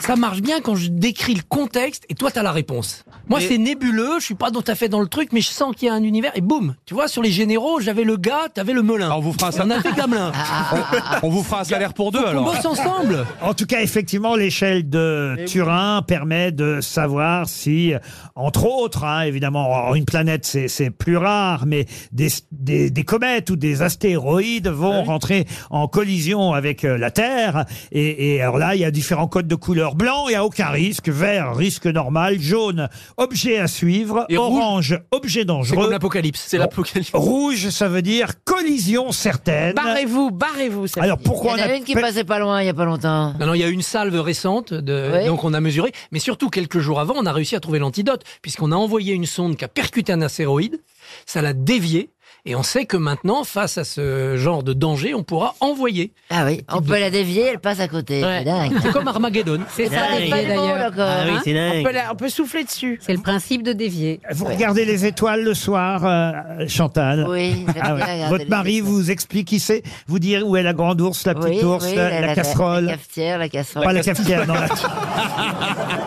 Speaker 2: ça marche bien quand je décris le contexte et toi, t'as la réponse. Moi, c'est nébuleux, je suis pas tout à fait dans le truc, mais je sens qu'il y a un univers et boum. Tu vois, sur les généraux, j'avais le gars, t'avais le
Speaker 8: Ah,
Speaker 2: melin. On vous fera
Speaker 8: ça.
Speaker 2: On a fait Gamelin.
Speaker 8: On vous fera un salaire pour deux
Speaker 2: Faut qu'on
Speaker 8: alors.
Speaker 2: bosse ensemble.
Speaker 1: En tout cas, effectivement, l'échelle de Turin permet de savoir si, entre autres, hein, évidemment, alors, une planète c'est c'est plus rare, mais des, des- des comètes ou des astéroïdes vont rentrer en collision avec euh, la Terre. Et, et alors là, il y a différents codes de couleur Alors, blanc, il n'y a aucun risque. Vert, risque normal. Jaune, objet à suivre. Orange, objet dangereux.
Speaker 36: comme l'apocalypse. C'est
Speaker 1: l'apocalypse. Rouge, ça veut dire collision certaine.
Speaker 37: Barrez-vous, barrez-vous. ça
Speaker 1: Alors,
Speaker 37: veut dire.
Speaker 1: pourquoi
Speaker 38: Il y en a
Speaker 1: on a-
Speaker 38: une qui passait pas loin il y a pas longtemps.
Speaker 36: Non, non, il y a eu une salve récente, de,
Speaker 38: Oui.
Speaker 36: donc on a mesuré. Mais surtout, quelques jours avant, on a réussi à trouver l'antidote, puisqu'on a envoyé une sonde qui a percuté un astéroïde, ça l'a dévié, et on sait que maintenant, face à ce genre de danger, on pourra envoyer.
Speaker 38: Ah oui, on peut la dévier, elle passe à côté. C'est dingue.
Speaker 36: C'est comme Armageddon.
Speaker 38: C'est ça,
Speaker 36: Dingue.
Speaker 38: les pas de mots, là, quoi.
Speaker 36: Ah oui, c'est dingue.
Speaker 37: On peut, la- on peut souffler dessus.
Speaker 39: C'est le principe de dévier.
Speaker 1: Vous regardez les étoiles le soir, euh, Chantal Ah
Speaker 38: Oui, j'aime bien regarder
Speaker 1: Votre
Speaker 38: les
Speaker 1: mari vous explique qui c'est Vous dire où est la grande ours, la petite
Speaker 38: Oui,
Speaker 1: ours,
Speaker 38: oui,
Speaker 1: la, la casserole
Speaker 38: La cafetière, la casserole.
Speaker 1: Pas la cafetière, non, la-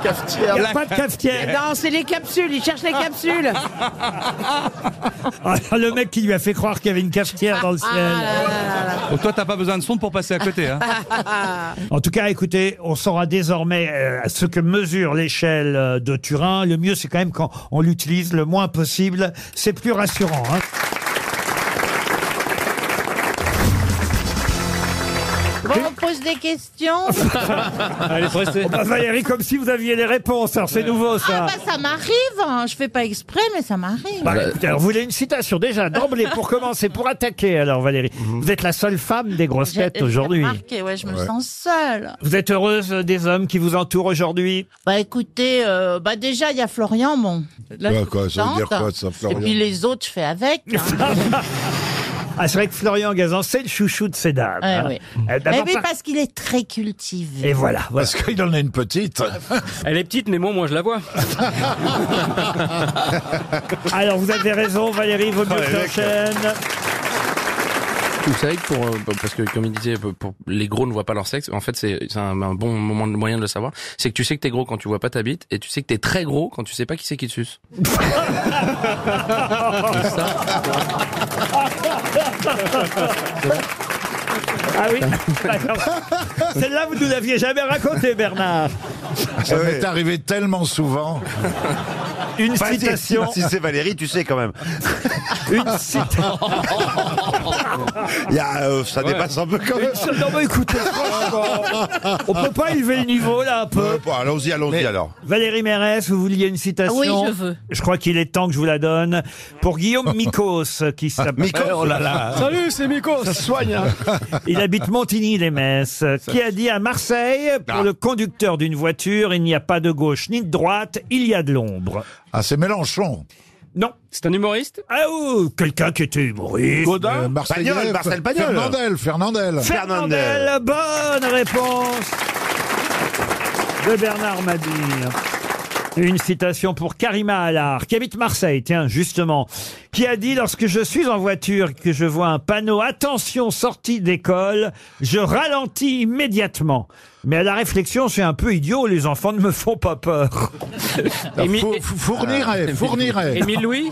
Speaker 37: Cafetière.
Speaker 1: Il y a pas de cafetière.
Speaker 37: Non, c'est les capsules. Il cherche les capsules.
Speaker 1: Ah, Le mec qui lui a fait croire qu'il y avait une cafetière dans le
Speaker 38: Ah,
Speaker 1: ciel.
Speaker 16: Bon, toi, t'as pas besoin de sonde pour passer à côté. Hein.
Speaker 1: En tout cas, écoutez, on saura désormais euh, ce que mesure l'échelle euh, de Turin. Le mieux, c'est quand même quand on l'utilise le moins possible. C'est plus rassurant. hein.
Speaker 12: Bon, on pose des questions.
Speaker 1: Oh, bah, Valérie, comme si vous aviez les réponses. Alors, c'est nouveau,
Speaker 12: Ah
Speaker 1: ça.
Speaker 12: bah ça m'arrive, hein. je fais pas exprès, mais ça m'arrive.
Speaker 1: Bah, écoutez, alors, vous voulez une citation déjà d'emblée pour commencer, pour attaquer alors Valérie. Vous êtes la seule femme des grosses têtes aujourd'hui.
Speaker 12: Marqué, ouais, je me
Speaker 1: Ouais.
Speaker 12: sens seule.
Speaker 1: Vous êtes heureuse des hommes qui vous entourent aujourd'hui
Speaker 12: Bah écoutez, euh, bah déjà il y a Florian, bon. Là,
Speaker 1: Bah,
Speaker 12: je suis
Speaker 1: quoi, ça veut
Speaker 12: contente.
Speaker 1: dire quoi, ça, Florian
Speaker 12: Et puis les autres, je fais avec. hein.
Speaker 1: Ah, c'est vrai que Florian Gazan, c'est le chouchou de ces dames.
Speaker 12: Ouais,
Speaker 1: hein.
Speaker 12: ouais.
Speaker 1: Euh,
Speaker 12: Mais
Speaker 1: d'abord
Speaker 12: Eh oui,
Speaker 1: par-
Speaker 12: parce qu'il est très cultivé.
Speaker 1: Et voilà, voilà.
Speaker 16: Ah, Parce qu'il en a une petite. Elle est petite, mais moi, moi, je la vois.
Speaker 1: Alors, vous avez raison, Valérie, vaut mieux
Speaker 16: Ouais,
Speaker 1: que
Speaker 16: mec.
Speaker 1: j'enchaîne.
Speaker 8: Vous savez que pour, euh, parce que comme il disait, pour, pour- les gros ne voient pas leur sexe. En fait, c'est c'est un, un bon moment, moyen de le savoir. C'est que tu sais que t'es gros quand tu vois pas ta bite, et tu sais que t'es très gros quand tu sais pas qui c'est qui te suce.
Speaker 1: Ah oui Alors, Celle-là, vous ne nous l'aviez jamais racontée, Bernard.
Speaker 22: Ça m'est arrivé tellement souvent.
Speaker 1: Une
Speaker 22: Pas si-
Speaker 1: citation.
Speaker 22: si c'est
Speaker 40: Valérie, tu sais quand même.
Speaker 1: Une citation.
Speaker 40: Il y a, euh, ça
Speaker 1: Ah Ouais.
Speaker 40: dépasse un peu quand même.
Speaker 1: Une seule- non, mais écoutez, euh, franchement, on peut pas élever le niveau là un peu.
Speaker 40: Ouais, bon, allons-y, allons-y alors.
Speaker 1: Valérie Mérès, vous vouliez une citation
Speaker 40: Ah Oui, je veux.
Speaker 1: Je crois qu'il est temps que je vous la donne. Pour Guillaume Mikos, qui
Speaker 22: Ah,
Speaker 1: s'appelle...
Speaker 40: Mikos, oh là là. Salut,
Speaker 1: c'est Mikos Ça soigne
Speaker 40: hein.
Speaker 1: Il habite Montigny-les-Messes, qui a dit à Marseille, pour le conducteur d'une voiture, il n'y a pas de gauche ni de droite, il y a de l'ombre.
Speaker 22: Ah, c'est Mélenchon.
Speaker 1: Non.
Speaker 8: C'est un humoriste
Speaker 1: Ah ou quelqu'un qui était humoriste.
Speaker 22: Euh, Marseillais, Fernandel, Fernandel.
Speaker 1: Fernandel, bonne réponse de Bernard Mabille. Une citation pour Karima Allard, qui habite Marseille, tiens, justement, qui a dit « Lorsque je suis en voiture et que je vois un panneau « Attention, sortie d'école », je ralentis immédiatement. Mais à la réflexion, c'est un peu idiot, les enfants ne me font pas peur.
Speaker 22: Émi- Fou- fou- fournirait, fournirait. Émile
Speaker 8: Louis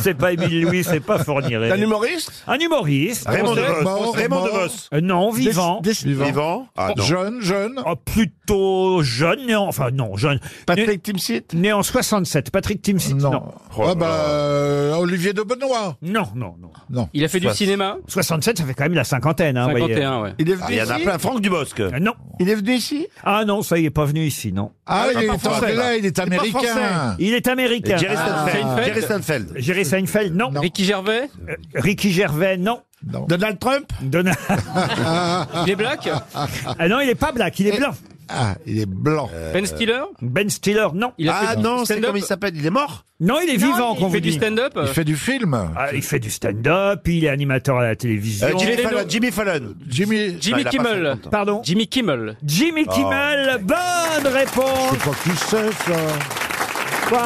Speaker 1: C'est pas Émile Louis, c'est pas Fournirait.
Speaker 40: Un humoriste
Speaker 1: Un humoriste.
Speaker 40: Raymond Devos. Bah,
Speaker 1: Mort,
Speaker 40: Raymond
Speaker 1: mort.
Speaker 40: Devos.
Speaker 1: Euh, non, vivant.
Speaker 40: Déc- déc- Vivant. Vivant. Ah, non.
Speaker 1: Jeune, jeune. plutôt jeune, non, enfin non, jeune. Patrick Timsit Né en 67. Patrick Timsit, non.
Speaker 40: Oh
Speaker 22: Ah bah, euh, Olivier de Benoît.
Speaker 1: Non, non, non.
Speaker 22: Non.
Speaker 8: Il a fait du cinéma
Speaker 1: 67, ça fait quand même la cinquantaine. Hein,
Speaker 8: 51,
Speaker 1: voyez.
Speaker 8: ouais. Il est venu
Speaker 40: Ah, il y en a plein. Franck Dubosc.
Speaker 1: Euh, Non.
Speaker 8: Il est venu ici
Speaker 1: Ah non, ça, il n'est pas venu ici, non.
Speaker 22: Ah, il est
Speaker 1: pas français.
Speaker 22: anglais, il est
Speaker 1: pas
Speaker 22: américain.
Speaker 1: français. Il est américain.
Speaker 22: Jerry
Speaker 1: Ah. Euh,
Speaker 22: Seinfeld. Seinfeld. Jerry
Speaker 40: Seinfeld.
Speaker 1: Jerry Seinfeld, non. Euh,
Speaker 8: Ricky Gervais
Speaker 1: Ricky Gervais, non.
Speaker 40: Donald Trump
Speaker 1: Donald.
Speaker 8: Il est black
Speaker 1: Ah non, il est pas black, il est blanc.
Speaker 22: Ah, il est blanc.
Speaker 1: Euh,
Speaker 8: Ben Stiller
Speaker 1: Ben Stiller, non.
Speaker 8: Il a fait du stand-up
Speaker 40: s'appelle, il est mort
Speaker 1: Non, il est
Speaker 8: Non,
Speaker 1: vivant,
Speaker 8: il
Speaker 1: qu'on
Speaker 8: fait
Speaker 1: vous
Speaker 8: du
Speaker 1: dit.
Speaker 8: stand-up Il fait
Speaker 22: du film
Speaker 1: Ah, il fait du stand-up, il est animateur à la télévision.
Speaker 40: Euh, Jimmy Fallon. Jimmy Fallon.
Speaker 22: Jimmy,
Speaker 8: Jimmy
Speaker 1: Ah, il a pas
Speaker 8: Kimmel.
Speaker 1: 50 ans. Pardon
Speaker 8: Jimmy Kimmel.
Speaker 1: Jimmy
Speaker 8: Oh.
Speaker 1: Kimmel, bonne réponse
Speaker 22: Je crois que tu sais ça.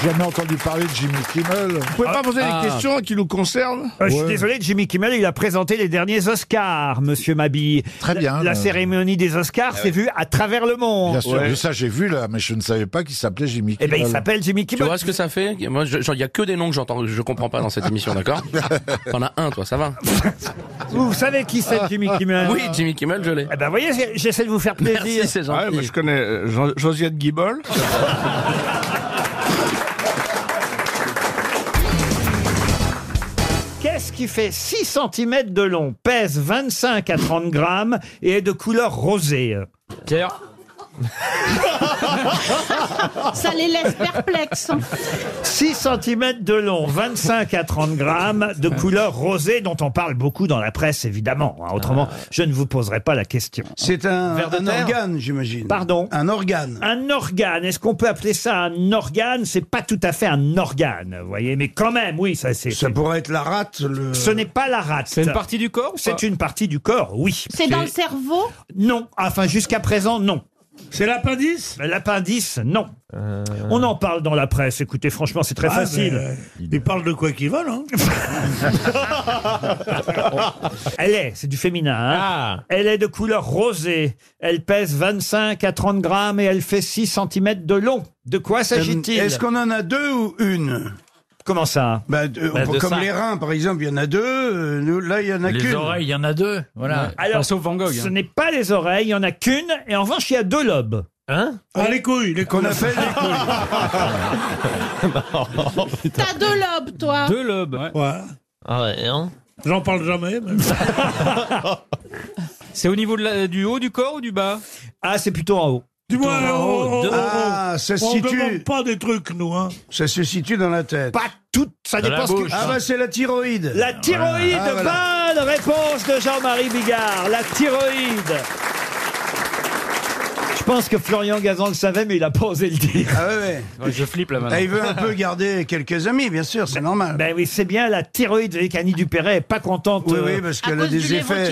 Speaker 22: J'ai jamais entendu parler de Jimmy Kimmel. Vous
Speaker 1: pouvez pas poser des Ah. questions
Speaker 22: qui nous concernent
Speaker 1: Euh, Je suis désolé, Jimmy Kimmel, il a présenté les derniers Oscars, Monsieur Mabille. Très
Speaker 22: bien,
Speaker 1: La, la
Speaker 22: euh.
Speaker 1: cérémonie des Oscars s'est vue à travers le monde.
Speaker 22: Bien sûr, mais ça j'ai vu là, mais je ne savais pas qu'il s'appelait Jimmy
Speaker 1: Eh
Speaker 22: Kimmel.
Speaker 1: ben, il s'appelle Jimmy
Speaker 8: Tu vois ce que ça fait Moi, je- genre, il y a que des noms que j'entends, que je comprends pas dans cette émission, d'accord T'en as un, toi, ça va
Speaker 1: Vous, vous savez qui c'est Jimmy Kimmel
Speaker 8: Ah. Oui, Jimmy Kimmel, je l'ai.
Speaker 1: Eh ben, vous voyez, j'ai- j'essaie de vous faire plaisir.
Speaker 8: Merci, c'est gentil.
Speaker 1: Ouais, moi, je euh,
Speaker 8: connais Josiane Guibol.
Speaker 1: Qu'est-ce qui fait 6 cm de long, pèse 25 à 30 grammes et est de couleur rosée
Speaker 8: Pierre
Speaker 12: Ça les laisse perplexes.
Speaker 1: 6 cm de long, 25 à 30 grammes, de couleur rosée, dont on parle beaucoup dans la presse, évidemment. hein. Autrement, je ne vous poserai pas la question.
Speaker 21: C'est un,
Speaker 1: Ver de
Speaker 21: un
Speaker 1: terre
Speaker 21: organe, j'imagine.
Speaker 1: Pardon
Speaker 21: Un organe.
Speaker 1: Un organe. Est-ce qu'on peut appeler ça un organe C'est pas tout à fait un organe, vous voyez, mais quand même, oui, ça c'est. Ça pourrait être la rate. Ce n'est pas la rate. C'est
Speaker 41: une partie du corps ou pas
Speaker 1: C'est une partie du corps, oui.
Speaker 12: C'est dans le cerveau
Speaker 1: Non. Enfin, jusqu'à présent, non. C'est l'appendice Euh. L'appendice, non. On en parle dans la presse. Écoutez, franchement, c'est très
Speaker 2: Ah,
Speaker 1: facile.
Speaker 2: mais, euh,
Speaker 1: Ils parlent ben, de quoi hein. qu'ils veulent. Elle est, c'est du féminin. hein.
Speaker 41: Ah.
Speaker 1: Elle est de couleur rosée. Elle pèse 25 à 30 grammes et elle fait 6 cm de long. De quoi s'agit-il
Speaker 21: Euh, Est-ce qu'on en a deux ou une
Speaker 1: Comment ça Bah, de
Speaker 21: euh, Comme
Speaker 1: ça.
Speaker 21: les reins, par exemple, il y en a deux. euh, nous, là, il y en a
Speaker 1: Les
Speaker 21: qu'une.
Speaker 1: oreilles, il y
Speaker 21: en a deux.
Speaker 1: Ouais. Alors, Ce
Speaker 41: hein.
Speaker 1: n'est pas les oreilles, il n'y en a qu'une, et en revanche, il y a deux lobes. Hein
Speaker 2: Ah, les couilles, les couilles.
Speaker 1: Qu'on appelle
Speaker 21: Oh,
Speaker 12: T'as deux lobes, toi.
Speaker 2: lobes. Ouais.
Speaker 41: Ah ouais, hein
Speaker 2: J'en parle jamais. mais-
Speaker 41: C'est au niveau de la- du haut du corps ou du bas
Speaker 1: Ah, c'est plutôt en haut.
Speaker 2: Du moins, on, on-
Speaker 21: Ah,
Speaker 2: on-
Speaker 21: ça se
Speaker 2: on
Speaker 21: situe-
Speaker 2: demande pas des trucs, nous. Hein.
Speaker 21: Ça se situe dans la tête.
Speaker 1: Pas tout. Ça
Speaker 21: Dans
Speaker 1: dépend
Speaker 21: la
Speaker 1: ce que-
Speaker 21: bouche. Ah bah c'est la thyroïde.
Speaker 1: La thyroïde,
Speaker 21: Ah, voilà.
Speaker 1: bonne réponse de Jean-Marie Bigard. La thyroïde. Je pense que Florian Gazan le savait, mais il a pas osé le dire.
Speaker 21: Ah ouais, ouais.
Speaker 1: Ouais, je flippe, là, maintenant.
Speaker 21: Ah, il veut un peu garder quelques amis, bien sûr, c'est normal.
Speaker 1: Ben oui, c'est bien la thyroïde. Vous voyez qu'Annie Dupéret est pas contente.
Speaker 21: Oui,
Speaker 1: euh,
Speaker 21: oui, parce qu'elle a des effets.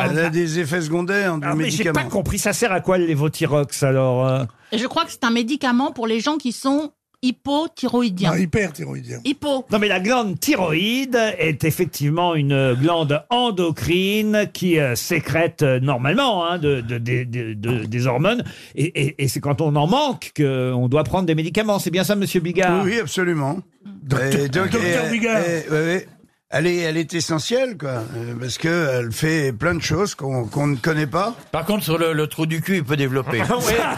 Speaker 21: Elle a des effets secondaires du
Speaker 1: Ah, mais j'ai
Speaker 21: médicament.
Speaker 1: pas compris. Ça sert à quoi le Lévothyrox alors euh
Speaker 12: Et Je crois que c'est un médicament pour les gens qui sont hypothyroïdiens.
Speaker 1: Ah,
Speaker 2: hyperthyroïdien.
Speaker 12: Hypo.
Speaker 1: Non, mais la glande thyroïde est effectivement une glande endocrine qui euh, sécrète euh, normalement hein, de, de- de- de- de- des hormones. Et, et- et c'est quand on en manque qu'on doit prendre des médicaments. C'est bien ça, monsieur Bigard
Speaker 21: Oui, oui, absolument. Et donc,
Speaker 1: Docteur
Speaker 21: et-
Speaker 1: Bigard.
Speaker 21: et- ouais, ouais. Elle est, elle est essentielle, quoi, euh, parce qu'elle fait plein de choses qu'on qu'on ne connaît pas.
Speaker 42: Par contre, sur le, le trou du cul, il peut développer.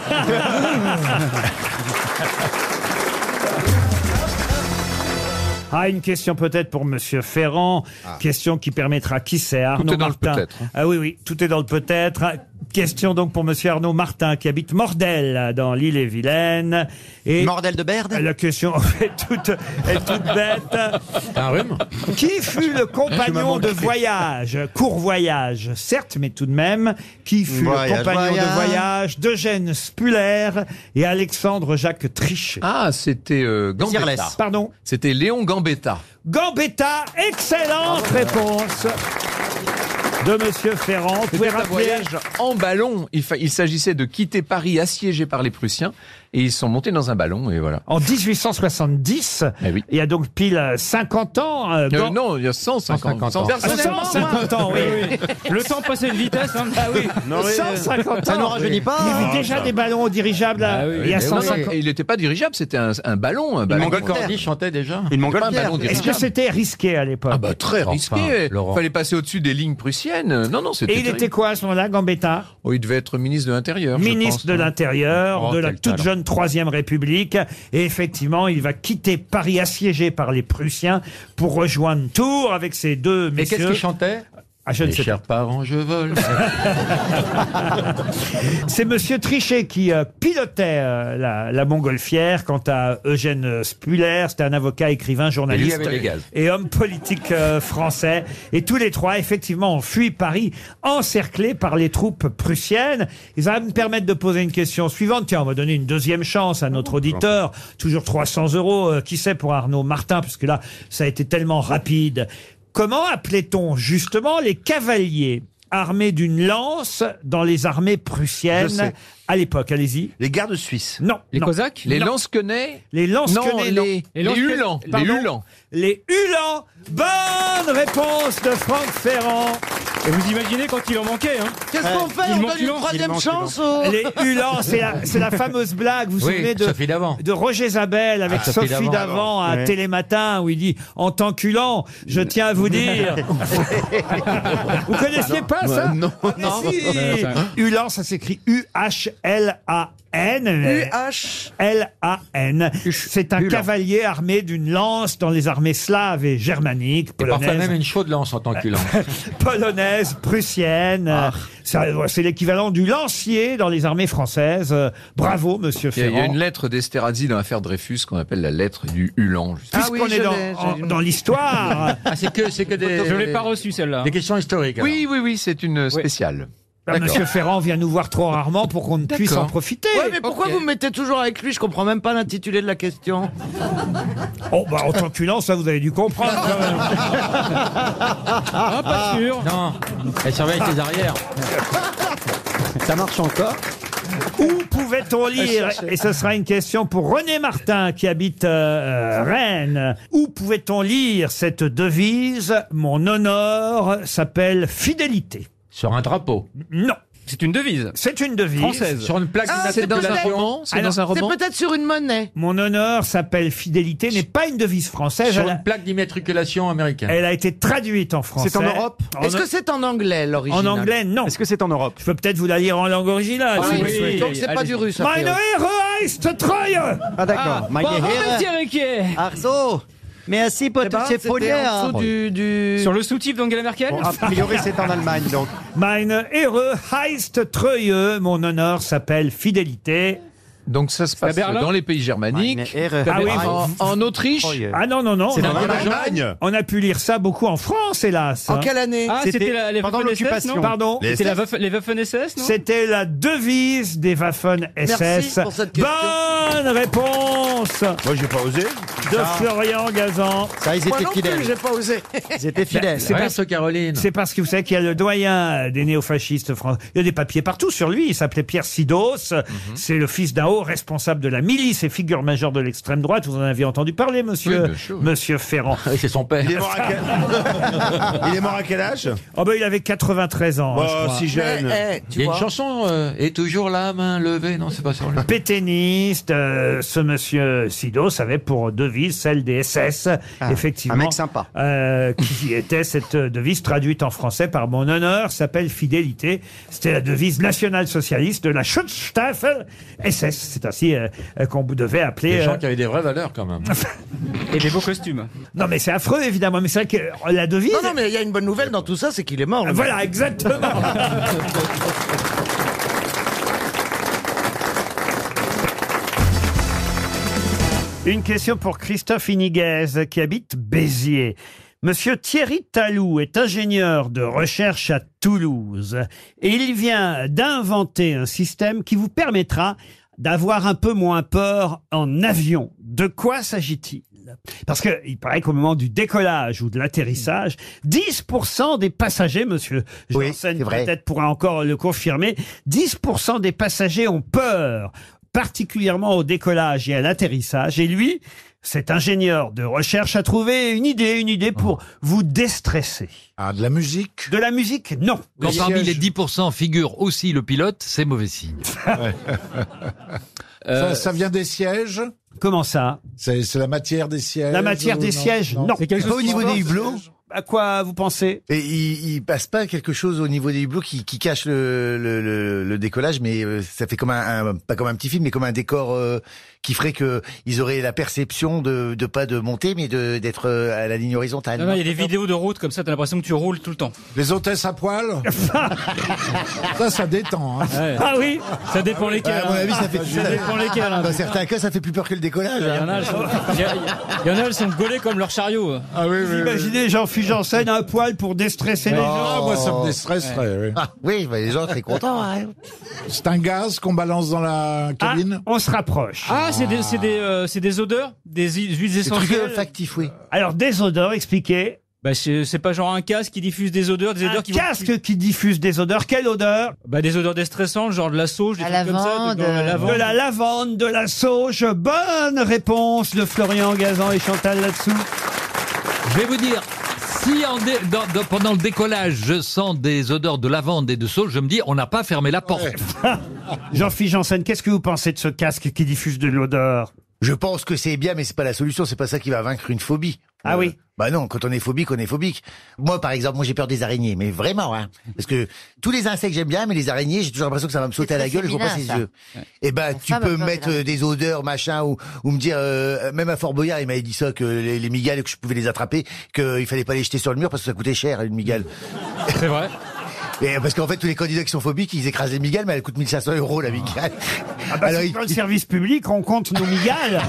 Speaker 1: Ah, une question peut-être pour Monsieur Ferrand. Question qui permettra qui c'est Arnaud
Speaker 8: est dans le
Speaker 1: Martin.
Speaker 8: peut-être, hein.
Speaker 1: Ah oui, oui, tout est dans le peut-être. Ah, Question donc pour Monsieur Arnaud Martin qui habite Mordel dans l'île-et-Vilaine. Et Mordel de Berde. La question est toute, est toute bête.
Speaker 8: Un rhume
Speaker 2: Ah,
Speaker 1: Qui fut le compagnon de voyage, court voyage, certes, mais tout de même, qui fut
Speaker 8: Voyage,
Speaker 1: le compagnon
Speaker 8: voyage.
Speaker 1: de voyage d'Eugène Spuller et Alexandre Jacques Trichet
Speaker 8: Ah, c'était euh, Gambetta.
Speaker 1: Sirless. Pardon
Speaker 8: C'était Léon Gambetta.
Speaker 1: Gambetta, excellente
Speaker 8: Ah
Speaker 1: réponse de Monsieur Ferrand. Vous pouvez
Speaker 8: C'était un
Speaker 1: rappeler
Speaker 8: voyage en ballon. Il, fa- il s'agissait de quitter Paris assiégé par les Prussiens et ils sont montés dans un ballon et voilà. Eh
Speaker 1: en 1870, il y a donc pile euh, 50 ans. euh,
Speaker 8: Euh,
Speaker 1: Gam-
Speaker 8: non, il y a 150, ans.
Speaker 1: Personnellement, 150 ans, oui.
Speaker 41: Le temps passé de vitesse, hein. Ah oui.
Speaker 1: 150 ans. Il y
Speaker 8: hein.
Speaker 1: avait déjà des ballons dirigeables
Speaker 42: Ah
Speaker 41: Bah
Speaker 1: à-
Speaker 8: Eh
Speaker 1: il y a 150
Speaker 8: Il n'était pas dirigeable, c'était un, un ballon. Un ballon.
Speaker 42: Cordy chantait déjà.
Speaker 8: Une Montgolfière.
Speaker 42: Pas un ballon
Speaker 1: Est-ce que
Speaker 42: dirigeable.
Speaker 1: c'était risqué à l'époque
Speaker 8: Ah bah très
Speaker 42: Enfin,
Speaker 8: risqué.
Speaker 42: Laurent.
Speaker 8: Il fallait passer au-dessus des lignes prussiennes. Non, non, c'était.
Speaker 1: Et il
Speaker 8: terrible.
Speaker 1: était quoi à ce moment-là, Gambetta
Speaker 8: Oh, il devait être ministre de l'Intérieur. je
Speaker 1: Ministre
Speaker 8: pense,
Speaker 1: de
Speaker 8: hein.
Speaker 1: l'Intérieur,
Speaker 8: Oh,
Speaker 1: de la
Speaker 8: quel
Speaker 1: toute
Speaker 8: talent.
Speaker 1: jeune Troisième République. Et effectivement, il va quitter Paris assiégé par les Prussiens pour rejoindre Tours avec ses deux
Speaker 42: Et
Speaker 1: messieurs.
Speaker 42: qu'est-ce qu'il chantait
Speaker 1: Ah, je ne
Speaker 42: Mes
Speaker 1: sais
Speaker 42: chers parents, je vole.
Speaker 1: C'est Monsieur Trichet qui euh, pilotait euh, la, la montgolfière. Quant à Eugène Spuller, c'était un avocat, écrivain,
Speaker 8: Et
Speaker 1: journaliste
Speaker 8: lui avait les gaz.
Speaker 1: et homme politique euh, français. Et tous les trois, effectivement, ont fui Paris, encerclés par les troupes prussiennes. Et ça va me permettre de poser une question suivante. Tiens, on va donner une deuxième chance à notre auditeur. Toujours 300 euros, euh, qui sait, pour Arnaud Martin, puisque là, ça a été tellement rapide. Comment appelait-on justement les cavaliers armés d'une lance dans les armées
Speaker 8: Je
Speaker 1: prussiennes
Speaker 8: sais.
Speaker 1: à l'époque Allez-y.
Speaker 42: Les gardes suisses.
Speaker 1: Non.
Speaker 8: Les
Speaker 1: non.
Speaker 8: Cosaques Les
Speaker 1: Non.
Speaker 8: Lansquenets
Speaker 1: Les Lansquenets,
Speaker 8: Non,
Speaker 1: non.
Speaker 8: les- Les les Lansquenets- Uhlans, les
Speaker 1: Pardon
Speaker 8: Uhlans.
Speaker 1: Les Hulans. Bonne réponse de Franck Ferrand.
Speaker 41: Et vous imaginez quand il en manquait, hein
Speaker 43: Qu'est-ce qu'on fait
Speaker 41: Il
Speaker 43: On
Speaker 41: manque
Speaker 43: donne une
Speaker 41: l'an.
Speaker 43: troisième
Speaker 41: Il manque
Speaker 43: chance
Speaker 41: l'an.
Speaker 43: au-
Speaker 1: Les Hulans, c'est la, c'est la fameuse blague, vous vous
Speaker 42: Oui,
Speaker 1: souvenez de,
Speaker 42: Sophie Davant.
Speaker 1: de Roger Zabel avec
Speaker 42: Ah, Sophie
Speaker 1: Sophie,
Speaker 42: Davant.
Speaker 1: Davant à
Speaker 42: Ouais.
Speaker 1: Télématin où il dit « En tant qu'Hulan, je tiens à vous dire... » Vous connaissiez pas ça
Speaker 42: Non,
Speaker 1: Ah, mais
Speaker 42: non.
Speaker 1: si.
Speaker 42: Non, ça-
Speaker 1: Hulan, ça s'écrit U-H-L-A. N. L-A-N. C'est un
Speaker 8: Ulan.
Speaker 1: cavalier armé d'une lance dans les armées slaves et germaniques,
Speaker 8: Et parfois
Speaker 1: polonaises,
Speaker 8: même une chaude lance en tant que lance.
Speaker 1: polonaise, prussienne.
Speaker 8: Ah.
Speaker 1: Ça, C'est l'équivalent du lancier dans les armées françaises. Euh, Bravo, monsieur
Speaker 8: Il y a- il y a
Speaker 1: Ferrand.
Speaker 8: une lettre d'Esterhazy dans l'affaire Dreyfus qu'on appelle la lettre du Hulan.
Speaker 15: Ah
Speaker 8: justement.
Speaker 1: Puisqu'on est dans, en- dans l'histoire.
Speaker 8: Ah, c'est que, c'est que des.
Speaker 1: Je l'ai pas
Speaker 8: reçue celle-là.
Speaker 1: Des
Speaker 8: questions historiques.
Speaker 1: alors.
Speaker 8: Oui, oui, oui, c'est une spéciale.
Speaker 1: Bah,
Speaker 8: D'accord.
Speaker 1: monsieur Ferrand vient nous voir trop rarement pour qu'on ne puisse en
Speaker 8: D'accord.
Speaker 1: profiter.
Speaker 15: Ouais, mais pourquoi vous me mettez toujours avec lui Je comprends même pas l'intitulé de la question.
Speaker 1: Oh, bah, en tant que lance, ça, vous avez dû comprendre. quand même.
Speaker 15: Ah,
Speaker 1: pas sûr.
Speaker 8: Non, elle surveille tes arrières. Ça marche encore
Speaker 1: Où pouvait-on lire
Speaker 8: À chercher.
Speaker 1: Et ce sera une question pour René Martin qui habite euh, Rennes. Où pouvait-on lire cette devise Mon honneur s'appelle fidélité.
Speaker 8: Sur un drapeau
Speaker 1: Non.
Speaker 8: C'est une devise
Speaker 1: C'est une devise.
Speaker 8: Française. Sur une plaque
Speaker 15: Ah, c'est dans un roman
Speaker 1: Alors,
Speaker 15: C'est peut-être sur une monnaie.
Speaker 1: Mon honneur s'appelle fidélité n'est pas une devise française.
Speaker 8: Sur
Speaker 1: elle, a-
Speaker 8: une plaque d'immatriculation américaine.
Speaker 1: elle a été traduite en français.
Speaker 15: Est-ce que c'est en anglais l'original
Speaker 1: En anglais, non. Est-ce que c'est en Europe Je peux peut-être vous la lire en langue originale.
Speaker 15: Ah
Speaker 1: si
Speaker 15: oui,
Speaker 1: vous le
Speaker 15: oui,
Speaker 1: souhaitez.
Speaker 15: donc c'est pas Allez-y. du russe, a
Speaker 1: Meine
Speaker 15: priori.
Speaker 1: Ehre heißt Treue
Speaker 15: Ah, d'accord. Meine Ehre. Arzo Mais assis pour
Speaker 1: ben, c'était en dessous du-
Speaker 5: Sur le sous-type d'Angela Merkel
Speaker 1: Allemagne, donc. Meine Ehre heißt Treue. Mon honneur s'appelle fidélité.
Speaker 8: Donc ça se passe
Speaker 1: Berlin
Speaker 8: dans les pays germaniques.
Speaker 1: Ah oui,
Speaker 8: en,
Speaker 1: vous-
Speaker 8: en Autriche.
Speaker 15: oh,
Speaker 1: Ah non, non, non.
Speaker 8: C'est
Speaker 1: on
Speaker 8: dans
Speaker 1: a-
Speaker 8: l'Allemagne.
Speaker 1: On a pu lire ça beaucoup en France, hélas. hein.
Speaker 5: Ah, c'était la- les Waffen SS, non
Speaker 1: Pardon
Speaker 5: C'était la Waffen- les Waffen SS, non
Speaker 1: C'était la devise des Waffen-SS.
Speaker 5: Merci pour cette question.
Speaker 1: Bonne réponse
Speaker 14: Moi, j'ai pas osé.
Speaker 1: de
Speaker 14: Ça.
Speaker 1: Florian Gazan.
Speaker 14: Ça, ils étaient Moi non plus, fidèles. j'ai
Speaker 15: pas osé.
Speaker 14: Ils étaient fidèles.
Speaker 1: C'est
Speaker 14: Ouais,
Speaker 1: parce,
Speaker 14: ce Caroline.
Speaker 1: C'est parce que vous savez qu'il y a le doyen des néofascistes français. Il y a des papiers partout sur lui. Il s'appelait Pierre Sidos.
Speaker 8: Mhm.
Speaker 1: C'est le fils d'un haut responsable de la milice et figure majeure de l'extrême droite. Vous en avez entendu parler, monsieur,
Speaker 8: Oui, bien sûr, Ah oui.
Speaker 1: monsieur Ferrand.
Speaker 8: C'est son père.
Speaker 1: Il est mort à quel-
Speaker 14: Il est mort à quel âge
Speaker 1: Oh ben, il avait 93 ans. hein, je crois.
Speaker 8: Bah,
Speaker 5: Eh,
Speaker 8: Il y a une chanson euh, et toujours la main levée. Non, c'est pas sur le.
Speaker 1: pétainiste. euh, ce monsieur Sidos avait pour devise celle des SS, effectivement.
Speaker 8: Ah, un mec sympa.
Speaker 1: euh, qui était cette devise traduite en français par mon honneur, s'appelle fidélité. C'était la devise nationale-socialiste de la Schutzstaffel SS. C'est ainsi euh, euh, qu'on devait appeler.
Speaker 8: Les gens
Speaker 1: euh,
Speaker 8: qui avaient des vraies valeurs quand même.
Speaker 5: Et des beaux costumes.
Speaker 1: Non, mais c'est affreux, évidemment. Mais c'est vrai que euh, la devise.
Speaker 15: Ah Non, non, mais il y a une bonne nouvelle dans tout ça, c'est qu'il est mort. le
Speaker 1: Voilà,
Speaker 15: mec.
Speaker 1: exactement. Une question pour Christophe Iniguez qui habite Béziers. Monsieur Thierry Talou est ingénieur de recherche à Toulouse et il vient d'inventer un système qui vous permettra d'avoir un peu moins peur en avion. De quoi s'agit-il Parce que il paraît qu'au moment du décollage ou de l'atterrissage, 10% des passagers, monsieur Janssen peut-être pourra encore le confirmer, 10% des passagers ont peur particulièrement au décollage et à l'atterrissage. Et lui, cet ingénieur de recherche, a trouvé une idée, une idée pour
Speaker 9: Oh.
Speaker 1: vous déstresser.
Speaker 20: Ah, de la musique
Speaker 1: De la musique, non.
Speaker 19: Quand parmi les
Speaker 8: 10% figure aussi le pilote, c'est mauvais signe.
Speaker 19: Euh,
Speaker 20: ça, ça vient des sièges
Speaker 1: Euh, Comment ça
Speaker 20: C'est c'est la matière des sièges
Speaker 1: La matière
Speaker 20: ou
Speaker 1: des
Speaker 20: non
Speaker 1: sièges, non.
Speaker 20: C'est quelque chose qui sort, c'est-
Speaker 1: À quoi vous pensez
Speaker 9: Et il, il passe pas quelque chose au niveau des hublots qui, qui cache le, le, le- le décollage, mais euh, ça fait comme un, un- pas comme un petit film, mais comme un décor euh, qui ferait que ils auraient la perception de, de pas de monter, mais de d'être euh, à la ligne horizontale.
Speaker 5: Non, non, il y a des vidéos de route comme ça, t'as l'impression que tu roules tout le temps.
Speaker 20: Les hôtesses à poil Ça, ça détend. hein.
Speaker 1: Ah oui
Speaker 5: Ça dépend lesquels.
Speaker 9: Ah, à mon
Speaker 5: hein.
Speaker 9: avis, ça fait plus
Speaker 5: ça dépend lesquels. hein.
Speaker 9: Dans certains cas, ça fait plus peur que le décollage.
Speaker 5: Il y
Speaker 9: hein.
Speaker 5: en a, elles sont, il y a- il y en a, elles sont gaulées comme leur chariot. hein.
Speaker 20: Ah oui,
Speaker 1: Vous imaginez Jean-Philippe Janssen un poil pour déstresser les gens
Speaker 20: Ah, moi, ça me déstresserait, oui.
Speaker 9: oui, bah, les gens seraient contents. hein.
Speaker 20: C'est un gaz qu'on balance dans la cabine
Speaker 1: Ah, On se rapproche.
Speaker 5: Ah, c'est des, c'est des, euh, c'est des odeurs Des hu- huiles essentielles
Speaker 9: olfactifs, oui.
Speaker 1: Alors, des odeurs, expliquez.
Speaker 5: Bah, c'est c'est pas genre un casque qui diffuse des odeurs, des odeurs
Speaker 1: Un
Speaker 5: qui vont-
Speaker 1: casque qui diffuse des odeurs, quelle odeur
Speaker 5: Bah, des odeurs déstressantes, genre de la sauge, des trucs comme ça, de, dans la lavande.
Speaker 1: De la lavande, de la sauge. Bonne réponse de Florian Gazan et Chantal là-dessous.
Speaker 19: Je vais vous dire, si en dé- dans- dans- pendant le décollage, je sens des odeurs de lavande et de sauge, je me dis, on n'a pas fermé la porte.
Speaker 1: Jean-Philippe Janssen, qu'est-ce que vous pensez de ce casque qui diffuse de l'odeur
Speaker 9: Je pense que c'est bien, mais c'est pas la solution. C'est pas ça qui va vaincre une phobie.
Speaker 1: Ah oui.
Speaker 9: Bah non, quand on est phobique, on est phobique. Moi, par exemple, moi j'ai peur des araignées, mais vraiment, hein, parce que tous les insectes j'aime bien, mais les araignées, j'ai toujours l'impression que ça va me sauter à la
Speaker 15: très
Speaker 9: gueule, et je vois pas ses
Speaker 15: féminin,
Speaker 9: yeux.
Speaker 15: ça. Ouais.
Speaker 9: Eh ben, tu
Speaker 15: femme a
Speaker 9: peux
Speaker 15: peur des
Speaker 9: mettre
Speaker 15: araignées.
Speaker 9: euh, des odeurs, machin, ou, ou me dire, euh, même à Fort Boyard, il m'avait dit ça que les, les migales que je pouvais les attraper, qu'il fallait pas les jeter sur le mur parce que ça coûtait cher une migale. C'est vrai. Et parce qu'en fait, tous les candidats qui sont phobiques, ils écrasent les migales, mais elle coûte 1500 euros la migale.
Speaker 1: Alors,
Speaker 9: il-
Speaker 1: dans le service public, on compte nos migales.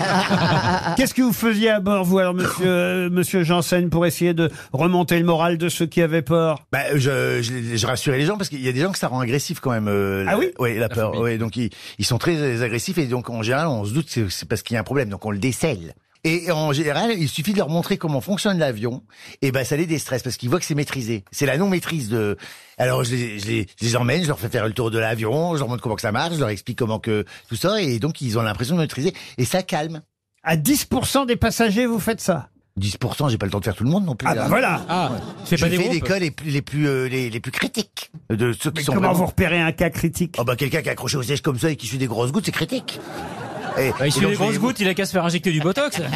Speaker 1: Qu'est-ce que vous faisiez à bord, vous, alors, monsieur, euh, monsieur Janssen, pour essayer de remonter le moral de ceux qui avaient peur
Speaker 9: Bah, je, je, je rassurais les gens parce qu'il y a des gens que ça rend agressif quand même. euh,
Speaker 1: Ah
Speaker 9: la-
Speaker 1: oui
Speaker 9: ouais, la, peur. Ouais, donc ils, ils sont très agressifs et donc en général on se doute que c'est- c'est parce qu'il y a un problème, donc on le décèle. Et en général, il suffit de leur montrer comment fonctionne l'avion, et ben ça les déstresse parce qu'ils voient que c'est maîtrisé. C'est la non maîtrise de. Alors je les, je, les, je les emmène, je leur fais faire le tour de l'avion, je leur montre comment que ça marche, je leur explique comment que tout ça, et donc ils ont l'impression de maîtriser et ça calme.
Speaker 1: À 10% des passagers, vous faites ça
Speaker 9: 10%, j'ai pas le temps de faire tout le monde non plus.
Speaker 1: Ah
Speaker 9: là.
Speaker 1: bah voilà
Speaker 9: Ouais. Je fais des cas
Speaker 1: cas
Speaker 9: les plus les plus euh, les, les plus critiques de ceux qui
Speaker 1: Mais
Speaker 9: sont
Speaker 1: comment
Speaker 9: vraiment-
Speaker 1: vous repérez un cas critique
Speaker 9: Ah bah quelqu'un qui est accroché au siège comme ça et qui suit des grosses gouttes, c'est critique. Et,
Speaker 8: Ah,
Speaker 5: Bah, il
Speaker 9: et
Speaker 5: suit
Speaker 9: donc,
Speaker 5: des
Speaker 9: je
Speaker 5: grosses
Speaker 9: vais-
Speaker 5: gouttes, il a qu'à se faire injecter du botox.
Speaker 1: Bah,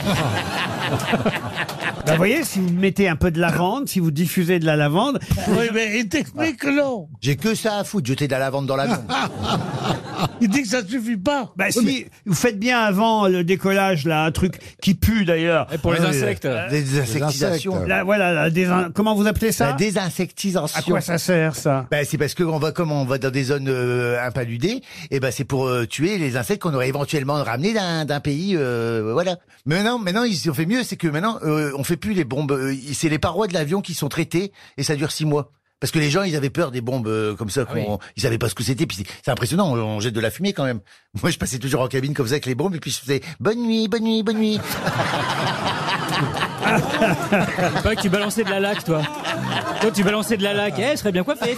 Speaker 1: vous voyez, si vous mettez un peu de lavande, si vous diffusez de la lavande,
Speaker 4: Oui, mais il t'explique que non.
Speaker 9: J'ai que ça à foutre, jeter de la lavande dans l'avion.
Speaker 4: Il dit que ça ne suffit pas.
Speaker 1: bah, si vous faites bien avant le décollage là, un truc qui pue d'ailleurs. Euh,
Speaker 9: pour les Ah oui, insectes. la désinsectisation.
Speaker 1: La- voilà, la désin- comment vous appelez ça
Speaker 9: La désinsectisation.
Speaker 1: À quoi ça sert ça
Speaker 9: Bah, c'est parce que on va comme on va dans des zones euh, impaludées, et ben c'est pour euh, tuer les insectes qu'on aurait éventuellement ramenés d'un d'un pays, euh, voilà. Maintenant, maintenant ils ont fait mieux, c'est que maintenant euh, on fait plus les bombes, euh, c'est les parois de l'avion qui sont traitées et ça dure six mois. Parce que les gens, ils avaient peur des bombes euh, comme
Speaker 1: Ah
Speaker 9: ça, qu'on- ils savaient pas ce que c'était. Puis c'est- c'est impressionnant, on, on jette de la fumée quand même. Moi, je passais toujours en cabine comme ça avec les bombes, et puis je faisais bonne nuit, bonne nuit, bonne nuit.
Speaker 5: Pas que tu balançais de la laque, toi. Toi, tu balançais de la laque. Eh, je serais bien coiffé.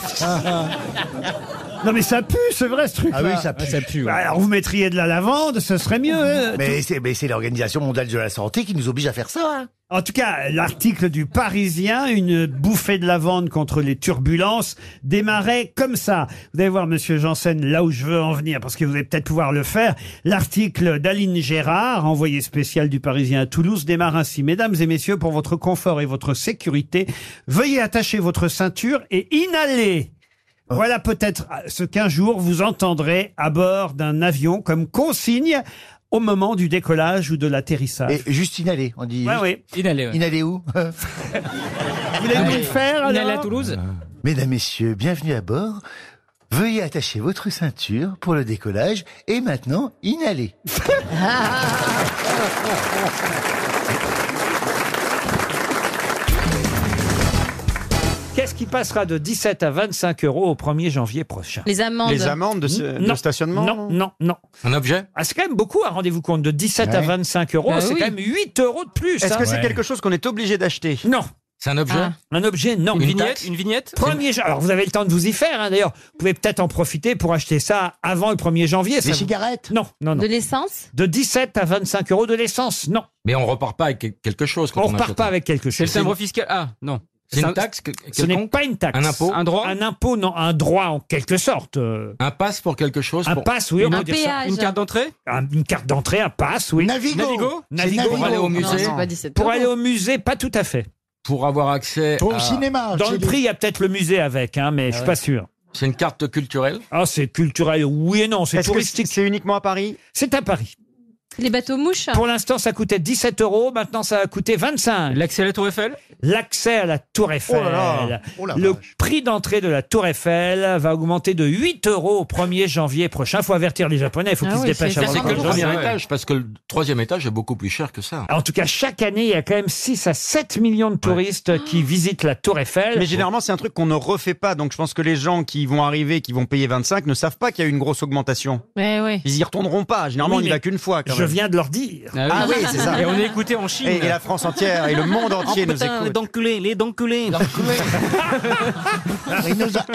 Speaker 1: Non mais ça pue, c'est vrai ce truc.
Speaker 9: Ah oui, ça pue.
Speaker 1: Bah, Alors vous mettriez de la lavande, ce serait mieux. hein.
Speaker 9: Oh, mais c'est mais c'est l'Organisation mondiale de la santé qui nous oblige à faire ça. hein.
Speaker 1: En tout cas, l'article du Parisien, une bouffée de lavande contre les turbulences, démarrait comme ça. Vous allez voir, monsieur Janssen, là où je veux en venir, parce que vous allez peut-être pouvoir le faire. L'article d'Aline Gérard, envoyée spéciale du Parisien à Toulouse, démarre ainsi. Mesdames et messieurs, pour votre confort et votre sécurité, veuillez attacher votre ceinture et inhaler. Voilà peut-être ce qu'un jour vous entendrez à bord d'un avion comme consigne au moment du décollage ou de l'atterrissage.
Speaker 9: Et juste inhaler, on dit.
Speaker 1: Ouais,
Speaker 9: juste-
Speaker 1: ouais.
Speaker 5: Inhaler,
Speaker 1: ouais.
Speaker 9: Inhaler où
Speaker 1: Vous
Speaker 2: Ah,
Speaker 1: l'avez voulu faire alors
Speaker 5: Inhaler à Toulouse
Speaker 9: Ah Mesdames, Messieurs, bienvenue à bord. Veuillez attacher votre ceinture pour le décollage et maintenant inhaler.
Speaker 1: Qu'est-ce qui passera de 17 à 25 euros au 1er janvier prochain
Speaker 2: Les amendes. Les amendes de ce-
Speaker 1: N-
Speaker 2: de
Speaker 1: non,
Speaker 2: stationnement
Speaker 1: Non, non, non.
Speaker 6: Un objet
Speaker 1: Ah, c'est quand même beaucoup, hein, rendez-vous compte. De 17 à
Speaker 2: Ouais.
Speaker 1: 25 euros,
Speaker 2: Bah
Speaker 1: c'est
Speaker 2: oui.
Speaker 1: quand même 8 euros de plus.
Speaker 8: hein.
Speaker 2: Est-ce que c'est quelque
Speaker 1: chose qu'on est obligé d'acheter Non. Ah.
Speaker 6: C'est un objet
Speaker 1: Un objet, non.
Speaker 6: Une Une vignette taxe Une vignette
Speaker 1: Premier ja- Alors, vous avez le temps de vous y faire, hein, d'ailleurs. Vous pouvez peut-être en profiter pour acheter ça avant le 1er janvier.
Speaker 9: Des
Speaker 1: cigarettes Non, non, non.
Speaker 2: De l'essence
Speaker 1: De 17 à 25 euros de l'essence, non.
Speaker 6: Mais on repart pas avec quel- quelque chose. Quand
Speaker 1: On
Speaker 6: on,
Speaker 1: repart
Speaker 6: achète
Speaker 1: pas
Speaker 6: un-
Speaker 1: avec quelque
Speaker 6: C'est le
Speaker 1: chose.
Speaker 6: timbre
Speaker 1: C'est-
Speaker 6: fiscal. Ah, non.
Speaker 1: C'est
Speaker 6: C'est une
Speaker 1: un-
Speaker 6: taxe que-
Speaker 1: Ce n'est
Speaker 6: quelconque
Speaker 1: pas une taxe.
Speaker 6: Un impôt
Speaker 1: Un droit Un impôt, non. Un droit, en quelque sorte. euh.
Speaker 6: Un passe pour quelque chose
Speaker 1: Un
Speaker 6: pour-
Speaker 1: passe, oui, on peut dire ça.
Speaker 6: Une carte d'entrée
Speaker 1: Un- Une carte d'entrée, un passe, oui.
Speaker 6: Navigo. Navigo C'est
Speaker 1: Navigo.
Speaker 6: Navigo. Pour aller au musée. Non, c'est pas 17
Speaker 1: Pour
Speaker 6: euros.
Speaker 1: aller au musée, pas tout à fait.
Speaker 6: Pour avoir accès à-
Speaker 1: Dans le prix, il y a peut-être le musée avec, hein, mais je suis
Speaker 16: Ah
Speaker 6: ouais.
Speaker 1: pas sûr.
Speaker 6: C'est une carte culturelle.
Speaker 1: Ah, c'est culturel, oui et non, c'est
Speaker 6: Est-ce que
Speaker 1: touristique. C'est uniquement à Paris C'est à Paris.
Speaker 2: Les bateaux mouches
Speaker 1: Pour l'instant, ça coûtait 17 euros, maintenant ça a coûté 25.
Speaker 6: L'accès à la Tour Eiffel
Speaker 1: L'accès à la Tour Eiffel.
Speaker 6: Oh là là. Oh la
Speaker 1: le prix d'entrée de la Tour Eiffel va augmenter de 8 euros au 1er janvier prochain. Il faut avertir les Japonais,
Speaker 9: Ah
Speaker 1: il faut qu'ils se dépêchent avant
Speaker 6: Ah C'est que le
Speaker 1: le Ah, 1er
Speaker 6: premier
Speaker 1: janvier.
Speaker 6: étage, parce que le troisième étage est beaucoup plus cher que ça.
Speaker 1: En tout cas, chaque année, il y a quand même 6 à 7 millions de touristes qui visitent la Tour Eiffel.
Speaker 16: Mais généralement, c'est un truc qu'on ne refait pas. Donc, je pense que les gens qui vont arriver, qui vont payer 25, ne savent pas qu'il y a eu une grosse augmentation.
Speaker 44: Eh
Speaker 2: Ouais, ouais.
Speaker 16: Ils y retourneront pas. Généralement,
Speaker 1: Oui,
Speaker 16: on n'y va
Speaker 1: mais
Speaker 16: qu'une fois. quand
Speaker 1: je
Speaker 16: même.
Speaker 1: viens de leur dire.
Speaker 16: Ah oui, c'est ça.
Speaker 5: Et on est écouté en Chine.
Speaker 16: Et- et la France entière, et le monde entier
Speaker 5: oh,
Speaker 16: nous
Speaker 5: putain,
Speaker 16: écoute.
Speaker 5: Les d'enculés, les d'enculés.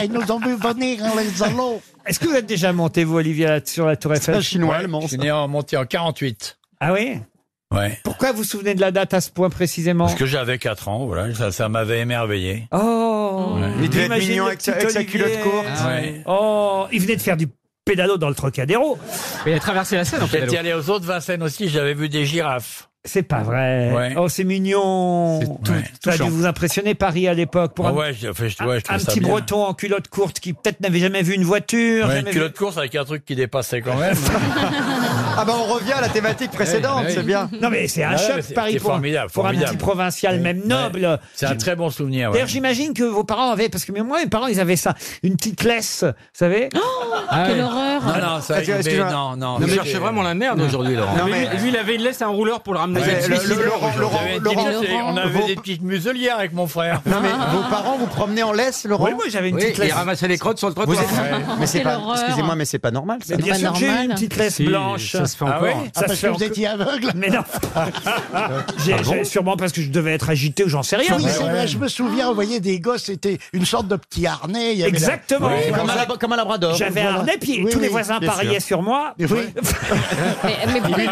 Speaker 9: Ils nous, ont vu venir les allo.
Speaker 1: Est-ce que vous êtes déjà monté, vous, Olivier, là- sur la Tour Eiffel
Speaker 16: Euh, chinois, allemand.
Speaker 45: Je suis né en monté en 48.
Speaker 1: Ah oui
Speaker 45: Ouais.
Speaker 1: Pourquoi vous vous souvenez de la date à ce point précisément
Speaker 45: Parce que j'avais 4 ans, voilà, ça, ça m'avait émerveillé.
Speaker 1: Oh
Speaker 45: Ouais.
Speaker 1: Vous
Speaker 45: Il devait être
Speaker 1: imaginez
Speaker 45: mignon
Speaker 1: le
Speaker 45: avec sa-
Speaker 1: petit
Speaker 45: avec sa
Speaker 1: Olivier.
Speaker 45: culotte courte. Ah ouais.
Speaker 1: Oh, il venait de faire du pédalo dans le Trocadéro.
Speaker 45: Mais il a traversé la
Speaker 5: Seine, en pédalo.
Speaker 45: J'étais allé aux autres Vincennes aussi, j'avais vu des girafes.
Speaker 1: C'est pas vrai.
Speaker 45: Ouais.
Speaker 1: Oh, c'est mignon.
Speaker 45: tout-
Speaker 1: Ça a dû
Speaker 45: touchant.
Speaker 1: vous impressionner Paris à l'époque pour
Speaker 45: Ah
Speaker 1: un,
Speaker 45: ouais, je, enfin, je, ouais, je trouve
Speaker 1: un
Speaker 45: ça
Speaker 1: petit
Speaker 45: bien.
Speaker 1: breton en culotte courte qui peut-être n'avait jamais vu une voiture.
Speaker 45: Ouais, une
Speaker 1: jamais vu-
Speaker 45: culotte course avec un truc qui dépassait quand même.
Speaker 16: Ah bah on revient à la thématique précédente, c'est bien.
Speaker 1: Non mais c'est un
Speaker 45: Ah ouais, mais
Speaker 1: choc
Speaker 45: c'est-
Speaker 1: Paris
Speaker 45: c'est
Speaker 1: pour,
Speaker 45: formidable,
Speaker 1: pour un
Speaker 45: formidable.
Speaker 1: petit provincial même noble.
Speaker 45: C'est un très bon souvenir. ouais.
Speaker 1: D'ailleurs, j'imagine que vos parents avaient, parce que moi, mes parents, ils avaient ça, une petite laisse, vous savez
Speaker 7: Oh,
Speaker 22: Ah quelle ouais. horreur. Non, non,
Speaker 16: Ah,
Speaker 22: ça,
Speaker 1: Excusez-
Speaker 22: il- mais
Speaker 1: excusez-moi.
Speaker 22: non, non, mais cherchez vraiment la merde aujourd'hui, Laurent. Non,
Speaker 6: Lui,
Speaker 22: mais-
Speaker 6: lui, il avait une laisse et un rouleur pour le ramener.
Speaker 16: Ouais, le- le- Laurent- Laurent-
Speaker 6: J'avais dit,
Speaker 16: Laurent-
Speaker 6: c'est- on avait
Speaker 16: Laurent-
Speaker 6: des petites muselières avec mon frère.
Speaker 16: Non mais vos parents vous promenaient en laisse, Laurent
Speaker 6: Oui, moi, j'avais une petite laisse.
Speaker 16: Ils ramassaient les crottes sur le trottoir. Mais c'est
Speaker 6: Quelle
Speaker 16: pas.
Speaker 6: horreur.
Speaker 16: Excusez-moi, mais c'est pas normal. ça.
Speaker 1: Mais bien sûr que j'ai eu une petite laisse
Speaker 16: Si,
Speaker 1: blanche.
Speaker 16: ça se fait encore. Ah, parce que vous étiez
Speaker 1: aveugle Mais non J'ai-
Speaker 16: Ah bon
Speaker 1: j'ai- Sûrement parce que je devais être agité ou j'en sais rien.
Speaker 7: Oui,
Speaker 1: mais-
Speaker 7: c'est vrai, je me souviens, vous voyez, des gosses, c'était une sorte de petit harnais. il y avait la-
Speaker 1: Exactement.
Speaker 7: Ouais,
Speaker 1: Oui,
Speaker 7: comme
Speaker 1: comme
Speaker 7: ça.
Speaker 1: un lab- comme un labrador. J'avais un harnais, puis tous les voisins
Speaker 7: bien
Speaker 1: pariaient sur moi.
Speaker 7: Oui.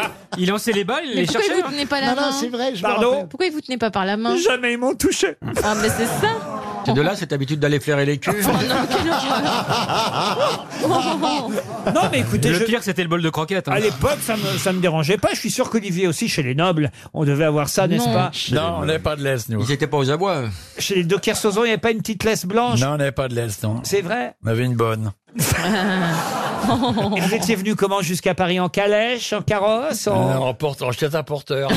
Speaker 6: Il lançait les balles, il
Speaker 44: Mais
Speaker 6: les
Speaker 44: pourquoi
Speaker 6: cherchait.
Speaker 44: vous tenez pas la
Speaker 7: Non, non,
Speaker 44: main
Speaker 7: c'est vrai, je me
Speaker 44: Pardon
Speaker 7: rappelle.
Speaker 44: Pourquoi vous tenez pas par la main
Speaker 1: Jamais ils m'ont touché.
Speaker 44: Ah, mais c'est ça
Speaker 6: C'est de là cette habitude d'aller flairer les culs.
Speaker 44: Quelle horreur. Oh.
Speaker 1: Non, mais écoutez,
Speaker 6: le
Speaker 1: je-
Speaker 6: pire, c'était le bol de croquettes. hein.
Speaker 1: À l'époque, ça me, ça me dérangeait pas. Je suis sûr qu'Olivier aussi, chez les nobles, on devait avoir
Speaker 6: hein.
Speaker 1: ça, Ah, n'est-ce pas
Speaker 45: Non, on n'avait pas de laisse, nous. Ils n'étaient pas aux abois.
Speaker 1: Chez les deux Kersozon, il n'y avait pas une petite laisse blanche.
Speaker 45: Non, on n'avait pas de laisse, non.
Speaker 1: C'est vrai
Speaker 45: On avait une bonne.
Speaker 1: Et vous étiez venu comment jusqu'à Paris en calèche, en carrosse
Speaker 45: Euh,
Speaker 1: en...
Speaker 45: en portant, j'étais un porteur.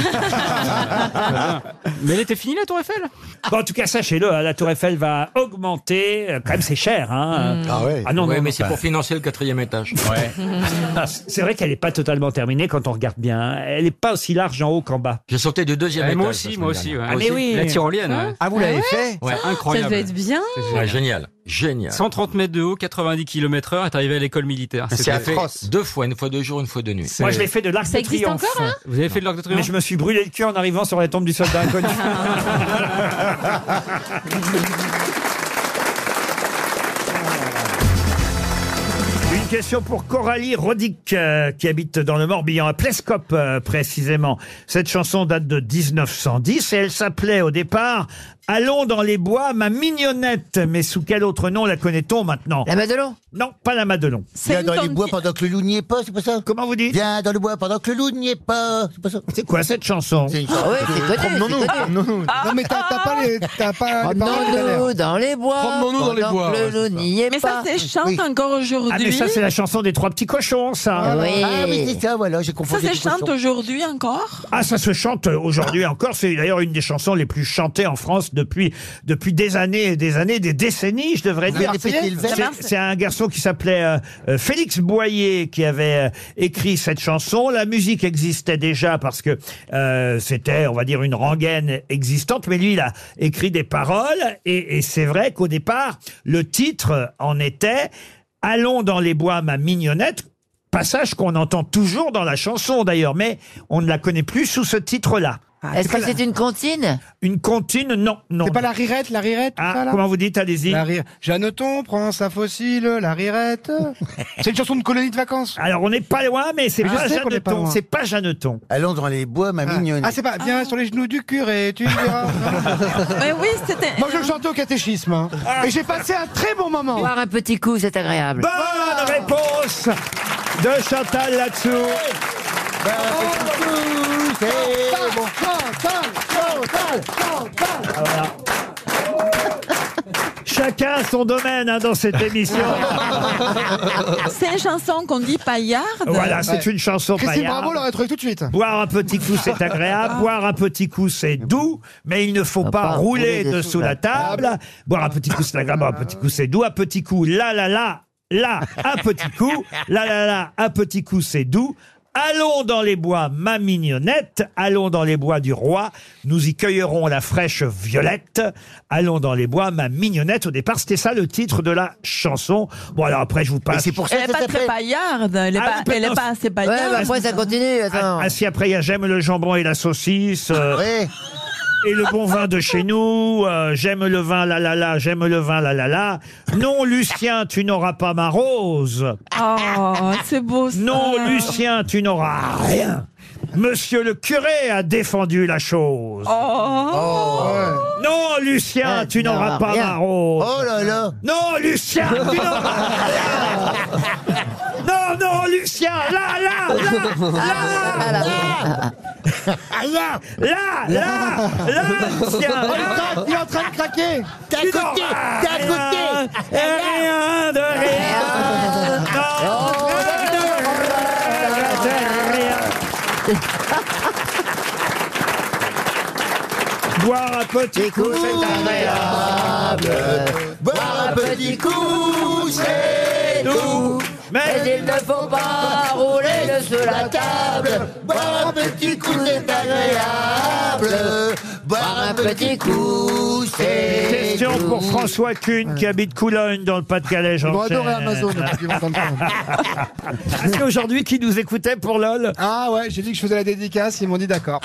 Speaker 1: Mais elle était finie la Tour Eiffel En tout cas, sachez-le, hein, la Tour Eiffel va augmenter. Euh, Quand même, c'est cher. Hein.
Speaker 8: Mm.
Speaker 13: Ah ouais.
Speaker 1: non,
Speaker 13: Ouais,
Speaker 1: non,
Speaker 13: mais
Speaker 1: non,
Speaker 13: c'est
Speaker 1: pas-
Speaker 45: Bah.
Speaker 13: pour financer le quatrième étage.
Speaker 1: Ah, C'est vrai qu'elle n'est pas totalement terminée quand on regarde bien. hein. Elle n'est pas aussi large en haut qu'en bas.
Speaker 13: Je sortais du deuxième
Speaker 1: Ah,
Speaker 13: étage.
Speaker 1: moi
Speaker 13: la
Speaker 1: aussi,
Speaker 13: semaine
Speaker 1: moi aussi,
Speaker 13: dernière.
Speaker 1: ouais. Ah, mais oui.
Speaker 6: La tyrolienne.
Speaker 1: Hein
Speaker 6: ouais.
Speaker 1: Ah, vous l'avez Ah ouais fait
Speaker 13: Ouais,
Speaker 6: incroyable.
Speaker 44: Ça devait être bien.
Speaker 13: Ouais, génial. Génial.
Speaker 6: 130 mètres de haut, 90 km heure, est arrivé à l'école militaire. C'était-
Speaker 13: Deux fois, une fois de jour, une fois de nuit.
Speaker 1: Moi, je l'ai fait de l'Arc de Triomphe.
Speaker 6: Vous avez fait de l'Arc de Triomphe
Speaker 1: Mais je me suis brûlé le cœur en arrivant sur la tombe du soldat inconnu. Une question pour Coralie Rodic, euh, qui habite dans le Morbihan, à Plescop euh, précisément. Cette chanson date de 1910 et elle s'appelait au départ Allons dans les bois, ma mignonnette. Mais sous quel autre nom la connaît-on maintenant La Madelon Non, pas la Madelon.
Speaker 7: Viens dans les bois pendant que le loup n'y est pas, c'est pas ça
Speaker 1: Comment vous dites
Speaker 7: Viens dans le bois pendant que le loup n'y est pas, c'est pas ça
Speaker 1: C'est quoi cette chanson
Speaker 7: C'est une
Speaker 12: Ah ouais, c'est connu, c'est
Speaker 7: Promenons-nous,
Speaker 12: connu.
Speaker 7: promenons-nous. Non mais t'as t'as pas les... T'as pas les paroles tout à l'heure.
Speaker 12: Promenons-nous dans les bois.
Speaker 7: Promenons-nous dans les
Speaker 12: pendant
Speaker 7: bois,
Speaker 12: que
Speaker 7: ouais,
Speaker 12: Le loup n'y est
Speaker 44: Mais ça,
Speaker 12: pas.
Speaker 44: c'est chante encore aujourd'hui.
Speaker 1: Ah mais ça c'est la chanson des trois petits cochons ça.
Speaker 7: Ah oui, c'est ça, voilà, j'ai
Speaker 44: Ça,
Speaker 7: confondu
Speaker 44: c'est
Speaker 7: les
Speaker 44: chante
Speaker 7: cochons.
Speaker 44: aujourd'hui encore
Speaker 1: Ah, ça se chante aujourd'hui encore. C'est d'ailleurs une des chansons les plus chantées en France depuis, depuis des années et des années, des décennies, je devrais
Speaker 7: La
Speaker 1: dire.
Speaker 7: Marseillaise, la
Speaker 1: C'est-
Speaker 7: Marseillaise.
Speaker 1: C'est un garçon qui s'appelait euh, euh, Félix Boyer qui avait euh, écrit cette chanson. La musique existait déjà parce que euh, c'était, on va dire, une rengaine existante. Mais lui, il a écrit des paroles. Et, et c'est vrai qu'au départ, le titre en était Allons dans les bois, ma mignonnette. Passage qu'on entend toujours dans la chanson d'ailleurs, mais on ne la connaît plus sous ce titre-là.
Speaker 12: Ah, Est-ce que c'est une comptine
Speaker 1: Une comptine, non, non. Ah,
Speaker 46: C'est pas la rirette, la rirette tout ça, là
Speaker 1: Comment vous dites, allez-y.
Speaker 46: La ri- Jeanneton prend sa fossile, la rirette. C'est une chanson de colonie de vacances.
Speaker 1: Alors on n'est pas loin, mais c'est
Speaker 46: Mais je
Speaker 1: pas
Speaker 46: sais qu'on n'est pas
Speaker 1: Jeanneton.
Speaker 46: loin.
Speaker 1: C'est pas Jeanneton.
Speaker 7: Allons dans les bois, ma mignonne.
Speaker 46: Ah, c'est pas. Viens sur les genoux du curé, tu verras.
Speaker 44: Mais Ben oui, c'était.
Speaker 46: Moi, je le chantais au catéchisme. hein. Et j'ai passé un très bon moment.
Speaker 12: Boire un petit coup, c'est agréable.
Speaker 1: Bonne réponse de Chantal là-dessous. Chacun son domaine hein, dans cette émission.
Speaker 44: C'est une chanson qu'on dit paillarde.
Speaker 1: Voilà, c'est une chanson
Speaker 46: Christine
Speaker 1: paillarde.
Speaker 46: Bravo l'aurait trouvé tout de suite.
Speaker 1: Boire un petit coup, c'est agréable. Boire un petit coup, c'est doux. Mais il ne faut pas,
Speaker 46: pas
Speaker 1: rouler
Speaker 46: rouler dessous
Speaker 1: dessous
Speaker 46: la
Speaker 1: la table. Boire un petit coup, c'est agréable. Un petit coup, c'est doux. Un petit coup, là, là, là, là, un petit coup. Là, là, là, un petit coup, c'est doux. Allons dans les bois, ma mignonnette. Allons dans les bois du roi. Nous y cueillerons la fraîche violette. Allons dans les bois, ma mignonnette. Au départ, c'était ça le titre de la chanson. Bon, alors après, je vous passe.
Speaker 7: c'est pour
Speaker 12: Eh,
Speaker 44: Elle n'est pas très paillarde. Elle n'est
Speaker 1: Ah,
Speaker 44: pas,
Speaker 1: vous
Speaker 44: elle est
Speaker 1: pensez-
Speaker 44: pas assez
Speaker 12: Ouais,
Speaker 44: paillarde.
Speaker 12: bah, après ça continue. Attends.
Speaker 1: Ah si, après, il y a J'aime le jambon et la saucisse.
Speaker 7: Ah
Speaker 1: euh, Et le bon vin de chez nous. euh, j'aime le vin, la la la. J'aime le vin, la la la. Non, Lucien, tu n'auras pas ma rose.
Speaker 44: Oh, c'est beau ça.
Speaker 1: Non, Lucien, tu n'auras rien. Monsieur le curé a défendu la chose.
Speaker 44: Oh.
Speaker 1: Non, Lucien,
Speaker 7: Ouais,
Speaker 1: tu
Speaker 7: tu
Speaker 1: n'auras
Speaker 7: n'auras
Speaker 1: pas
Speaker 7: Eh, rien.
Speaker 1: ma rose.
Speaker 7: Oh là là
Speaker 1: Non, Lucien, tu n'auras rien. Non, non, Lucien Là, là, là, là,
Speaker 12: ah.
Speaker 1: là
Speaker 44: Ah,
Speaker 1: Là, là, là, là, Lucien
Speaker 12: Oh, il est en train- il est en train de craquer T'es à côté T'es à côté
Speaker 8: Eh,
Speaker 1: Rien de rien
Speaker 2: Ah,
Speaker 1: Non, rien de rien. Boire un petit coup,
Speaker 12: c'est agréable. Boire un petit coup, c'est tout. Mais il ne faut pas rouler dessus la table. Boire un petit coup, c'est
Speaker 9: Euh,
Speaker 12: agréable. Boire un petit coup, c'est
Speaker 1: Question
Speaker 12: tout.
Speaker 1: pour François Kuhn qui habite Coulogne dans le Pas-de-Calais.
Speaker 12: Ils vont
Speaker 1: j'enchaîne.
Speaker 12: adorer Amazon, parce qu'ils vont entendre.
Speaker 1: Ah, c'est aujourd'hui qui nous écoutait pour LOL
Speaker 8: Ah ouais, j'ai dit que je faisais la dédicace, ils m'ont dit d'accord.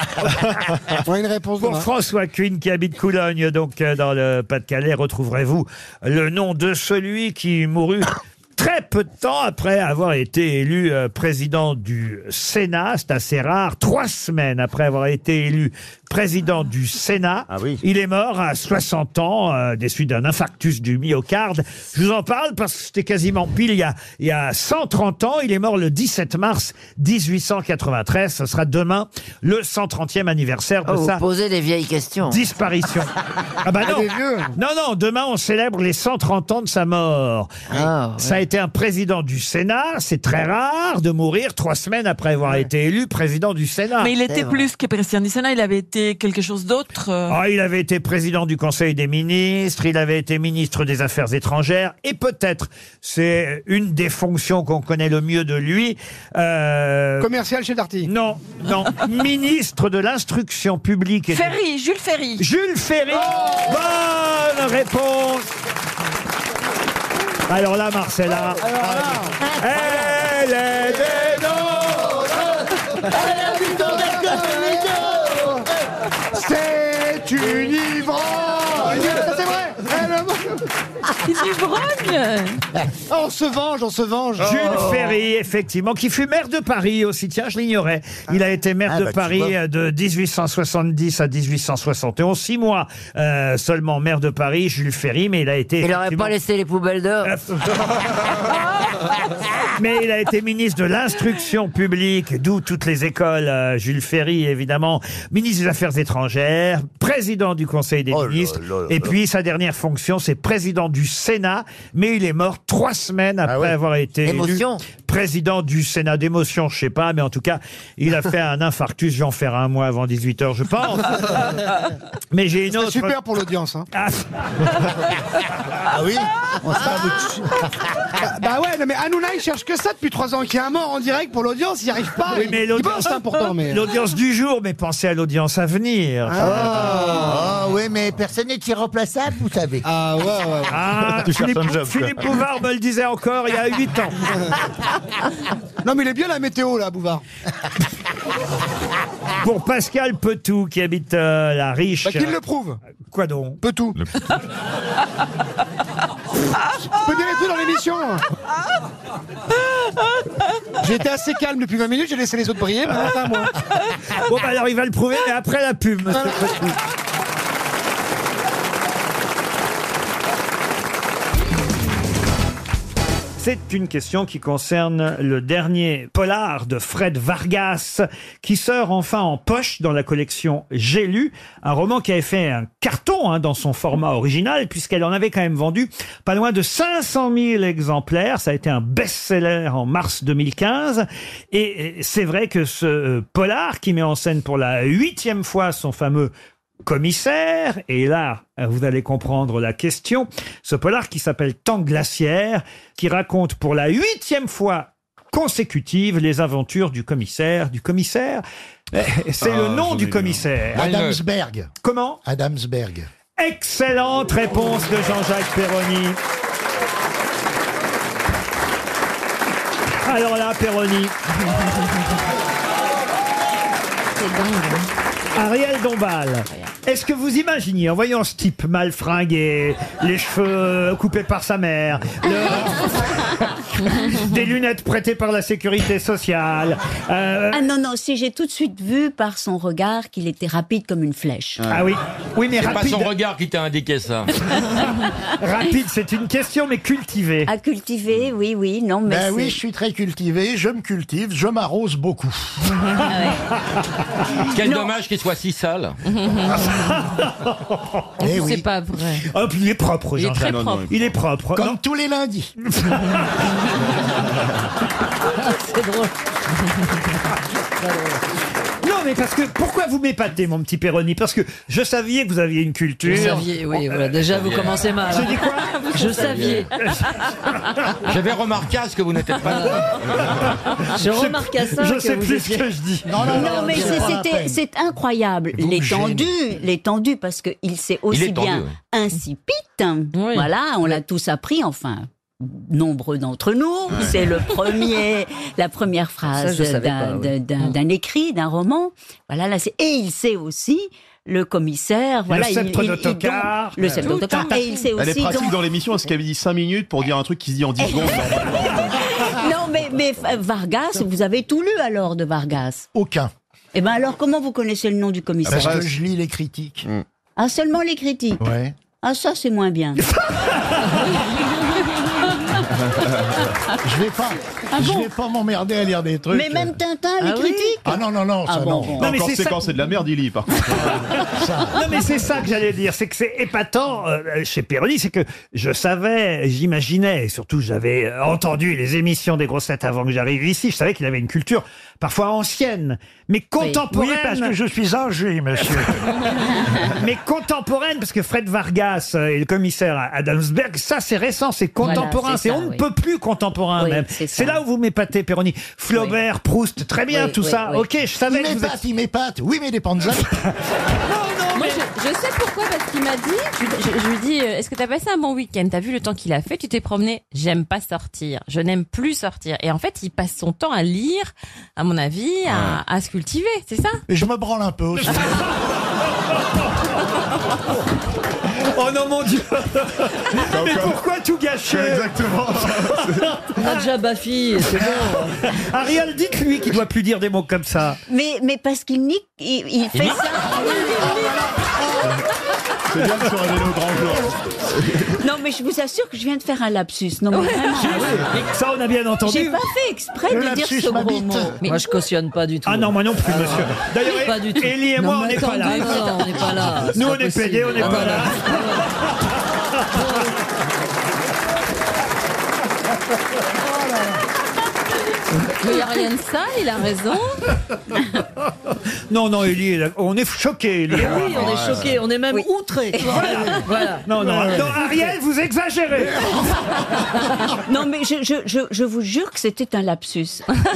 Speaker 8: On a une réponse
Speaker 1: Pour
Speaker 8: demain.
Speaker 1: François Kuhn qui habite Coulogne, donc euh, dans le Pas-de-Calais, retrouverez-vous le nom de celui qui mourut très peu de temps après avoir été élu euh, président du Sénat. C'est assez rare. Trois semaines après avoir été élu président du Sénat, il est mort à 60 ans euh, des suites d'un infarctus du myocarde. Je vous en parle parce que c'était quasiment pile il y, a, il y a 130 ans. Il est mort le 17 mars 1893. Ce sera demain le 130e anniversaire de
Speaker 47: Oh, vous
Speaker 1: ça.
Speaker 47: posez des vieilles questions.
Speaker 1: Disparition. Ah bah non. Non, non, demain on célèbre les 130 ans de sa mort. Ça a été un président du Sénat. C'est très rare de mourir trois semaines après avoir été élu président du Sénat.
Speaker 11: Mais il était plus que président du Sénat, il avait été quelque chose d'autre. euh.
Speaker 1: Ah, il avait été président du Conseil des ministres, il avait été ministre des Affaires étrangères, et peut-être, c'est une des fonctions qu'on connaît le mieux de lui.
Speaker 8: Commercial chez Darty.
Speaker 1: Non, non. ministre de l'Instruction publique. Et de-
Speaker 11: Ferry, Jules Ferry.
Speaker 1: Jules Ferry. Bonne réponse. Alors là, Marcella. Elle est des nôtres.
Speaker 12: Elle a du temps d'alcool,
Speaker 8: C'est une ivrogne Ça, C'est vrai
Speaker 12: Une
Speaker 8: ivrogne Ah, On se venge, on se venge Oh.
Speaker 1: Jules Ferry, effectivement, qui fut maire de Paris aussi. Tiens, je l'ignorais. Il a été maire
Speaker 8: Ah,
Speaker 1: de
Speaker 8: bah, tu
Speaker 1: Paris
Speaker 8: vois.
Speaker 1: euh, de 1870 à 1871. Six mois euh, seulement maire de Paris, Jules Ferry, mais il a été. Euh,
Speaker 47: Il n'aurait pas laissé les poubelles dehors.
Speaker 1: Mais il a été ministre de l'instruction publique, d'où toutes les écoles. euh, Jules Ferry, évidemment, ministre des Affaires étrangères, président du Conseil
Speaker 8: Oh
Speaker 1: des ministres.
Speaker 48: là là
Speaker 1: et
Speaker 48: là.
Speaker 1: puis, sa dernière fonction, c'est président du Sénat. Mais il est mort trois
Speaker 8: Ah
Speaker 1: semaines après avoir été élu
Speaker 47: Émotion.
Speaker 1: président du Sénat. D'émotion, je sais pas, mais en tout cas, il a fait un infarctus. J'en ferai un mois avant 18 h je pense. mais j'ai une autre.
Speaker 8: Super pour l'audience. Hein.
Speaker 1: Ah oui
Speaker 8: Bah, bah ouais, non, mais Hanouna, il cherche que ça depuis trois ans. Qu'il y a un mort en direct pour l'audience, il n'y arrive pas.
Speaker 1: Oui,
Speaker 8: Il-
Speaker 1: mais
Speaker 8: il
Speaker 1: l'audience,
Speaker 8: pense, hein, pourtant, mais...
Speaker 1: l'audience du jour, mais pensez à l'audience à venir.
Speaker 12: Ah oui, mais personne n'est irremplaçable, vous savez.
Speaker 8: Ah ouais, ouais.
Speaker 1: Ah, Philippe, Philippe Bouvard me le disait encore il y a 8 ans.
Speaker 8: Non, mais il est bien la météo, là, Bouvard.
Speaker 1: Pour Pascal Petou, qui habite euh, la riche.
Speaker 8: Bah, qu'il le prouve.
Speaker 1: Quoi donc
Speaker 8: Petou. Je peux dire les deux dans l'émission. J'étais assez calme depuis 20 minutes, j'ai laissé les autres briller, mais enfin, moi.
Speaker 1: Bon, bah, alors il va le prouver, mais après la pub, monsieur Petou. C'est une question qui concerne le dernier polar de Fred Vargas, qui sort enfin en poche dans la collection J'ai lu, un roman qui avait fait un carton hein, dans son format original, puisqu'elle en avait quand même vendu pas loin de 500 000 exemplaires. Ça a été un best-seller en mars 2015. Et euh, c'est vrai que ce euh, polar, qui met en scène pour la huitième fois son fameux commissaire, et là, euh, vous allez comprendre la question, ce polar qui s'appelle Temps glaciaire, qui raconte pour la huitième fois consécutive les aventures du commissaire, du commissaire. Euh, C'est
Speaker 12: Ah,
Speaker 1: le nom
Speaker 12: j'en ai
Speaker 1: du
Speaker 12: lu un.
Speaker 1: commissaire.
Speaker 12: Adamsberg.
Speaker 1: Comment
Speaker 12: Adamsberg.
Speaker 1: Excellente réponse de Jean-Jacques Perroni. Alors là, Perroni.
Speaker 49: hein.
Speaker 1: Ariel Dombal, est-ce que vous imaginiez, en voyant ce type euh, mal fringué, les cheveux coupés par sa mère, le- des lunettes prêtées par la sécurité sociale. Euh,
Speaker 7: Ah non, non, si j'ai tout de suite vu par son regard qu'il était rapide comme une flèche.
Speaker 1: Ah oui, oui mais
Speaker 8: C'est pas
Speaker 1: rapide,
Speaker 8: son regard qui t'a indiqué ça.
Speaker 1: rapide, c'est une question, mais cultivée.
Speaker 12: Ah,
Speaker 7: À cultiver, oui, oui, non, mais.
Speaker 49: Ben
Speaker 7: c'est-
Speaker 49: oui, je suis très cultivé, je me cultive, je m'arrose beaucoup.
Speaker 7: Ah
Speaker 8: Quel
Speaker 7: Non.
Speaker 8: dommage qu'il soit si sale.
Speaker 49: Eh oui.
Speaker 12: C'est pas vrai.
Speaker 1: Hop, il est propre,
Speaker 12: Il est
Speaker 1: Jean-Jacques.
Speaker 12: très Non, non, propre.
Speaker 1: Il est propre.
Speaker 49: Comme
Speaker 1: Non.
Speaker 49: tous les lundis.
Speaker 12: C'est drôle.
Speaker 1: Non, mais parce que pourquoi vous m'épatez, mon petit Péroni Parce que je savais que vous aviez une culture. Oh,
Speaker 12: Vous saviez, oui, voilà, déjà vous commencez mal. hein.
Speaker 1: J'ai dit quoi
Speaker 12: Je saviez.
Speaker 8: J'avais remarqué à ce que vous n'étiez pas.
Speaker 12: Je remarque à ça.
Speaker 1: Je
Speaker 12: que
Speaker 1: sais
Speaker 12: vous
Speaker 1: plus
Speaker 12: étiez-
Speaker 1: ce que je dis.
Speaker 7: Non, mais
Speaker 1: c'est
Speaker 7: c'est-
Speaker 1: pas la
Speaker 7: c'était-
Speaker 1: peine.
Speaker 7: c'est incroyable.
Speaker 1: Vous me
Speaker 7: L'étendue, l'étendue, parce qu'il s'est aussi
Speaker 1: est tendu,
Speaker 7: bien
Speaker 1: oui.
Speaker 7: incipit. Voilà, on l'a tous appris, enfin. Nombreux d'entre nous, c'est le premier, la première
Speaker 12: Ça,
Speaker 7: phrase
Speaker 12: je savais
Speaker 7: d'un-
Speaker 12: pas, oui.
Speaker 7: d'un d'un écrit, d'un roman. Voilà, là, c'est- et il sait aussi le commissaire, voilà,
Speaker 18: le
Speaker 7: il-
Speaker 18: sceptre
Speaker 7: il- il
Speaker 18: d'autocar.
Speaker 7: dompe- le sceptre d'autocar, et il sait
Speaker 18: Elle
Speaker 7: aussi
Speaker 18: est pratique
Speaker 7: donc-
Speaker 18: dans l'émission, parce qu'elle dit 5 minutes pour dire un truc qui se dit en 10 secondes.
Speaker 7: non, mais, mais euh, Vargas, vous avez tout lu alors de Vargas
Speaker 49: Aucun. Ah,
Speaker 7: Eh bien alors, comment vous connaissez le nom du commissaire
Speaker 8: Ah, bah,
Speaker 49: Parce que je lis les critiques.
Speaker 8: hmm.
Speaker 7: Ah, seulement les critiques
Speaker 49: Ouais.
Speaker 7: Ah, ça, c'est moins bien.
Speaker 49: Je vais pas,
Speaker 7: Ah
Speaker 49: je
Speaker 7: bon
Speaker 49: vais pas m'emmerder à lire des trucs.
Speaker 7: Mais même Tintin, les Ah oui critiques
Speaker 49: Ah non, non, non, ça
Speaker 7: Ah bon,
Speaker 49: non.
Speaker 18: Non, mais c'est ça- de la merde, il lit, par contre.
Speaker 1: Non mais c'est ça que j'allais dire, c'est que c'est épatant euh, chez Pironi, c'est que je savais, j'imaginais, et surtout j'avais euh, entendu les émissions des grossettes avant que j'arrive ici, je savais qu'il avait une culture parfois ancienne, mais contemporaine.
Speaker 49: Oui, parce que je suis âgé, monsieur.
Speaker 1: mais contemporaine, parce que Fred Vargas euh, et le commissaire Adamsberg, ça c'est récent, c'est contemporain,
Speaker 7: Voilà, c'est
Speaker 1: c'est
Speaker 7: ça,
Speaker 1: on ne
Speaker 7: oui.
Speaker 1: peut plus contemporain
Speaker 7: Oui,
Speaker 1: même.
Speaker 7: c'est ça.
Speaker 1: C'est là où vous m'épatez, Perroni. Flaubert, Proust, très bien
Speaker 7: Oui,
Speaker 1: tout
Speaker 7: oui,
Speaker 1: ça.
Speaker 7: oui.
Speaker 1: Ok, je savais.
Speaker 49: Il
Speaker 1: que vous
Speaker 49: m'épate, il m'épate. Oui, mais les panzas.
Speaker 11: Moi, je, je sais pourquoi, parce qu'il m'a dit, je, je- je lui dis, euh, est-ce que t'as passé un bon week-end T'as vu le temps qu'il a fait Tu t'es promené J'aime pas sortir. Je n'aime plus sortir. Et en fait, il passe son temps à lire, à mon avis, à, à se cultiver. C'est ça
Speaker 49: Et je me branle un peu aussi.
Speaker 1: Oh non mon dieu Mais pourquoi tout gâcher
Speaker 18: Exactement
Speaker 12: Ah, déjà, Bafi, c'est bon.
Speaker 1: Ariel, dites-lui qu'il doit plus dire des mots comme ça.
Speaker 7: Mais, mais parce qu'il nique, il, il fait
Speaker 1: nique
Speaker 7: ça.
Speaker 18: C'est bien sur un vélo grand jour.
Speaker 7: Non, mais je vous assure que je viens de faire un lapsus. Non, mais vraiment.
Speaker 1: Ça, on a Ah bien
Speaker 7: J'ai
Speaker 1: entendu.
Speaker 7: pas fait exprès
Speaker 1: Le
Speaker 7: de dire
Speaker 1: lapsus
Speaker 7: ce gros
Speaker 1: m'habite.
Speaker 7: mot.
Speaker 12: Moi, je cautionne pas du tout.
Speaker 1: Ah non, moi non plus, monsieur. D'ailleurs,
Speaker 12: Pas du tout.
Speaker 1: Ellie et
Speaker 12: Non,
Speaker 1: moi, on
Speaker 12: mais
Speaker 1: n'est pas là.
Speaker 12: attendez, non, on n'est pas là. C'est
Speaker 1: Nous,
Speaker 12: pas
Speaker 1: on est
Speaker 12: possible.
Speaker 1: pédés, on n'est
Speaker 12: Ah,
Speaker 1: pas
Speaker 12: voilà.
Speaker 1: là.
Speaker 11: Mais il y a rien de ça, il a raison.
Speaker 1: Non, non, Ellie, elle- on est choqués, Ellie.
Speaker 12: Ah oui, on est choqués, on est même outrés. Voilà. voilà.
Speaker 1: Non, non, non, Ariel, vous exagérez.
Speaker 7: Non, mais je, je, je, je vous jure que c'était un lapsus.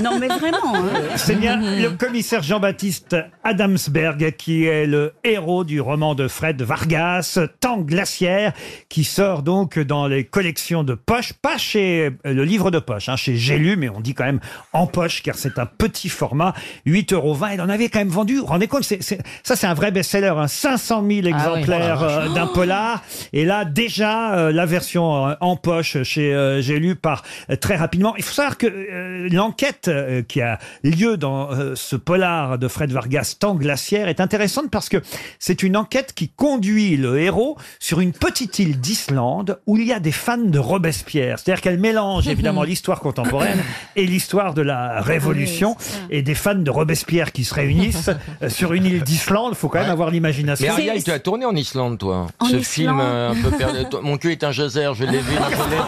Speaker 7: Non, mais vraiment. hein.
Speaker 1: C'est bien le commissaire Jean-Baptiste Adamsberg qui est le héros du roman de Fred Vargas, Temps glaciaire, qui sort donc dans les collections de poche, pas chez euh, le livre de poche, hein, chez J'ai lu, mais on dit quand même en poche car c'est un petit format, 8,20 euros. Il en avait quand même vendu, vous vous rendez compte, c'est- c'est- ça c'est un vrai best-seller, hein, 500 000
Speaker 12: Ah
Speaker 1: exemplaires
Speaker 18: Oh la
Speaker 1: euh, d'un polar. Et là déjà, euh, la version euh, en poche chez euh, J'ai lu par euh, très rapidement. Il faut savoir que euh, l'enquête euh, qui a lieu dans euh, ce polar de Fred Vargas, Temps glaciaire, est intéressante parce que c'est une enquête qui conduit le héros sur une petite île d'Islande où il y a des fans de Robespierre. C'est-à-dire qu'elle mélange évidemment l'histoire contemporaine et l'histoire de la Révolution et des fans de Robespierre qui se réunissent euh, sur une île d'Islande. faut quand même avoir l'imagination.
Speaker 8: Mais Ariel, tu as tourné en Islande, toi.
Speaker 1: En
Speaker 8: Ce
Speaker 1: Islande.
Speaker 8: film euh, un peu perdu. Toi, Mon cul est un geyser, je l'ai vu. dans le soleil.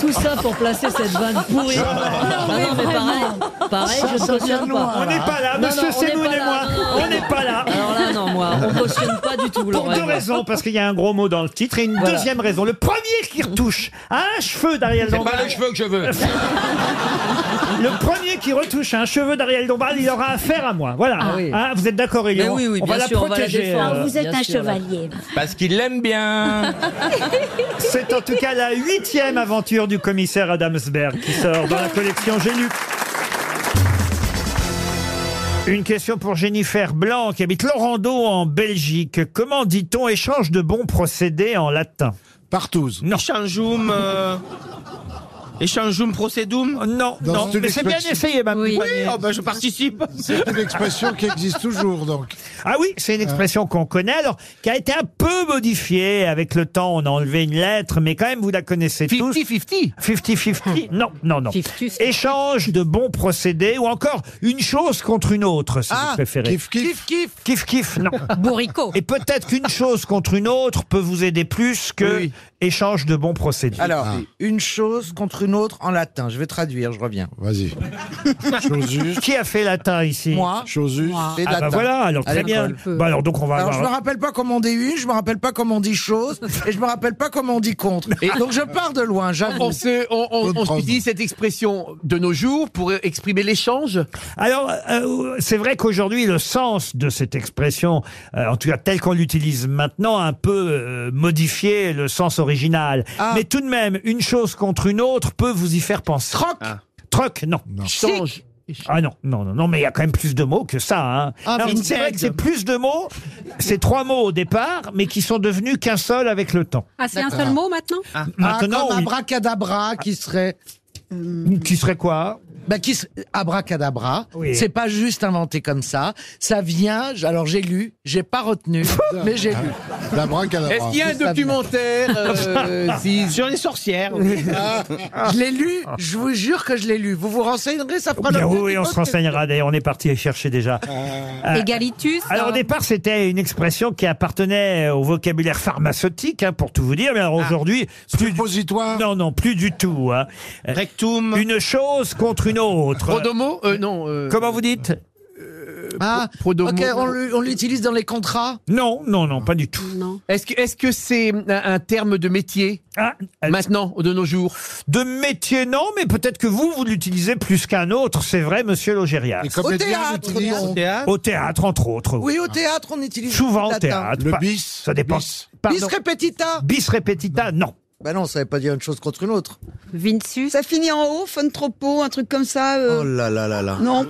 Speaker 12: Tout ça pour placer cette vanne pourrie. Non, mais, pareil, pareil
Speaker 1: Ça,
Speaker 12: je
Speaker 1: ça
Speaker 12: cautionne
Speaker 1: vient
Speaker 12: pas.
Speaker 1: loin, On n'est pas là,
Speaker 12: Non,
Speaker 1: monsieur
Speaker 12: non, on n'est
Speaker 1: Semoun
Speaker 12: pas
Speaker 1: et
Speaker 12: là,
Speaker 1: moi,
Speaker 12: non,
Speaker 1: on n'est pas là.
Speaker 12: Alors là, non, moi, on cautionne pas du tout.
Speaker 1: Pour
Speaker 12: Laurent et
Speaker 1: deux
Speaker 12: moi.
Speaker 1: raisons, parce qu'il y a un gros mot dans le titre et une
Speaker 12: Voilà.
Speaker 1: deuxième raison. Le premier qui retouche à un cheveu d'Ariel
Speaker 8: C'est pas
Speaker 1: Dombal,
Speaker 8: les cheveux que je veux.
Speaker 1: le premier qui retouche à un cheveu d'Ariel Dombal, il aura affaire à moi. Voilà.
Speaker 7: Ah oui.
Speaker 1: Hein, vous êtes d'accord,
Speaker 7: Mais
Speaker 1: Elion
Speaker 7: oui, oui,
Speaker 1: On va
Speaker 7: bien
Speaker 1: la
Speaker 7: sûr, on va la
Speaker 1: protéger.
Speaker 7: défendre.
Speaker 1: euh,
Speaker 7: Oh, Vous êtes
Speaker 1: bien
Speaker 7: un
Speaker 1: sûr, là.
Speaker 7: chevalier.
Speaker 8: Parce qu'il l'aime bien.
Speaker 1: C'est en tout cas la huitième aventure du commissaire Adamsberg qui sort dans la collection J'ai lu. Une question pour Jennifer Blanc qui habite Lorando en Belgique. Comment dit-on échange de bons procédés en latin
Speaker 20: Partouze.
Speaker 3: Échangeum. euh, Échangeum procédum
Speaker 1: Euh, Non,
Speaker 20: Non,
Speaker 3: non.
Speaker 20: c'est une
Speaker 3: Mais c'est bien
Speaker 20: expression-
Speaker 3: essayé, ma
Speaker 20: Oui.
Speaker 3: Oui, oh, bah, je participe.
Speaker 20: C'est une expression qui existe toujours, donc. Euh.
Speaker 1: Ah oui, c'est une expression qu'on connaît, alors qui a été un peu modifiée avec le temps. On a enlevé une lettre, mais quand même, vous la connaissez tous. 50-50 50-50 Non, non, non. Échange de bons procédés ou encore une chose contre une autre, si vous préférez.
Speaker 20: Kiff,
Speaker 1: kiff. Kiff, kiff, non.
Speaker 50: Bourricot.
Speaker 1: Et peut-être qu'une chose contre une autre peut vous aider plus que échange de bons procédés.
Speaker 8: Alors,
Speaker 14: Ah.
Speaker 8: une chose contre une autre en latin. Je vais traduire, je reviens.
Speaker 20: Vas-y.
Speaker 1: Qui a fait latin ici
Speaker 8: Moi.
Speaker 20: Chosus.
Speaker 8: Moi.
Speaker 1: Ah bah voilà, alors très bien. Bah alors donc on va
Speaker 8: Alors,
Speaker 1: avoir-
Speaker 8: je me rappelle pas comment on dit une, je me rappelle pas comment on dit chose, et je me rappelle pas comment on dit contre. Donc je pars de loin, j'avoue.
Speaker 14: On, se, on, on- on utilise cette expression de nos jours pour exprimer l'échange.
Speaker 1: Alors, euh, c'est vrai qu'aujourd'hui, le sens de cette expression, euh, en tout cas tel qu'on l'utilise maintenant, a un peu euh, modifié le sens original.
Speaker 14: Ah.
Speaker 1: Mais tout de même, une chose contre une autre peut vous y faire penser. Troc
Speaker 14: Ah.
Speaker 1: Troc, non.
Speaker 14: Change.
Speaker 1: Ah non, non, non, non, mais il y a quand même plus de mots que ça. hein.
Speaker 14: Ah,
Speaker 1: Alors,
Speaker 14: mais
Speaker 1: c'est vrai
Speaker 14: Fred.
Speaker 1: que c'est plus de mots, c'est trois mots au départ, mais qui sont devenus qu'un seul avec le temps.
Speaker 8: Ah, c'est un seul mot maintenant ah, comme
Speaker 1: Maintenant, oui. Hum,
Speaker 8: abracadabra qui serait.
Speaker 1: Qui serait quoi
Speaker 8: bah, qui se- abracadabra,
Speaker 1: Oui.
Speaker 8: c'est pas juste inventé comme ça. Ça vient. j- Alors j'ai lu, j'ai pas retenu, mais
Speaker 1: Ah.
Speaker 8: j'ai lu.
Speaker 20: L'abracadabra.
Speaker 8: Est-ce qu'il y a un documentaire, euh, si-
Speaker 3: sur les sorcières
Speaker 8: Ah. Je l'ai lu. Je vous jure que je l'ai lu. Vous vous renseignerez, ça fera.
Speaker 1: Bien
Speaker 8: l'objet
Speaker 1: oui, oui,
Speaker 8: d'une
Speaker 1: on
Speaker 8: autre
Speaker 1: se renseignera. D'ailleurs, on est parti chercher déjà.
Speaker 14: Ah.
Speaker 1: Euh,
Speaker 8: Égalitus,
Speaker 1: Alors,
Speaker 8: hein.
Speaker 1: au départ, c'était une expression qui appartenait au vocabulaire pharmaceutique, hein, pour tout vous dire. Mais alors,
Speaker 14: Ah.
Speaker 1: aujourd'hui. Plus
Speaker 20: du...
Speaker 1: Non, non, plus du tout. hein. Euh, Une chose contre une autre.
Speaker 14: Prodomo Euh, Non. euh,
Speaker 1: Comment vous dites
Speaker 8: Ah,
Speaker 14: Prodomo.
Speaker 8: ok, on l'u- on l'utilise dans les contrats
Speaker 1: Non, non, non, pas du tout.
Speaker 14: Est-ce que est-ce que c'est un, un terme de métier
Speaker 1: Ah.
Speaker 14: maintenant, de nos jours
Speaker 1: De métier, non, mais peut-être que vous, vous l'utilisez plus qu'un autre, c'est vrai, monsieur Logérias.
Speaker 8: comédiens Au théâtre, l'utilisent non.
Speaker 1: Au théâtre. Au théâtre, entre autres.
Speaker 8: Oui, au théâtre, on utilise
Speaker 1: Souvent
Speaker 8: le
Speaker 1: au
Speaker 8: latin.
Speaker 1: théâtre. Pas- Ça dépend.
Speaker 8: Bis repetita
Speaker 1: Bis repetita, non.
Speaker 8: Bah non, ça veut pas dire une chose contre une autre.
Speaker 11: Vinsus. Ça finit en haut, fun tropo, un truc comme ça. euh,
Speaker 8: Oh là là là là.
Speaker 11: Non.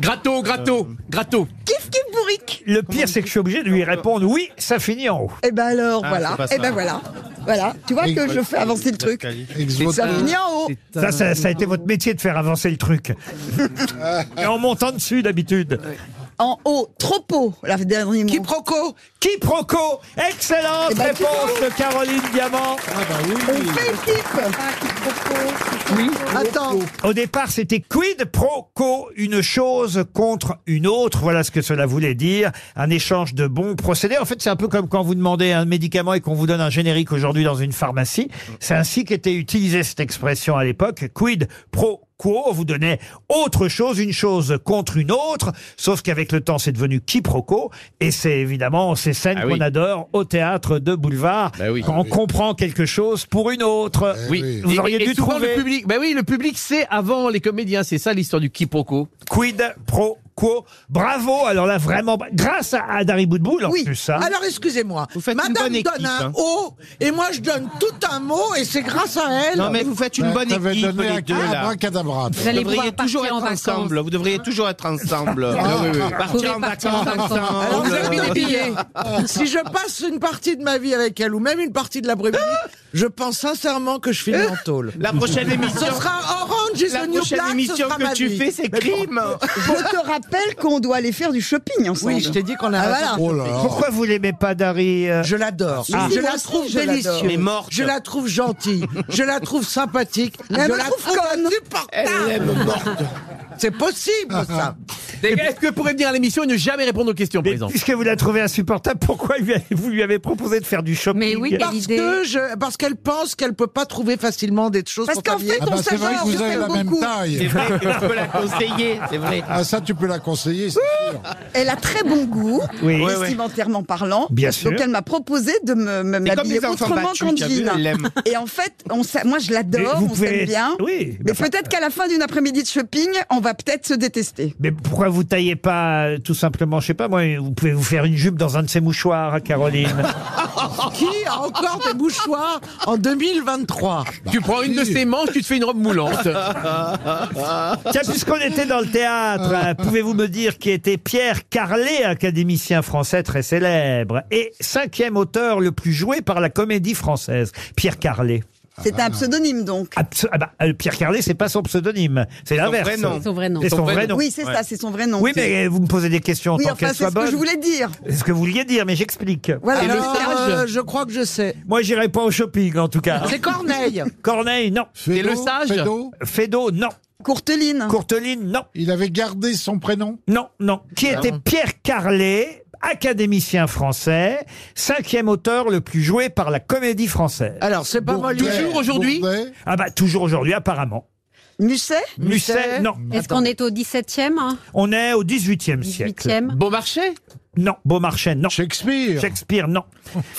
Speaker 14: Gratto, gratto,
Speaker 8: Euh.
Speaker 14: gratto.
Speaker 11: Kif kif bourrique.
Speaker 1: Le pire, c'est que je suis obligé de lui répondre oui, ça finit en haut.
Speaker 16: Eh
Speaker 11: Et ben alors
Speaker 1: Ah,
Speaker 11: voilà.
Speaker 1: c'est pas
Speaker 11: Et ben
Speaker 1: ça.
Speaker 11: voilà. Voilà. Tu vois que je fais avancer le truc. Ça finit en haut.
Speaker 1: Ça, ça, ça a été votre métier de faire avancer le truc. Et en montant dessus d'habitude.
Speaker 11: En haut, tropo, la dernier mot.
Speaker 8: Quiproquo
Speaker 1: Quiproquo Excellente
Speaker 11: Eh ben,
Speaker 1: réponse
Speaker 11: quiproquo.
Speaker 1: de Caroline Diamant
Speaker 8: Ah bah
Speaker 11: On fait équipe.
Speaker 1: Oui, attends. Au départ, c'était quid pro quo, une chose contre une autre. Voilà ce que cela voulait dire. Un échange de bons procédés. En fait, c'est un peu comme quand vous demandez un médicament et qu'on vous donne un générique aujourd'hui dans une pharmacie. C'est ainsi qu'était utilisée cette expression à l'époque. Quid pro quo, on vous donnait autre chose, une chose contre une autre, sauf qu'avec le temps, c'est devenu quiproquo, et c'est évidemment ces scènes qu'on adore au théâtre de boulevard, quand on comprend quelque chose pour une autre.
Speaker 14: Oui.
Speaker 1: Vous
Speaker 14: Et-
Speaker 1: auriez
Speaker 14: et
Speaker 1: dû
Speaker 14: souvent,
Speaker 1: trouver.
Speaker 14: Le public, ben oui, le public c'est avant les comédiens, c'est ça l'histoire du quiproquo.
Speaker 1: Quid pro quo. Bravo. Alors là, vraiment, grâce à, à Dari Boudboul, en
Speaker 8: Oui.
Speaker 1: plus. hein.
Speaker 8: Alors excusez-moi.
Speaker 1: faites une
Speaker 8: Madame
Speaker 1: bonne équipe,
Speaker 8: donne un
Speaker 1: hein.
Speaker 8: O et moi je donne tout un mot et c'est grâce à elle.
Speaker 3: Non, mais vous faites une bonne
Speaker 8: t'avais
Speaker 3: équipe,
Speaker 8: donné
Speaker 3: les
Speaker 8: un
Speaker 3: deux, là.
Speaker 8: abracadabra.
Speaker 3: Vous devriez toujours être ensemble. Vous devriez toujours être ensemble.
Speaker 8: Ah,
Speaker 3: Oui, oui, oui.
Speaker 8: vous pouvez
Speaker 3: Partir en
Speaker 8: partir hein.
Speaker 3: vacances
Speaker 8: en vacances. Alors, vous avez
Speaker 3: ensemble.
Speaker 8: des billets. Oh si je passe une partie de ma vie avec elle ou même une partie de l'après-midi, je pense sincèrement que je finis en tôle.
Speaker 3: La prochaine émission.
Speaker 8: Ce sera Orange is
Speaker 3: La
Speaker 8: the New
Speaker 3: prochaine
Speaker 8: Black, ce
Speaker 3: émission
Speaker 8: sera
Speaker 3: que
Speaker 8: ma
Speaker 3: tu
Speaker 8: vie.
Speaker 3: fais, c'est
Speaker 8: Mais bon.
Speaker 3: crime.
Speaker 11: Je te rappelle qu'on doit aller faire du shopping ensemble.
Speaker 8: Oui, je t'ai dit qu'on a
Speaker 11: Ah,
Speaker 8: raison.
Speaker 11: voilà.
Speaker 1: Pourquoi vous l'aimez pas, Dari
Speaker 3: euh,
Speaker 8: Je l'adore.
Speaker 11: Ah.
Speaker 8: Je la
Speaker 11: Merci,
Speaker 8: trouve
Speaker 11: je l'adore.
Speaker 8: délicieuse.
Speaker 11: Mais morte.
Speaker 8: Je la trouve gentille. je la trouve sympathique.
Speaker 11: Elle
Speaker 8: je
Speaker 11: me
Speaker 8: la
Speaker 11: trouve
Speaker 8: trouve insupportable. C'est possible,
Speaker 1: Ah,
Speaker 8: ça.
Speaker 14: Les gars, Est-ce que vous pourrez venir à l'émission et ne jamais répondre aux questions, par exemple
Speaker 1: Puisque vous la trouvez insupportable, pourquoi lui avez- vous lui avez proposé de faire du shopping
Speaker 8: parce que je, parce qu'elle pense qu'elle peut pas trouver facilement des choses.
Speaker 11: Parce
Speaker 8: pour
Speaker 11: qu'en
Speaker 8: s'habiller.
Speaker 11: fait, Ah bah, on c'est vrai s'adore, que vous je avez la t'aime même beaucoup. taille.
Speaker 8: C'est vrai que
Speaker 3: tu peux la conseiller, c'est vrai.
Speaker 20: Ah, ça, tu peux la conseiller, c'est sûr.
Speaker 11: Elle a très bon goût,
Speaker 20: Oui.
Speaker 12: euh,
Speaker 20: Ouais, ouais.
Speaker 11: vestimentairement parlant.
Speaker 20: Bien sûr.
Speaker 11: Donc elle m'a proposé de me, me
Speaker 20: C'est comme
Speaker 11: m'habiller
Speaker 20: les enfants
Speaker 11: autrement
Speaker 20: battus,
Speaker 11: qu'en
Speaker 20: t'as vu,
Speaker 11: jean.
Speaker 20: elle l'aime.
Speaker 11: Et en fait, on s'a- moi je l'adore,
Speaker 1: Mais
Speaker 11: on
Speaker 1: vous pouvez-
Speaker 11: s'aime bien.
Speaker 1: oui,
Speaker 11: mais
Speaker 1: bah, pas-
Speaker 11: peut-être qu'à la fin d'une après-midi de shopping, on va peut-être se détester.
Speaker 1: Mais pourquoi vous taillez pas, euh, tout simplement, je sais pas moi, vous pouvez vous faire une jupe dans un de ces mouchoirs, hein, Caroline
Speaker 8: Qui a encore des mouchoirs en 2023
Speaker 51: Tu prends une de ses manches, tu te fais une robe moulante.
Speaker 1: Tiens, puisqu'on était dans le théâtre, euh, pouvez-vous me dire qui était Pierre Carlet, académicien français très célèbre et cinquième auteur le plus joué par la comédie française Pierre Carlet.
Speaker 12: C'est un pseudonyme donc.
Speaker 1: Abso- ah bah, euh, Pierre Carlet, c'est pas son pseudonyme, c'est l'inverse. C'est son vrai nom.
Speaker 12: Oui, c'est ça, Ah c'est son vrai nom.
Speaker 1: Oui, mais vous me posez des questions en
Speaker 12: Oui,
Speaker 1: tant
Speaker 12: enfin,
Speaker 1: qu'elles
Speaker 12: c'est
Speaker 1: soient
Speaker 12: ce que
Speaker 1: bonnes.
Speaker 12: je voulais dire.
Speaker 1: C'est ce que vous vouliez dire, mais j'explique.
Speaker 12: Voilà, Et le alors,
Speaker 8: sage euh,
Speaker 1: je crois que je sais. Moi, j'irai pas au shopping, en tout cas.
Speaker 8: C'est Corneille.
Speaker 1: Ah. Corneille, non.
Speaker 8: Fédo, Et le sage Fédo
Speaker 1: Fédo, non.
Speaker 12: Courteline.
Speaker 1: Courteline, non.
Speaker 52: Il avait gardé son prénom
Speaker 1: Non, non. Qui était Pierre Carlet, académicien français, cinquième auteur le plus joué par la comédie française.
Speaker 8: Alors, c'est pas Bourdet, Molière.
Speaker 1: Toujours aujourd'hui Ah bah, toujours aujourd'hui, apparemment.
Speaker 12: Musset
Speaker 1: Musset, non.
Speaker 7: Est-ce qu'on est au 17e hein
Speaker 1: On est au 18e, siècle.
Speaker 7: 18e.
Speaker 1: Beaumarchais Non, Beaumarchais, non. Shakespeare Shakespeare, non.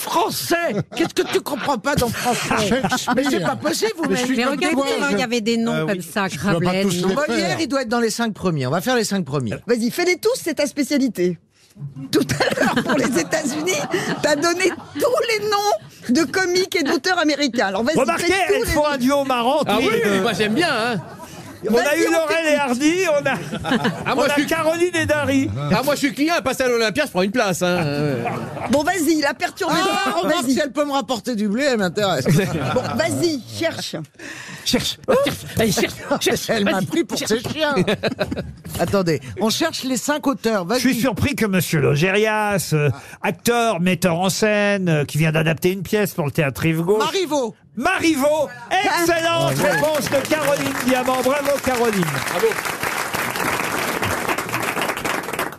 Speaker 8: Français Qu'est-ce que tu comprends pas dans français Ah, Mais c'est pas possible, vous
Speaker 7: Mais
Speaker 8: mettez
Speaker 7: regardez, hein, il y avait des noms
Speaker 8: Ah
Speaker 7: comme ça, Rabelais. non.
Speaker 8: Molière, il doit être dans les cinq premiers. On va faire les cinq premiers.
Speaker 12: Vas-y, fais-les tous, c'est ta spécialité. Tout à l'heure, pour les États-Unis, t'as donné tous les noms de comiques et d'auteurs américains. Alors vas-y,
Speaker 1: Remarquez,
Speaker 12: fais tous
Speaker 1: elles
Speaker 12: les
Speaker 1: font
Speaker 12: noms.
Speaker 1: un duo marrant.
Speaker 7: Ah
Speaker 1: tous les
Speaker 7: oui,
Speaker 1: deux.
Speaker 7: moi, j'aime bien, hein.
Speaker 1: On a
Speaker 7: Vas-y,
Speaker 1: eu
Speaker 7: on
Speaker 1: Laurel et
Speaker 7: t'écoute.
Speaker 1: Hardy, on a,
Speaker 8: Ah,
Speaker 7: moi,
Speaker 1: on
Speaker 7: je
Speaker 1: a
Speaker 7: suis-
Speaker 1: Caroline et Dari.
Speaker 53: Ah, moi, je suis client, passe à l'Olympia, je prends une place. hein. Euh,
Speaker 12: Bon, vas-y, la perturbée.
Speaker 8: Ah, remarque, si elle peut me rapporter du blé, elle m'intéresse.
Speaker 12: Bon, vas-y, cherche.
Speaker 8: Cherche, cherche, cherche. Elle m'a pris pour ses chiens. Attendez, on cherche les cinq auteurs.
Speaker 1: Je suis surpris que Monsieur Logérias, euh, acteur, metteur en scène, euh, qui vient d'adapter une pièce pour le théâtre Rive Gauche.
Speaker 8: Marivaux. Ah,
Speaker 1: Marivaux. Excellente réponse de Caroline Diamant. Bravo Caroline.